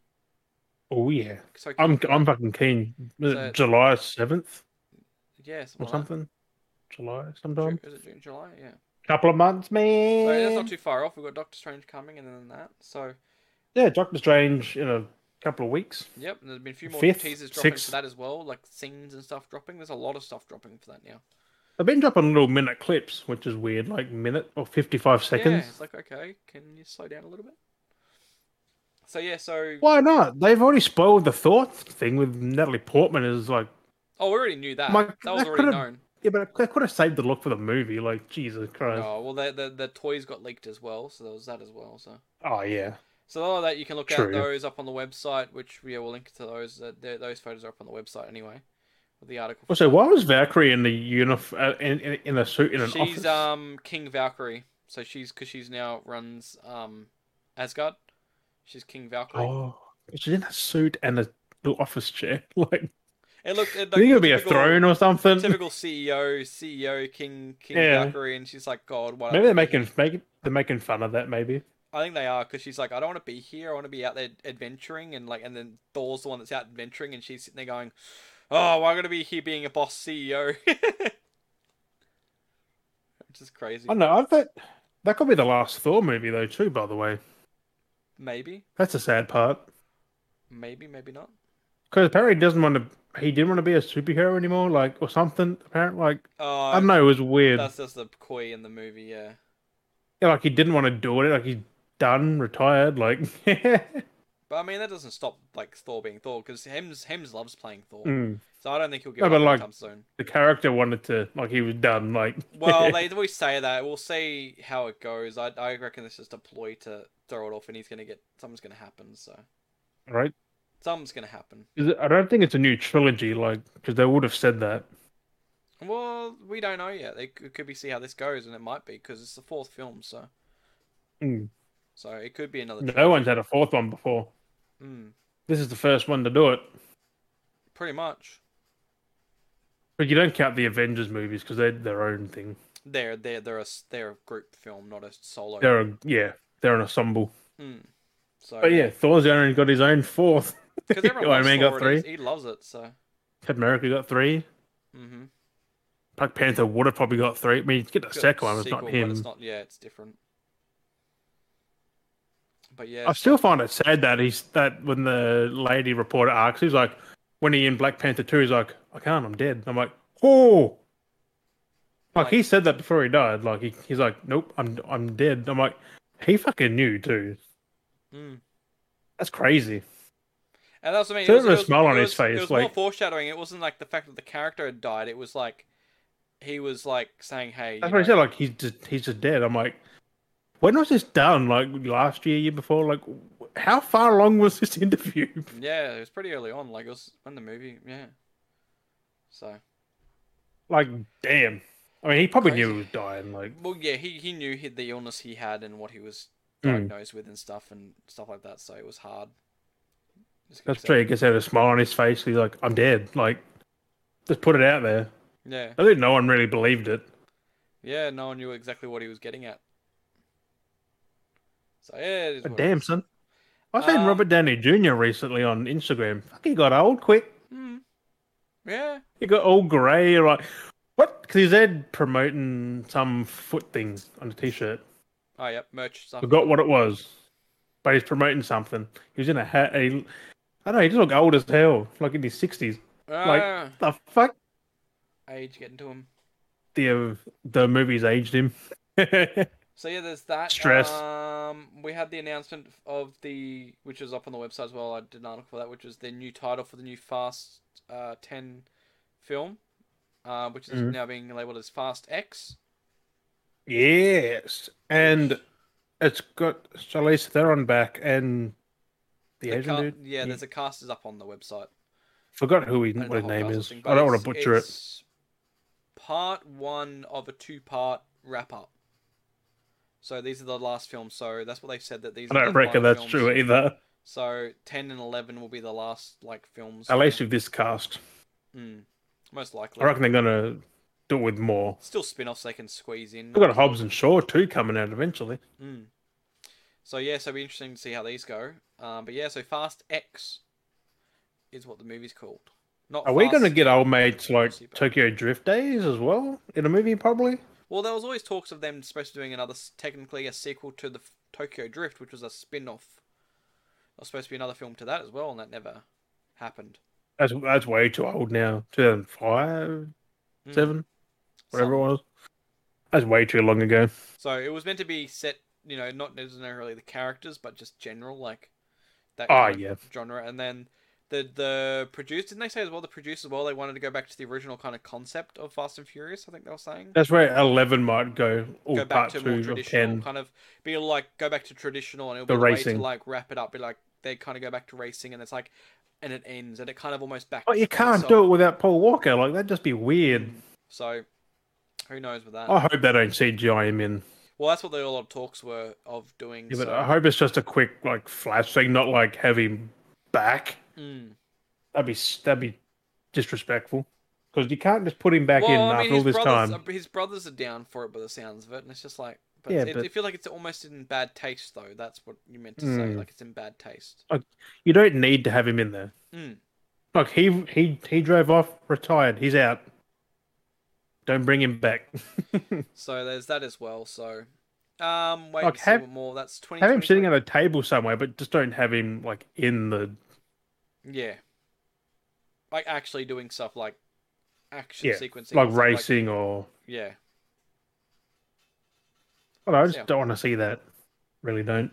[SPEAKER 2] Oh yeah,
[SPEAKER 3] So
[SPEAKER 2] I'm I'm fucking keen. Was it
[SPEAKER 3] So-
[SPEAKER 2] July seventh
[SPEAKER 3] yeah,
[SPEAKER 2] or something? July sometime.
[SPEAKER 3] June, is it June, July? Yeah.
[SPEAKER 2] Couple of months,
[SPEAKER 3] So
[SPEAKER 2] man.
[SPEAKER 3] that's not too far off. We've got Doctor Strange coming, and then that. So
[SPEAKER 2] yeah, Doctor Strange in a couple of weeks.
[SPEAKER 3] Yep, and there's been a few
[SPEAKER 2] The
[SPEAKER 3] more
[SPEAKER 2] fifth,
[SPEAKER 3] teasers dropping for
[SPEAKER 2] sixth.
[SPEAKER 3] that as well, like scenes and stuff dropping. There's a lot of stuff dropping for that now.
[SPEAKER 2] I've been dropping little minute clips, which is weird, like minute or fifty five seconds.
[SPEAKER 3] Yeah, it's like okay, can you slow down a little bit? So yeah, so
[SPEAKER 2] Why not? They've already spoiled the Thor thing with Natalie Portman as like
[SPEAKER 3] oh, we already knew that.
[SPEAKER 2] My-
[SPEAKER 3] that was
[SPEAKER 2] that
[SPEAKER 3] already
[SPEAKER 2] could've-
[SPEAKER 3] known.
[SPEAKER 2] yeah, but they could have saved the look for the movie. Like Jesus Christ.
[SPEAKER 3] Oh well, the, the the toys got leaked as well, so there was that as well. So
[SPEAKER 2] Oh yeah.
[SPEAKER 3] so all that you can look at
[SPEAKER 2] True.
[SPEAKER 3] those up on the website, which yeah, we'll link to those. Uh, they're- those photos are up on the website anyway, with the article.
[SPEAKER 2] Also, why was Valkyrie in the uniform uh, in, in in a suit in an
[SPEAKER 3] she's
[SPEAKER 2] office?
[SPEAKER 3] um King Valkyrie, so she's because she's now runs um Asgard. She's King Valkyrie.
[SPEAKER 2] Oh, she's in a suit and a little office chair. Like,
[SPEAKER 3] It looked.
[SPEAKER 2] I think
[SPEAKER 3] It, looked
[SPEAKER 2] it'll be a
[SPEAKER 3] typical-
[SPEAKER 2] throne or something.
[SPEAKER 3] Typical E CEO, CEO King King
[SPEAKER 2] Yeah.
[SPEAKER 3] Valkyrie, and she's like, God, what?
[SPEAKER 2] Maybe they're making make, they're making fun of that. Maybe.
[SPEAKER 3] I think they are because she's like, I don't want to be here. I want to be out there adventuring, and like, and then Thor's the one that's out adventuring, and she's sitting there going, Oh, why am I gonna be here being a boss CEO? Which is crazy.
[SPEAKER 2] I don't know. I thought that could be the last Thor movie though, too. By the way,
[SPEAKER 3] Maybe,
[SPEAKER 2] that's the sad part
[SPEAKER 3] maybe, maybe not.
[SPEAKER 2] because apparently he doesn't want to. He didn't want to be a superhero anymore, like or something. Apparently, like
[SPEAKER 3] Oh,
[SPEAKER 2] I don't know. It was weird.
[SPEAKER 3] that's just the koi in the movie. Yeah,
[SPEAKER 2] Yeah, like he didn't want to do it. Like he's done, retired. Like, mm.
[SPEAKER 3] but I mean that doesn't stop like Thor being Thor because Hems Hems loves playing Thor,
[SPEAKER 2] hmm.
[SPEAKER 3] so I don't think he'll give
[SPEAKER 2] Mm. No,
[SPEAKER 3] up
[SPEAKER 2] but, like,
[SPEAKER 3] anytime soon.
[SPEAKER 2] the character wanted to. Like he was done. Like,
[SPEAKER 3] Well, they always say that. We'll see how it goes. I, I reckon this is a ploy to throw it off, and he's gonna get something's gonna happen. So
[SPEAKER 2] right?
[SPEAKER 3] something's gonna happen.
[SPEAKER 2] Is it- I don't think it's a new trilogy. Like, because they would have said that.
[SPEAKER 3] Well, we don't know yet. It could, could be see how this goes, and it might be because it's the fourth film. So
[SPEAKER 2] Mm.
[SPEAKER 3] so it could be another.
[SPEAKER 2] No
[SPEAKER 3] trilogy.
[SPEAKER 2] one's had a fourth one before.
[SPEAKER 3] Mm,
[SPEAKER 2] This is the first one to do it.
[SPEAKER 3] pretty much.
[SPEAKER 2] But you don't count the Avengers movies because they're their own thing.
[SPEAKER 3] They're they're they're a s- they're a group film, not a solo.
[SPEAKER 2] They're a, yeah, they're an ensemble.
[SPEAKER 3] Mm. So
[SPEAKER 2] But yeah, Thor's the only one who got his own fourth.
[SPEAKER 3] because everyone
[SPEAKER 2] Iron
[SPEAKER 3] loves
[SPEAKER 2] Man got
[SPEAKER 3] Thor and
[SPEAKER 2] three.
[SPEAKER 3] He loves it. So
[SPEAKER 2] Captain America got three.
[SPEAKER 3] mm-hmm.
[SPEAKER 2] Black Panther would have probably got three. I mean, you get the second one, it's not him.
[SPEAKER 3] It's not, yeah, it's different. But yeah,
[SPEAKER 2] I still find it sad that he's that when the lady reporter asks, he's like, when he in Black Panther two, he's like, I can't, I'm dead. I'm like, oh, like,
[SPEAKER 3] Like-
[SPEAKER 2] he said that before he died. Like he, he's like, nope, I'm I'm dead. I'm like, he fucking knew too.
[SPEAKER 3] Mm.
[SPEAKER 2] That's crazy.
[SPEAKER 3] And that's what I mean.
[SPEAKER 2] So
[SPEAKER 3] it was,
[SPEAKER 2] there's a
[SPEAKER 3] it was-
[SPEAKER 2] smile on
[SPEAKER 3] it
[SPEAKER 2] his
[SPEAKER 3] was-
[SPEAKER 2] face,
[SPEAKER 3] It was more
[SPEAKER 2] like-
[SPEAKER 3] foreshadowing. It wasn't like the fact that the character had died. It was like he was like saying, "Hey,
[SPEAKER 2] That's
[SPEAKER 3] you
[SPEAKER 2] what he
[SPEAKER 3] know,
[SPEAKER 2] said. Like he's just, he's just dead. I'm like, when was this done? Like last year, year before? Like wh- how far along was this interview?
[SPEAKER 3] yeah, it was pretty early on. Like it was when the movie, yeah." So
[SPEAKER 2] like damn. I mean, he probably
[SPEAKER 3] Crazy.
[SPEAKER 2] knew he was dying. Like
[SPEAKER 3] well, yeah, he he knew he, the illness he had and what he was
[SPEAKER 2] Hmm.
[SPEAKER 3] diagnosed with and stuff and stuff like that. So it was hard. It's good
[SPEAKER 2] That's
[SPEAKER 3] to
[SPEAKER 2] true. He gets out a smile on his face. He's like, I'm dead. Like, just put it out there.
[SPEAKER 3] say. Yeah,
[SPEAKER 2] I think no one really believed it.
[SPEAKER 3] yeah. No one knew exactly what he was getting at. So yeah, it is
[SPEAKER 2] But
[SPEAKER 3] what it
[SPEAKER 2] damn,
[SPEAKER 3] is.
[SPEAKER 2] son. I seen
[SPEAKER 3] Um,
[SPEAKER 2] Robert Downey Jr. recently on Instagram. Fuck, he got old quick.
[SPEAKER 3] Hmm. Yeah.
[SPEAKER 2] He got all grey. Like, what? Because he's there promoting some foot thing on a t shirt.
[SPEAKER 3] Oh, yep. Merch stuff.
[SPEAKER 2] Forgot what it was. But he's promoting something. He was in a hat. And he, I don't know. He just looked old as hell. Like in his 60s.
[SPEAKER 3] Ah,
[SPEAKER 2] The fuck?
[SPEAKER 3] age getting to him.
[SPEAKER 2] The, uh, the movie's aged him.
[SPEAKER 3] So yeah, there's that.
[SPEAKER 2] Stress.
[SPEAKER 3] Um, we had the announcement of the, which is up on the website as well. I did an article for that, which is the new title for the new Fast uh, Ten film, uh, which is
[SPEAKER 2] Mhm.
[SPEAKER 3] now being labeled as Fast X.
[SPEAKER 2] Yes, and it's got Charlize Theron back and the,
[SPEAKER 3] The
[SPEAKER 2] Asian
[SPEAKER 3] ca-
[SPEAKER 2] dude.
[SPEAKER 3] Yeah, there's a cast is up on the website.
[SPEAKER 2] forgot who he,
[SPEAKER 3] I don't know
[SPEAKER 2] what his
[SPEAKER 3] the whole
[SPEAKER 2] name
[SPEAKER 3] cast
[SPEAKER 2] is.
[SPEAKER 3] thing,
[SPEAKER 2] I
[SPEAKER 3] but
[SPEAKER 2] don't want
[SPEAKER 3] it's-
[SPEAKER 2] to butcher it.
[SPEAKER 3] it's Part one of a two-part wrap-up. So these are the last films. So that's what they said that these.
[SPEAKER 2] I
[SPEAKER 3] are
[SPEAKER 2] don't
[SPEAKER 3] the
[SPEAKER 2] reckon
[SPEAKER 3] final
[SPEAKER 2] that's
[SPEAKER 3] films.
[SPEAKER 2] true either.
[SPEAKER 3] So ten and eleven will be the last like films.
[SPEAKER 2] At
[SPEAKER 3] from-
[SPEAKER 2] least with this cast,
[SPEAKER 3] Mm, most
[SPEAKER 2] I
[SPEAKER 3] likely.
[SPEAKER 2] reckon they're gonna do it with more.
[SPEAKER 3] Still spin-offs they can squeeze in.
[SPEAKER 2] We've got Hobbs and Shaw too coming out eventually.
[SPEAKER 3] Mm. So yeah, so it'll be interesting to see how these go. Um, but yeah, so Fast X is what the movie's called. Not
[SPEAKER 2] Are we
[SPEAKER 3] Fast-
[SPEAKER 2] gonna get old mates like
[SPEAKER 3] Super.
[SPEAKER 2] Tokyo Drift days as well in a movie probably?
[SPEAKER 3] Well, there was always talks of them supposed to doing another, s- technically a sequel to the f- Tokyo Drift, which was a spin-off. There was supposed to be another film to that as well, and that never happened.
[SPEAKER 2] That's that's way too old now. Two thousand five,
[SPEAKER 3] Mm,
[SPEAKER 2] seven, whatever it
[SPEAKER 3] something.
[SPEAKER 2] was. That's way too long ago.
[SPEAKER 3] So it was meant to be set, you know, not necessarily the characters, but just general like that
[SPEAKER 2] Ah,
[SPEAKER 3] kind of
[SPEAKER 2] yeah.
[SPEAKER 3] genre. And then the the producer didn't they say as well the producer as well they wanted to go back to the original kind of concept of Fast and Furious. I think they were saying
[SPEAKER 2] That's where eleven might go, or
[SPEAKER 3] go
[SPEAKER 2] part
[SPEAKER 3] back to
[SPEAKER 2] two
[SPEAKER 3] more
[SPEAKER 2] of
[SPEAKER 3] traditional
[SPEAKER 2] ten.
[SPEAKER 3] kind of be like go back to traditional and it'll
[SPEAKER 2] The
[SPEAKER 3] be a way
[SPEAKER 2] racing.
[SPEAKER 3] to like wrap it up. Be like they kind of go back to racing and it's like and it ends and it kind of almost back.
[SPEAKER 2] But you can't do it without Paul Walker. Like that'd just be weird.
[SPEAKER 3] So who knows with that?
[SPEAKER 2] I hope they don't CGI him in.
[SPEAKER 3] Well, that's what the, a lot of talks were of doing.
[SPEAKER 2] Yeah, but uh,
[SPEAKER 3] so-
[SPEAKER 2] I hope it's just a quick like flash thing, not like have him back.
[SPEAKER 3] Mm.
[SPEAKER 2] That'd be s- that'd be disrespectful because you can't just put him back in
[SPEAKER 3] well, I mean,
[SPEAKER 2] after
[SPEAKER 3] his
[SPEAKER 2] all this
[SPEAKER 3] brothers,
[SPEAKER 2] time.
[SPEAKER 3] uh, His brothers are down for it by the sounds of it, and it's just like, but
[SPEAKER 2] Yeah,
[SPEAKER 3] it,
[SPEAKER 2] but-
[SPEAKER 3] I feel like it's almost in bad taste, though. That's what you meant to say.
[SPEAKER 2] Mm.
[SPEAKER 3] Like it's in bad taste.
[SPEAKER 2] You don't need to have him in there.
[SPEAKER 3] Mm.
[SPEAKER 2] Look, he he he drove off, retired. He's out. Don't bring him back.
[SPEAKER 3] So there's that as well. So, um, wait
[SPEAKER 2] Like,
[SPEAKER 3] to
[SPEAKER 2] have-
[SPEAKER 3] see what more. That's twenty.
[SPEAKER 2] have him sitting at a table somewhere, but just don't have him like in the
[SPEAKER 3] Yeah. Like actually doing stuff like action
[SPEAKER 2] Yeah,
[SPEAKER 3] sequencing, and
[SPEAKER 2] like
[SPEAKER 3] stuff
[SPEAKER 2] racing or
[SPEAKER 3] yeah.
[SPEAKER 2] I don't know, I just
[SPEAKER 3] Yeah. Uh,
[SPEAKER 2] don't want to see that. Really don't.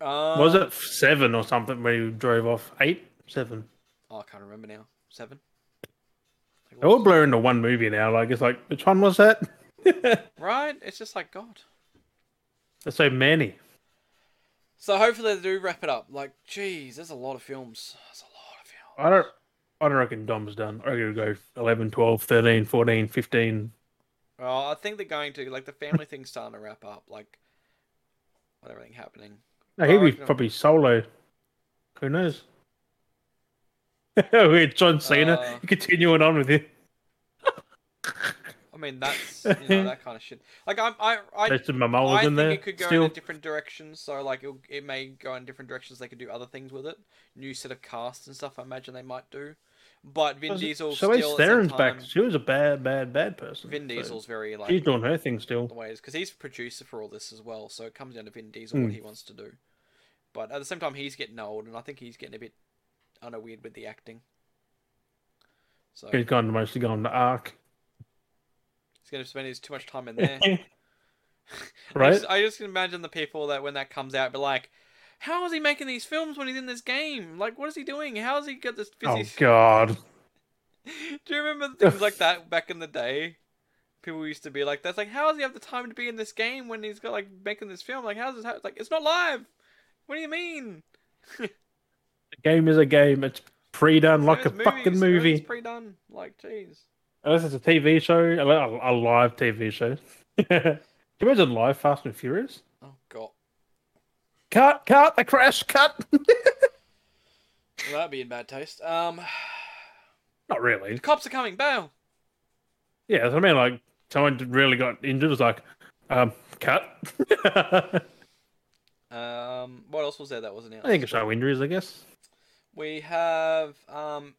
[SPEAKER 3] Um,
[SPEAKER 2] Was it seven or something where you drove off? Eight? Seven?
[SPEAKER 3] Oh, I can't remember now. Seven. Like,
[SPEAKER 2] They all blur into one movie now. Like, it's like, which one was that? There's
[SPEAKER 3] Right? It's just like God.
[SPEAKER 2] so many.
[SPEAKER 3] So hopefully they do wrap it up. Like, geez, there's a lot of films. There's a lot of films.
[SPEAKER 2] I don't. I don't reckon Dom's done. I reckon it'll go 11, 12, 13, 14, 15.
[SPEAKER 3] Oh, I think they're going to like the family thing's starting to wrap up. Like, with everything happening.
[SPEAKER 2] No, he'll
[SPEAKER 3] I
[SPEAKER 2] be
[SPEAKER 3] reckon-
[SPEAKER 2] probably solo. Who knows? with John Cena.
[SPEAKER 3] Uh.
[SPEAKER 2] Continuing on with it.
[SPEAKER 3] I mean, that's you know that kind of shit. Like I'm, I, I,
[SPEAKER 2] There's some
[SPEAKER 3] I
[SPEAKER 2] Momoa's
[SPEAKER 3] think
[SPEAKER 2] in there.
[SPEAKER 3] it could go
[SPEAKER 2] Still,
[SPEAKER 3] in a different direction. So like it, it may go in different directions. They could do other things with it, new set of casts and stuff. I imagine they might do. But Vin
[SPEAKER 2] so
[SPEAKER 3] Diesel still at the same
[SPEAKER 2] Theron's
[SPEAKER 3] time,
[SPEAKER 2] back. She was a bad, bad, bad person.
[SPEAKER 3] Vin
[SPEAKER 2] so
[SPEAKER 3] Diesel's very like
[SPEAKER 2] she's doing her thing still.
[SPEAKER 3] the ways because he's producer for all this as well. So it comes down to Vin Diesel what he
[SPEAKER 2] Hmm.
[SPEAKER 3] wants to do. But at the same time, he's getting old, and I think he's getting a bit, I don't know, weird with the acting. So
[SPEAKER 2] He's gone mostly gone to Ark,
[SPEAKER 3] he's going to spend his too much time in there. I
[SPEAKER 2] right?
[SPEAKER 3] just, I just can imagine the people that when that comes out, be like, "How is he making these films when he's in this game? Like, what is he doing? How has he got this
[SPEAKER 2] Oh
[SPEAKER 3] busy?"
[SPEAKER 2] God!
[SPEAKER 3] Do you remember things like that back in the day? People used to be like, "That's like, how does he have the time to be in this game when he's got like making this film? Like, how's this? How? Like, it's not live. What do you mean?
[SPEAKER 2] The game is a game. It's pre-done like a
[SPEAKER 3] Those
[SPEAKER 2] fucking movie.
[SPEAKER 3] movies, everything's pre-done. Like, jeez.
[SPEAKER 2] Unless it's a TV show, a, a- a live TV show. Can you imagine live Fast and Furious?
[SPEAKER 3] Oh god,
[SPEAKER 2] Cut! Cut! The crash! Cut!
[SPEAKER 3] well, that'd be in bad taste. Um,
[SPEAKER 2] Not really.
[SPEAKER 3] the cops are coming. Bail.
[SPEAKER 2] Yeah, that's what I mean, like someone really got injured. It was like, um, cut. I
[SPEAKER 3] Um, what else was there that was announced?
[SPEAKER 2] think it's show injuries, I guess.
[SPEAKER 3] We have um,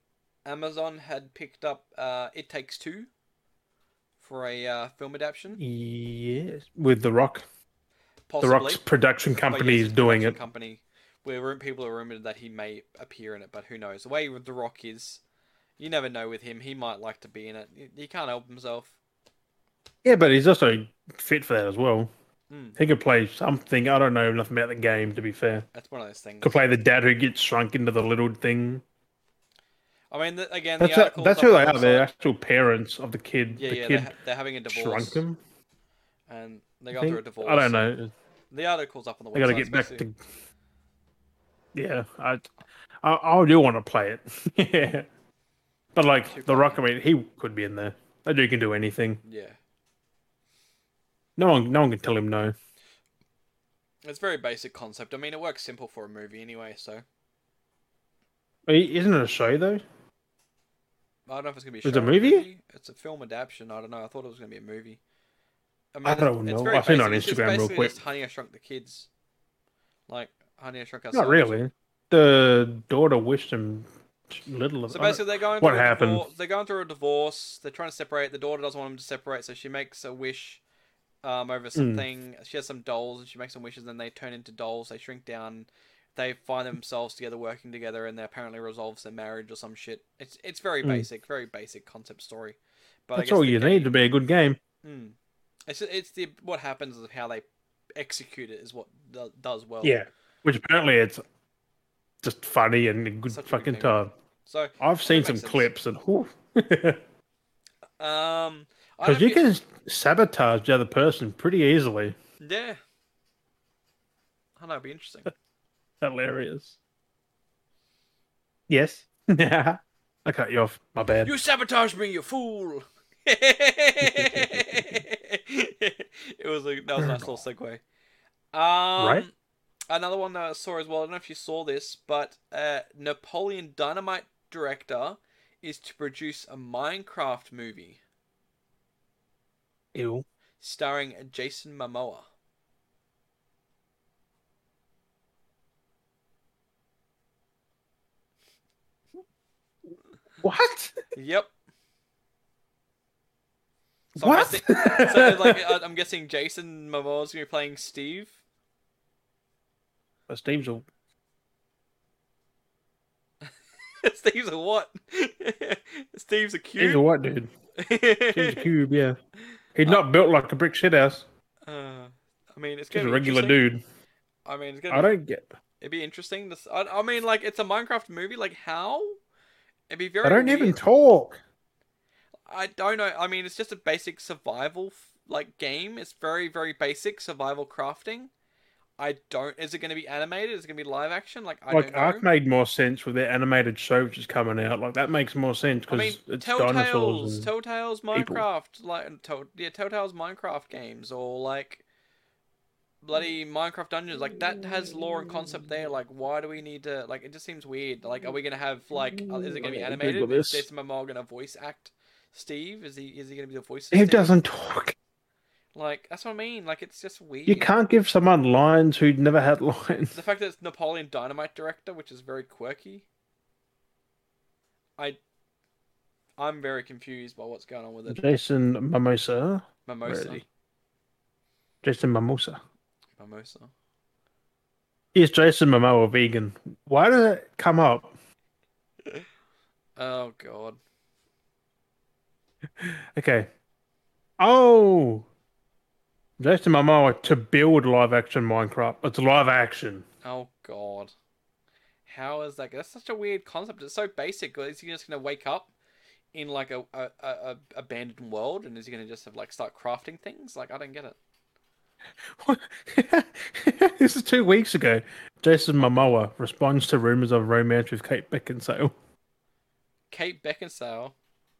[SPEAKER 3] Amazon had picked up uh, It Takes Two for a uh, film adaptation.
[SPEAKER 2] Yes, with the Rock. The
[SPEAKER 3] Possibly.
[SPEAKER 2] Rock's production
[SPEAKER 3] But
[SPEAKER 2] company
[SPEAKER 3] yes,
[SPEAKER 2] is doing
[SPEAKER 3] production
[SPEAKER 2] it.
[SPEAKER 3] Company, where rum- people are rumored that he may appear in it, but who knows? The way with The Rock is, you never know with him. He might like to be in it. He- He can't help himself.
[SPEAKER 2] Yeah, but he's also fit for that as well.
[SPEAKER 3] Mm.
[SPEAKER 2] He could play something. I don't know enough about the game to be fair.
[SPEAKER 3] That's one of those things.
[SPEAKER 2] Could play the dad who gets shrunk into the little thing.
[SPEAKER 3] I mean, the, again,
[SPEAKER 2] That's
[SPEAKER 3] the
[SPEAKER 2] a,
[SPEAKER 3] articles
[SPEAKER 2] that's
[SPEAKER 3] up
[SPEAKER 2] who
[SPEAKER 3] on
[SPEAKER 2] they
[SPEAKER 3] the
[SPEAKER 2] are. They're
[SPEAKER 3] website-
[SPEAKER 2] actual parents of the kid.
[SPEAKER 3] Yeah,
[SPEAKER 2] the
[SPEAKER 3] yeah, they're,
[SPEAKER 2] kid
[SPEAKER 3] ha- they're having a divorce.
[SPEAKER 2] shrunk him.
[SPEAKER 3] And they
[SPEAKER 2] I
[SPEAKER 3] go
[SPEAKER 2] think.
[SPEAKER 3] through a divorce.
[SPEAKER 2] I don't know.
[SPEAKER 3] The article's up on the website.
[SPEAKER 2] I got to get back
[SPEAKER 3] especially-
[SPEAKER 2] to. Yeah, I, I, I do want to play it. yeah, but like the Rock, I mean, he could be in there. That dude can do anything.
[SPEAKER 3] Yeah.
[SPEAKER 2] No one, no one can tell him no.
[SPEAKER 3] It's a very basic concept. I mean, it works simple for a movie anyway, so
[SPEAKER 2] I- Isn't it a show though?
[SPEAKER 3] I don't know if it's gonna be.
[SPEAKER 2] It's
[SPEAKER 3] A
[SPEAKER 2] a
[SPEAKER 3] show or
[SPEAKER 2] movie?
[SPEAKER 3] It's a film adaptation. I don't know. I thought it was gonna be a movie. mean,
[SPEAKER 2] I don't know.
[SPEAKER 3] very
[SPEAKER 2] I've seen it on
[SPEAKER 3] basic. It's just
[SPEAKER 2] Instagram real
[SPEAKER 3] basically
[SPEAKER 2] quick.
[SPEAKER 3] Just Honey, I Shrunk the Kids. Like Honey, I Shrunk. Our
[SPEAKER 2] Not
[SPEAKER 3] Sons.
[SPEAKER 2] really. The daughter wished him little of.
[SPEAKER 3] So
[SPEAKER 2] I don't-
[SPEAKER 3] basically, they're going.
[SPEAKER 2] What
[SPEAKER 3] through a
[SPEAKER 2] happened?
[SPEAKER 3] divor- they're going through a divorce. They're trying to separate. The daughter doesn't want them to separate, so she makes a wish. Um,
[SPEAKER 2] Hmm.
[SPEAKER 3] over something. She has some dolls, and she makes some wishes. Then they turn into dolls. They shrink down. They find themselves together, working together, and they apparently resolves their marriage or some shit. It's it's very
[SPEAKER 2] Mm.
[SPEAKER 3] basic, very basic concept story. But I
[SPEAKER 2] that's
[SPEAKER 3] guess
[SPEAKER 2] all
[SPEAKER 3] the
[SPEAKER 2] you
[SPEAKER 3] game-
[SPEAKER 2] need to be a good game.
[SPEAKER 3] Mm. It's it's the what happens is how they execute it is what do- does well.
[SPEAKER 2] Yeah, which apparently it's just funny and a good
[SPEAKER 3] Such a good
[SPEAKER 2] fucking
[SPEAKER 3] game.
[SPEAKER 2] time.
[SPEAKER 3] So
[SPEAKER 2] I've seen
[SPEAKER 3] makes
[SPEAKER 2] some
[SPEAKER 3] sense.
[SPEAKER 2] clips and because
[SPEAKER 3] um, I don't know
[SPEAKER 2] you
[SPEAKER 3] if you-
[SPEAKER 2] can sabotage the other person pretty easily.
[SPEAKER 3] yeah. I know it'd be interesting.
[SPEAKER 2] Hilarious. Yes. I cut you off. My bad.
[SPEAKER 3] you sabotage me, you fool! it was a that was a nice little segue. Um, right. Another one that I saw as well. I don't know if you saw this, but uh, Napoleon Dynamite director is to produce a Minecraft movie
[SPEAKER 2] Ew.
[SPEAKER 3] starring Jason Momoa.
[SPEAKER 2] What?
[SPEAKER 3] Yep. So I'm
[SPEAKER 2] what?
[SPEAKER 3] guessing- so, like, I- I'm guessing Jason Momoa's gonna be playing Steve.
[SPEAKER 2] My Steam's all.
[SPEAKER 3] Steve's a what? Steve's a
[SPEAKER 2] Steam's a
[SPEAKER 3] cube.
[SPEAKER 2] what, dude? Steam's a cube. Yeah. He's not built like a brick shithouse.
[SPEAKER 3] Uh, I mean, it's
[SPEAKER 2] He's
[SPEAKER 3] gonna
[SPEAKER 2] a
[SPEAKER 3] be
[SPEAKER 2] regular
[SPEAKER 3] interesting.
[SPEAKER 2] dude.
[SPEAKER 3] I mean, it's
[SPEAKER 2] I
[SPEAKER 3] gonna. Be,
[SPEAKER 2] don't get.
[SPEAKER 3] it'd be interesting. To, s- I, I mean, like, it's a Minecraft movie. Like, how? It'd be very.
[SPEAKER 2] I don't
[SPEAKER 3] weird.
[SPEAKER 2] even talk.
[SPEAKER 3] I don't know. I mean, it's just a basic survival f- like game. It's very very basic survival crafting. I don't. Is it gonna be animated? Is it gonna be live action? Like, I
[SPEAKER 2] like
[SPEAKER 3] don't know.
[SPEAKER 2] Ark made more sense with their animated show which is coming out. Like that makes more sense
[SPEAKER 3] I
[SPEAKER 2] because
[SPEAKER 3] mean,
[SPEAKER 2] it's dinosaurs.
[SPEAKER 3] Telltale's,
[SPEAKER 2] and-
[SPEAKER 3] Telltale's Minecraft, like, tell, yeah, Telltale's Minecraft games, or like, bloody Minecraft Dungeons. Like that has lore and concept there. Like why do we need to? Like it just seems weird. Like are we gonna have like uh, is it gonna be
[SPEAKER 5] Okay,
[SPEAKER 3] animated?
[SPEAKER 5] Google
[SPEAKER 3] Is
[SPEAKER 5] this.
[SPEAKER 3] Jason Momoa gonna voice act Steve? Is he is he gonna be the voice? of
[SPEAKER 2] He
[SPEAKER 3] Steve?
[SPEAKER 2] doesn't talk.
[SPEAKER 3] Like that's what I mean. Like it's just weird.
[SPEAKER 2] You can't give someone lines who never had lines.
[SPEAKER 3] The fact that it's Napoleon Dynamite director, which is very quirky. I, I'm very confused by what's going on with it.
[SPEAKER 2] Jason Mimosa.
[SPEAKER 3] Mimosa,
[SPEAKER 2] Really? Jason Mimosa.
[SPEAKER 3] mimosa.
[SPEAKER 2] Is Jason Momoa vegan? Why did it come up?
[SPEAKER 3] Oh god.
[SPEAKER 2] Okay. Oh, Jason Momoa to build live action Minecraft. It's live action.
[SPEAKER 3] Oh god. How is that? That's such a weird concept. It's so basic. Is he just gonna wake up in like a, a, a, a abandoned world, and is he gonna just have like start crafting things? Like I don't get it.
[SPEAKER 2] this is two weeks ago. Jason Momoa responds to rumors of romance with Kate Beckinsale.
[SPEAKER 3] Kate Beckinsale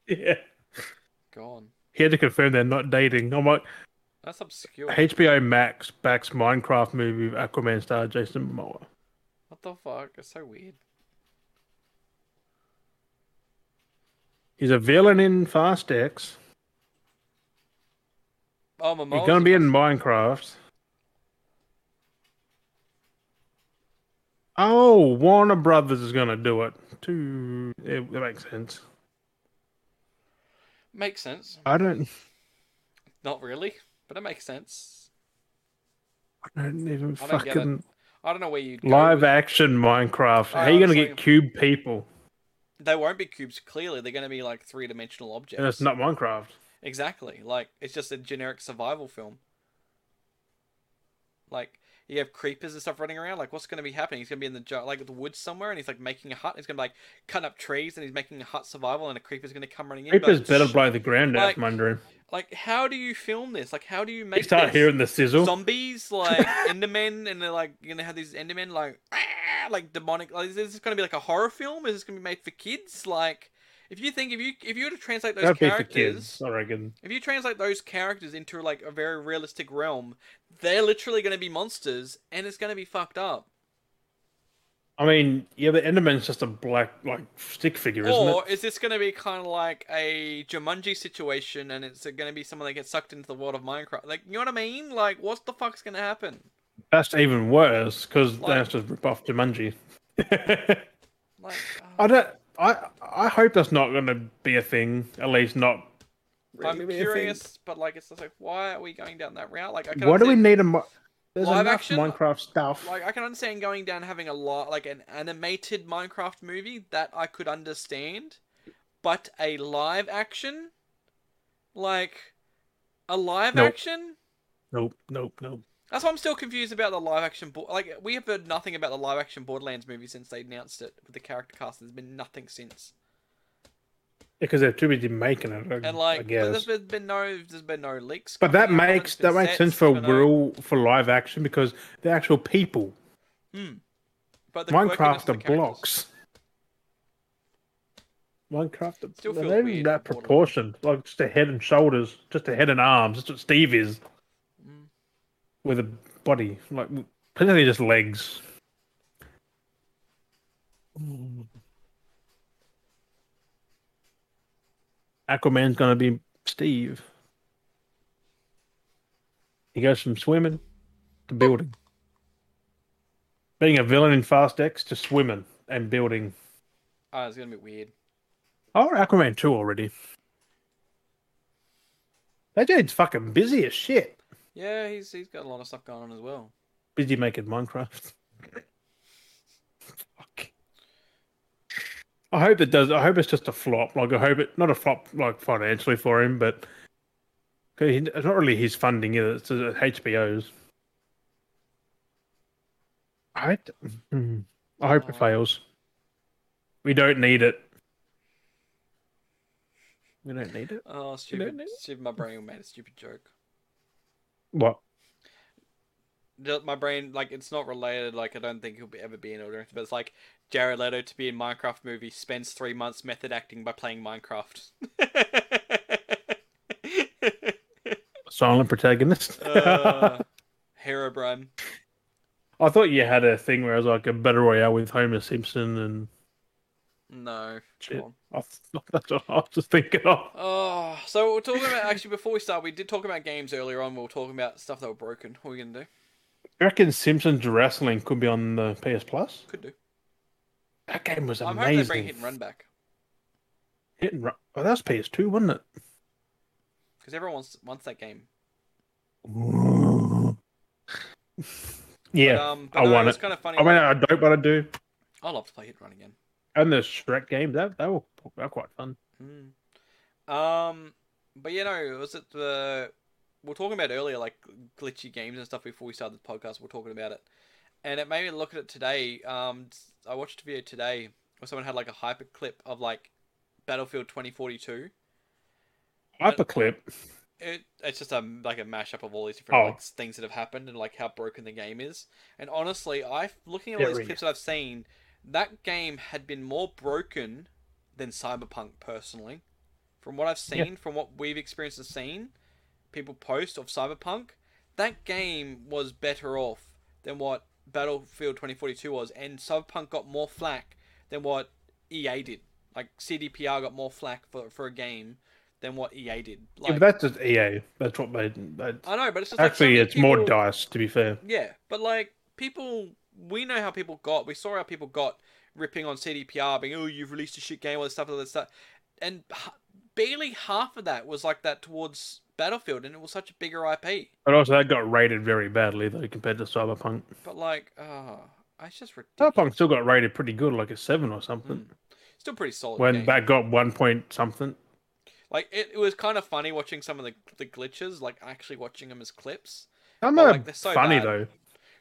[SPEAKER 2] Yeah.
[SPEAKER 3] gone.
[SPEAKER 2] He had to confirm they're not dating. I'm like,
[SPEAKER 3] That's obscure.
[SPEAKER 2] HBO Max backs Minecraft movie with Aquaman star Jason Momoa.
[SPEAKER 3] What the fuck? It's so weird.
[SPEAKER 2] He's a villain in Fast X.
[SPEAKER 3] Oh, Momoa's
[SPEAKER 2] He's gonna be in Minecraft. Oh, Warner Brothers is gonna do it. Too. It, it makes sense.
[SPEAKER 3] Makes sense.
[SPEAKER 2] I don't.
[SPEAKER 3] Not really, but it makes sense.
[SPEAKER 2] I don't even
[SPEAKER 3] I don't get it.
[SPEAKER 2] fucking
[SPEAKER 3] I don't know where you
[SPEAKER 2] live action Minecraft. How
[SPEAKER 3] I
[SPEAKER 2] are you gonna
[SPEAKER 3] honestly-
[SPEAKER 2] get cube people?
[SPEAKER 3] They won't be cubes. Clearly, they're going to be like three dimensional objects.
[SPEAKER 2] And it's not Minecraft.
[SPEAKER 3] Exactly. Like it's just a generic survival film. Like you have creepers and stuff running around. Like what's going to be happening? He's going to be in the jo- like the woods somewhere, and he's like making a hut. He's going to be like cutting up trees, and he's making a hut survival, and a creeper's going to come running in. be
[SPEAKER 2] Creepers
[SPEAKER 3] like,
[SPEAKER 2] better
[SPEAKER 3] "Shh."
[SPEAKER 2] blow the ground out
[SPEAKER 3] like,
[SPEAKER 2] from under him.
[SPEAKER 3] Like how do you film this? Like how do you make?
[SPEAKER 2] You start
[SPEAKER 3] this?
[SPEAKER 2] hearing the sizzle.
[SPEAKER 3] zombies like endermen and they're like you're gonna have these endermen like "Ah," like demonic like is this gonna be like a horror film is this gonna be made for kids like if you think if you if you were to translate those
[SPEAKER 2] That'd be for
[SPEAKER 3] characters
[SPEAKER 2] kids, I reckon.
[SPEAKER 3] if you translate those characters into like a very realistic realm they're literally gonna be monsters and it's gonna be fucked up
[SPEAKER 2] I mean, yeah, the Enderman's just a black like stick figure, isn't
[SPEAKER 3] or
[SPEAKER 2] it?
[SPEAKER 3] is this gonna be kind of like a Jumanji situation and it's gonna be someone that gets sucked into the world of Minecraft like you know what I mean like what the fuck's gonna happen
[SPEAKER 2] That's even worse because
[SPEAKER 3] Like-
[SPEAKER 2] they have to rip off Jumanji.
[SPEAKER 3] like
[SPEAKER 2] I don't. I I hope that's not going to be a thing. At least not.
[SPEAKER 3] I'm curious, but like it's just like why are we going down that route? Like I can
[SPEAKER 2] Why do we
[SPEAKER 3] understand-
[SPEAKER 2] need a? mi- There's
[SPEAKER 3] Live
[SPEAKER 2] enough
[SPEAKER 3] action?
[SPEAKER 2] Minecraft stuff.
[SPEAKER 3] like I can understand going down having a lot like an animated Minecraft movie that I could understand, but a live action, like a live
[SPEAKER 2] Nope.
[SPEAKER 3] action.
[SPEAKER 2] nope, nope, nope.
[SPEAKER 3] That's why I'm still confused about the live action. Bo- like we have heard nothing about the live action Borderlands movie since they announced it with the character cast. There's been nothing since.
[SPEAKER 2] Because they're too busy making it. I,
[SPEAKER 3] And
[SPEAKER 2] Mm, I
[SPEAKER 3] like, but
[SPEAKER 2] guess.
[SPEAKER 3] there's been, been no, there's been no leaks.
[SPEAKER 2] But that
[SPEAKER 3] coming out,
[SPEAKER 2] makes
[SPEAKER 3] there's
[SPEAKER 2] that
[SPEAKER 3] been
[SPEAKER 2] makes
[SPEAKER 3] sets,
[SPEAKER 2] sense for
[SPEAKER 3] there's been no-
[SPEAKER 2] real for live action because the actual people
[SPEAKER 3] but the quirkiness
[SPEAKER 2] Minecraft
[SPEAKER 3] of the
[SPEAKER 2] are
[SPEAKER 3] characters.
[SPEAKER 2] blocks. Minecraft, are-
[SPEAKER 3] Still feel
[SPEAKER 2] they're
[SPEAKER 3] weird
[SPEAKER 2] that
[SPEAKER 3] for them.
[SPEAKER 2] proportion, like just a head and shoulders, just a head and arms. That's what Steve is,
[SPEAKER 3] Mm.
[SPEAKER 2] with a body, like basically just legs. Aquaman's gonna be Steve. He goes from swimming to building being a villain in Fast X to swimming and building.
[SPEAKER 3] Oh, it's gonna be weird.
[SPEAKER 2] Oh, Aquaman 2 already. That dude's fucking busy as shit.
[SPEAKER 3] Yeah, he's he's got a lot of stuff going on as well.
[SPEAKER 2] Busy making Minecraft. Fuck. I hope it does. I hope it's just a flop. Like, I hope it, not a flop, like, financially for him, but 'cause he- it's not really his funding either. It's uh, HBO's. I, Hmm. I hope it
[SPEAKER 3] Oh.
[SPEAKER 2] fails. We don't need it. We don't need it.
[SPEAKER 3] Oh,
[SPEAKER 2] don't
[SPEAKER 3] stupid!
[SPEAKER 2] know?
[SPEAKER 3] Stupid! My brain made a stupid joke.
[SPEAKER 2] What?
[SPEAKER 3] The- My brain, like, it's not related. Like, I don't think he'll be, ever be in it or anything. But it's like Jared Leto to be in Minecraft movie spends three months method acting by playing Minecraft.
[SPEAKER 2] Silent protagonist.
[SPEAKER 3] Uh, Herobrine.
[SPEAKER 2] I thought you had a thing where it was like a battle royale with Homer Simpson and
[SPEAKER 3] No.
[SPEAKER 2] Shit.
[SPEAKER 3] Come on.
[SPEAKER 2] I, that's what I was just thinking of.
[SPEAKER 3] Oh, so we're talking about actually before we start, we did talk about games earlier on. We were talking about stuff that were broken. What are we gonna do?
[SPEAKER 2] You reckon Simpsons Wrestling could be on the PS Plus?
[SPEAKER 3] Could do.
[SPEAKER 2] That game was
[SPEAKER 3] I'm
[SPEAKER 2] amazing.
[SPEAKER 3] hoping they bring Hit and Run back
[SPEAKER 2] Hit and Run. Oh, that was PS2, wasn't it?
[SPEAKER 3] because everyone wants wants that game.
[SPEAKER 2] yeah,
[SPEAKER 3] But, um, but
[SPEAKER 2] I
[SPEAKER 3] no,
[SPEAKER 2] want
[SPEAKER 3] It's
[SPEAKER 2] it.
[SPEAKER 3] kind of funny.
[SPEAKER 2] I mean, I don't, but I do.
[SPEAKER 3] I love to play Hit and Run again.
[SPEAKER 2] And the Shrek games, that they were, they were quite fun.
[SPEAKER 3] Mm. Um, but you know, was it the we are talking about earlier, like glitchy games and stuff before we started the podcast. We are talking about it, and it made me look at it today. Um, s- I watched a video today where someone had like a hyper clip of like Battlefield 2042.
[SPEAKER 2] Hyperclip.
[SPEAKER 3] It, it's just a like a mashup of all these different
[SPEAKER 2] Oh.
[SPEAKER 3] like things that have happened and like how broken the game is. And honestly, I looking at
[SPEAKER 2] Yeah,
[SPEAKER 3] all these
[SPEAKER 2] really.
[SPEAKER 3] clips that I've seen, that game had been more broken than Cyberpunk personally. From what I've
[SPEAKER 2] Yeah.
[SPEAKER 3] seen, from what we've experienced and seen, people post of Cyberpunk, that game was better off than what Battlefield 2042 was, and Cyberpunk got more flack than what EA did. Like CDPR got more flack for, for a game than what EA did. Like,
[SPEAKER 2] yeah, but that's just EA. That's what they. they
[SPEAKER 3] I know, but it's just like so
[SPEAKER 2] actually,
[SPEAKER 3] many
[SPEAKER 2] it's more
[SPEAKER 3] people-
[SPEAKER 2] dice, to be fair.
[SPEAKER 3] Yeah, but like people, we know how people got. We saw how people got ripping on CDPR, being oh you've released a shit game, all this stuff, all this stuff, and ha- barely half of that was like that towards Battlefield, and it was such a bigger IP.
[SPEAKER 2] But also, that got rated very badly, though, compared to Cyberpunk.
[SPEAKER 3] But like, ah, it's just ridiculous.
[SPEAKER 2] Cyberpunk still got rated pretty good, like a 7 or something.
[SPEAKER 3] Mm. Still pretty solid.
[SPEAKER 2] when
[SPEAKER 3] game.
[SPEAKER 2] that got 1 point something.
[SPEAKER 3] like it, it was kind of funny watching some of the the glitches, like actually watching them as clips.
[SPEAKER 2] I'm
[SPEAKER 3] Well,
[SPEAKER 2] not
[SPEAKER 3] like, they're so
[SPEAKER 2] funny,
[SPEAKER 3] bad.
[SPEAKER 2] though.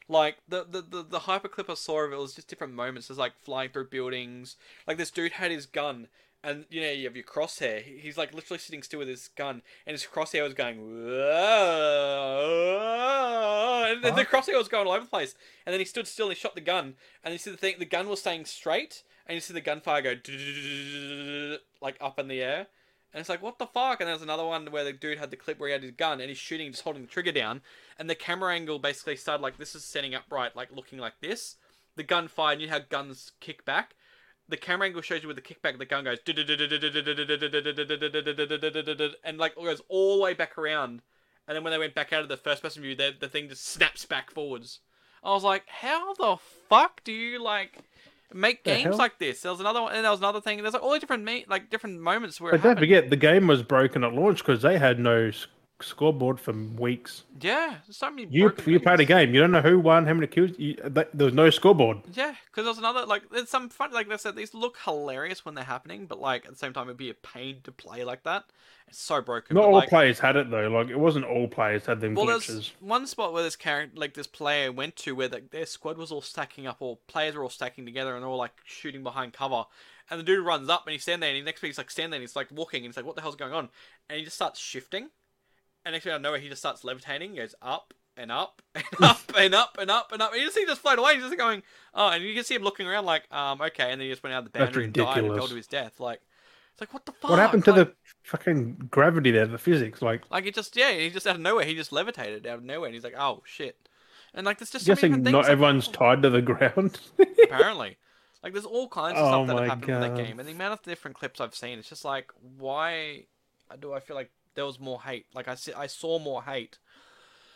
[SPEAKER 3] Like the the the, the hyperclip I saw of it was just different moments. There's like flying through buildings. Like this dude had his gun, and you know you have your crosshair. He- He's like literally sitting still with his gun, and his crosshair was going. "Whoa," And then the crosshair was going all over the place. And then he stood still and he shot the gun. And you see the thing, the gun was staying straight, and you see the gunfire go like up in the air. And it's like, what the fuck? And there's another one where the dude had the clip where he had his gun and he's shooting, just holding the trigger down. And the camera angle basically started like this is standing upright, like looking like this. The gun fired, you know how guns kick back? The camera angle shows you with the kickback, the gun goes and like goes all the way back around. And then when they went back out of the first person view, the, the thing just snaps back forwards. I was like, how the fuck do you like make
[SPEAKER 2] The
[SPEAKER 3] games
[SPEAKER 2] hell?
[SPEAKER 3] like this? There was another one, and there was another thing. There's like all the different me- like different moments where. it
[SPEAKER 2] But don't
[SPEAKER 3] happened.
[SPEAKER 2] forget, the game was broken at launch because they had no s- scoreboard for weeks.
[SPEAKER 3] Yeah, there's so many.
[SPEAKER 2] You
[SPEAKER 3] broken
[SPEAKER 2] you played a
[SPEAKER 3] things.
[SPEAKER 2] game, you don't know who won, how many kills. You, th there was no scoreboard.
[SPEAKER 3] Yeah, because there's another like there's some fun like I said these look hilarious when they're happening, but like at the same time it'd be a pain to play like that. It's so broken.
[SPEAKER 2] Not
[SPEAKER 3] but,
[SPEAKER 2] all
[SPEAKER 3] like,
[SPEAKER 2] players had it though. Like it wasn't all players had them
[SPEAKER 3] Well,
[SPEAKER 2] glitches.
[SPEAKER 3] there's one spot where this character, like this player, went to where like their squad was all stacking up, or players were all stacking together, and all like shooting behind cover. And the dude runs up and he's standing there, and he next week he's like standing there, and he's like walking, and he's like, "What the hell's going on?" And he just starts shifting. And next thing I know, he just starts levitating, goes up and up and up and up and up and up. And you just see him just float away. He's just going, "Oh!" And you can see him looking around like, "Um, okay." And then he just went out the
[SPEAKER 2] That's
[SPEAKER 3] boundary and died and fell
[SPEAKER 2] ridiculous.
[SPEAKER 3] to his death. Like, it's like, what the fuck?
[SPEAKER 2] What happened to
[SPEAKER 3] Like-
[SPEAKER 2] the fucking gravity there, the physics? Like
[SPEAKER 3] like it just yeah, he just out of nowhere, he just levitated out of nowhere, and he's like, oh shit, and like there's just so many
[SPEAKER 2] guessing
[SPEAKER 3] different things.
[SPEAKER 2] not
[SPEAKER 3] like,
[SPEAKER 2] everyone's tied to the ground.
[SPEAKER 3] apparently. Like there's all kinds of
[SPEAKER 2] Oh
[SPEAKER 3] stuff
[SPEAKER 2] my
[SPEAKER 3] that happened with
[SPEAKER 2] God.
[SPEAKER 3] that game, and the amount of different clips I've seen, it's just like, why do I feel like there was more hate? Like I see, I saw more hate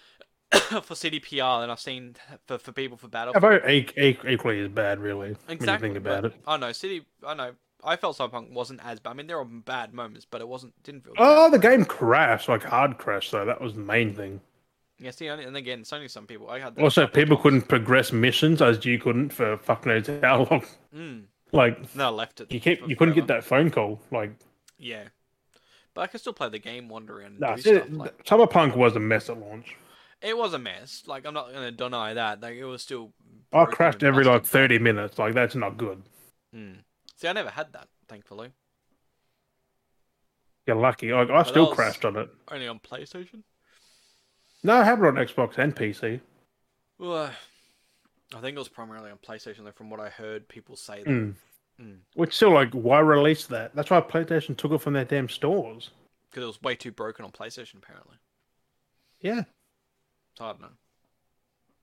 [SPEAKER 3] for CDPR than I've seen for, for people for Battlefield.
[SPEAKER 2] About e- e- equally as bad, really.
[SPEAKER 3] Exactly.
[SPEAKER 2] When you think about
[SPEAKER 3] but-
[SPEAKER 2] it.
[SPEAKER 3] I know City. I know. I felt Cyberpunk wasn't as bad. I mean, there were bad moments, but it wasn't. Didn't feel.
[SPEAKER 2] Oh, the game crashed, like hard crashed. though. that was the main thing.
[SPEAKER 3] Yeah. See, only, and again, it's only some people. I had. that a
[SPEAKER 2] Also,
[SPEAKER 3] couple
[SPEAKER 2] people
[SPEAKER 3] times.
[SPEAKER 2] couldn't progress missions as you couldn't for fuck knows how long.
[SPEAKER 3] Mm.
[SPEAKER 2] Like
[SPEAKER 3] No, I left it.
[SPEAKER 2] you kept,
[SPEAKER 3] for
[SPEAKER 2] you couldn't
[SPEAKER 3] forever.
[SPEAKER 2] get that phone call. Like,
[SPEAKER 3] Yeah. But I could still play the game, wander around, and
[SPEAKER 2] nah,
[SPEAKER 3] do
[SPEAKER 2] see,
[SPEAKER 3] stuff. Like,
[SPEAKER 2] Cyberpunk was a mess at launch.
[SPEAKER 3] it was a mess. Like I'm not gonna deny that. Like it was still.
[SPEAKER 2] I
[SPEAKER 3] broken
[SPEAKER 2] crashed
[SPEAKER 3] and
[SPEAKER 2] every like
[SPEAKER 3] busted.
[SPEAKER 2] thirty minutes. Like that's not good.
[SPEAKER 3] Mm. See, I never had that, thankfully.
[SPEAKER 2] You're lucky. Like I still
[SPEAKER 3] that was-
[SPEAKER 2] crashed on it.
[SPEAKER 3] Only on PlayStation.
[SPEAKER 2] No, I have it on Xbox and PC.
[SPEAKER 3] Well, I think it was primarily on PlayStation, though, from what I heard people say. That.
[SPEAKER 2] Mm.
[SPEAKER 3] Mm.
[SPEAKER 2] Which still like, why release that? That's why PlayStation took it from their damn stores.
[SPEAKER 3] Because it was way too broken on PlayStation, apparently.
[SPEAKER 2] Yeah.
[SPEAKER 3] So I don't know.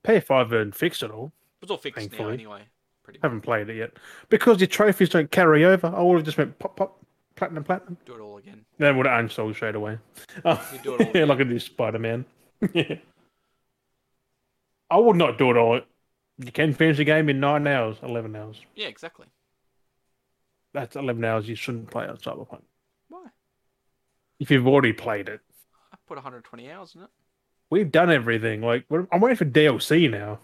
[SPEAKER 2] PS5 and fixed it all.
[SPEAKER 3] It's all fixed now
[SPEAKER 2] Thankfully.
[SPEAKER 3] anyway. Pretty much.
[SPEAKER 2] Haven't played it yet because your trophies don't carry over. I would have just went pop pop platinum platinum.
[SPEAKER 3] Do it all again.
[SPEAKER 2] Then would have unsold straight away. Oh,
[SPEAKER 3] You do it all
[SPEAKER 2] yeah, like a new Spider Man. yeah. I would not do it all. You can finish the game in nine hours, eleven hours.
[SPEAKER 3] Yeah, exactly.
[SPEAKER 2] That's eleven hours. You shouldn't play on Cyberpunk
[SPEAKER 3] Why?
[SPEAKER 2] if you've already played it.
[SPEAKER 3] I put 120 hours in it.
[SPEAKER 2] We've done everything. Like we're- I'm waiting for DLC now,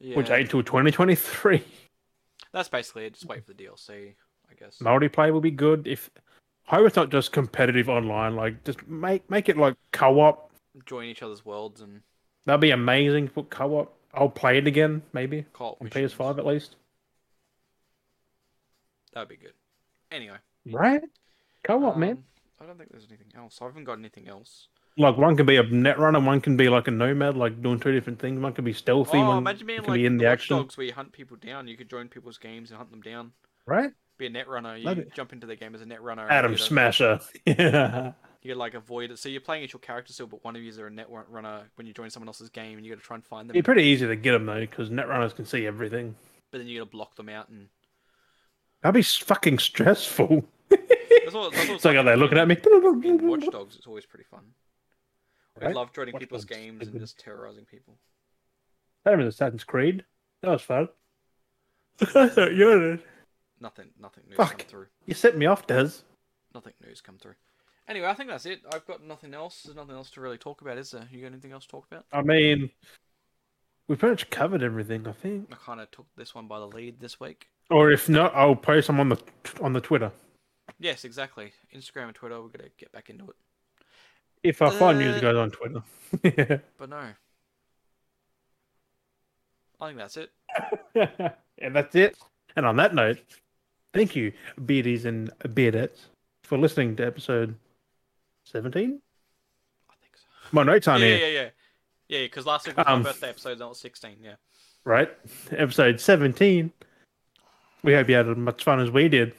[SPEAKER 3] Yeah.
[SPEAKER 2] which ain't till 2023.
[SPEAKER 3] That's basically it. Just wait for the DLC, I guess.
[SPEAKER 2] Multiplayer will be good if. I hope it's not just competitive online. Like just make make it like co-op.
[SPEAKER 3] Join each other's worlds and
[SPEAKER 2] That'd be amazing. Put co-op. I'll play it again maybe
[SPEAKER 3] call
[SPEAKER 2] on
[SPEAKER 3] it missions.
[SPEAKER 2] PS5 at least.
[SPEAKER 3] That'd be good. Anyway.
[SPEAKER 2] Right? Co-op, man.
[SPEAKER 3] um, I don't think there's anything else. I haven't got anything else.
[SPEAKER 2] Like one can be a netrunner, one can be like a nomad, like doing two different things. One can be stealthy,
[SPEAKER 3] Oh,
[SPEAKER 2] one
[SPEAKER 3] imagine being
[SPEAKER 2] can
[SPEAKER 3] like
[SPEAKER 2] be in the
[SPEAKER 3] Watch
[SPEAKER 2] action.
[SPEAKER 3] Dogs where you hunt people down. You could join people's games and hunt them down.
[SPEAKER 2] Right?
[SPEAKER 3] Be a net runner. You
[SPEAKER 2] That'd be-
[SPEAKER 3] jump into the game as a net runner. and
[SPEAKER 2] Adam
[SPEAKER 3] you know,
[SPEAKER 2] Smasher. yeah.
[SPEAKER 3] You like avoid it. So you're playing as your character still, but one of you is a net runner when you join someone else's game, and you got to try and find them.
[SPEAKER 2] It'd be pretty easy to get them though, because netrunners can see everything.
[SPEAKER 3] But then you got to block them out, and
[SPEAKER 2] That'd be s- fucking stressful.
[SPEAKER 3] that's all. That's all
[SPEAKER 2] It's like, are they looking at me?
[SPEAKER 3] in Watch Dogs, it's always pretty fun. I
[SPEAKER 2] Right?
[SPEAKER 3] love joining
[SPEAKER 2] Watch
[SPEAKER 3] people's
[SPEAKER 2] Dogs is
[SPEAKER 3] games and
[SPEAKER 2] good.
[SPEAKER 3] just terrorizing people.
[SPEAKER 2] That was Assassin's Creed. That was fun. I thought you were-
[SPEAKER 3] Nothing, nothing new's come
[SPEAKER 2] Fuck.
[SPEAKER 3] through.
[SPEAKER 2] You set me off, Des.
[SPEAKER 3] Nothing new's come through. Anyway, I think that's it. I've got nothing else. There's nothing else to really talk about, is there? You got anything else to talk about?
[SPEAKER 2] I mean, we pretty much covered everything, I think.
[SPEAKER 3] I kind of took this one by the lead this week.
[SPEAKER 2] Or if not, I'll post them on the on the Twitter.
[SPEAKER 3] Yes, exactly. Instagram and Twitter, we're gonna get back into it.
[SPEAKER 2] If I find
[SPEAKER 3] Uh,
[SPEAKER 2] news, it goes on Twitter.
[SPEAKER 3] But no, I think that's it.
[SPEAKER 2] and that's it. And on that note, thank you, beardies and beardettes, for listening to episode 17.
[SPEAKER 3] I think so.
[SPEAKER 2] My notes aren't
[SPEAKER 3] yeah,
[SPEAKER 2] here,
[SPEAKER 3] yeah, yeah, yeah. Because last week was my
[SPEAKER 2] Um,
[SPEAKER 3] birthday episode, that was sixteen. Yeah.
[SPEAKER 2] right? Episode 17. We hope you had as much fun as we did.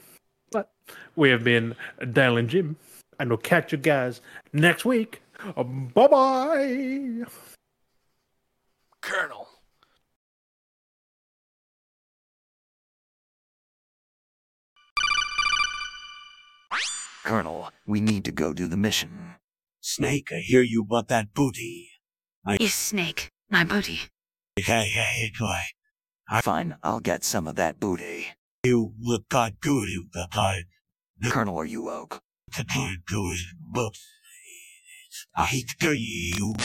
[SPEAKER 2] But we have been Dale and Jim, and we'll catch you guys next week. Bye bye.
[SPEAKER 3] Colonel.
[SPEAKER 6] Colonel, we need to go do the mission.
[SPEAKER 7] Snake, I hear you want that booty.
[SPEAKER 8] Yes, Snake, my booty.
[SPEAKER 7] Hey, hey, boy.
[SPEAKER 6] Fine, I'll get some of that booty.
[SPEAKER 7] You look got good in the time.
[SPEAKER 6] Colonel, are you woke?
[SPEAKER 7] The time goes, but I hate to tell you.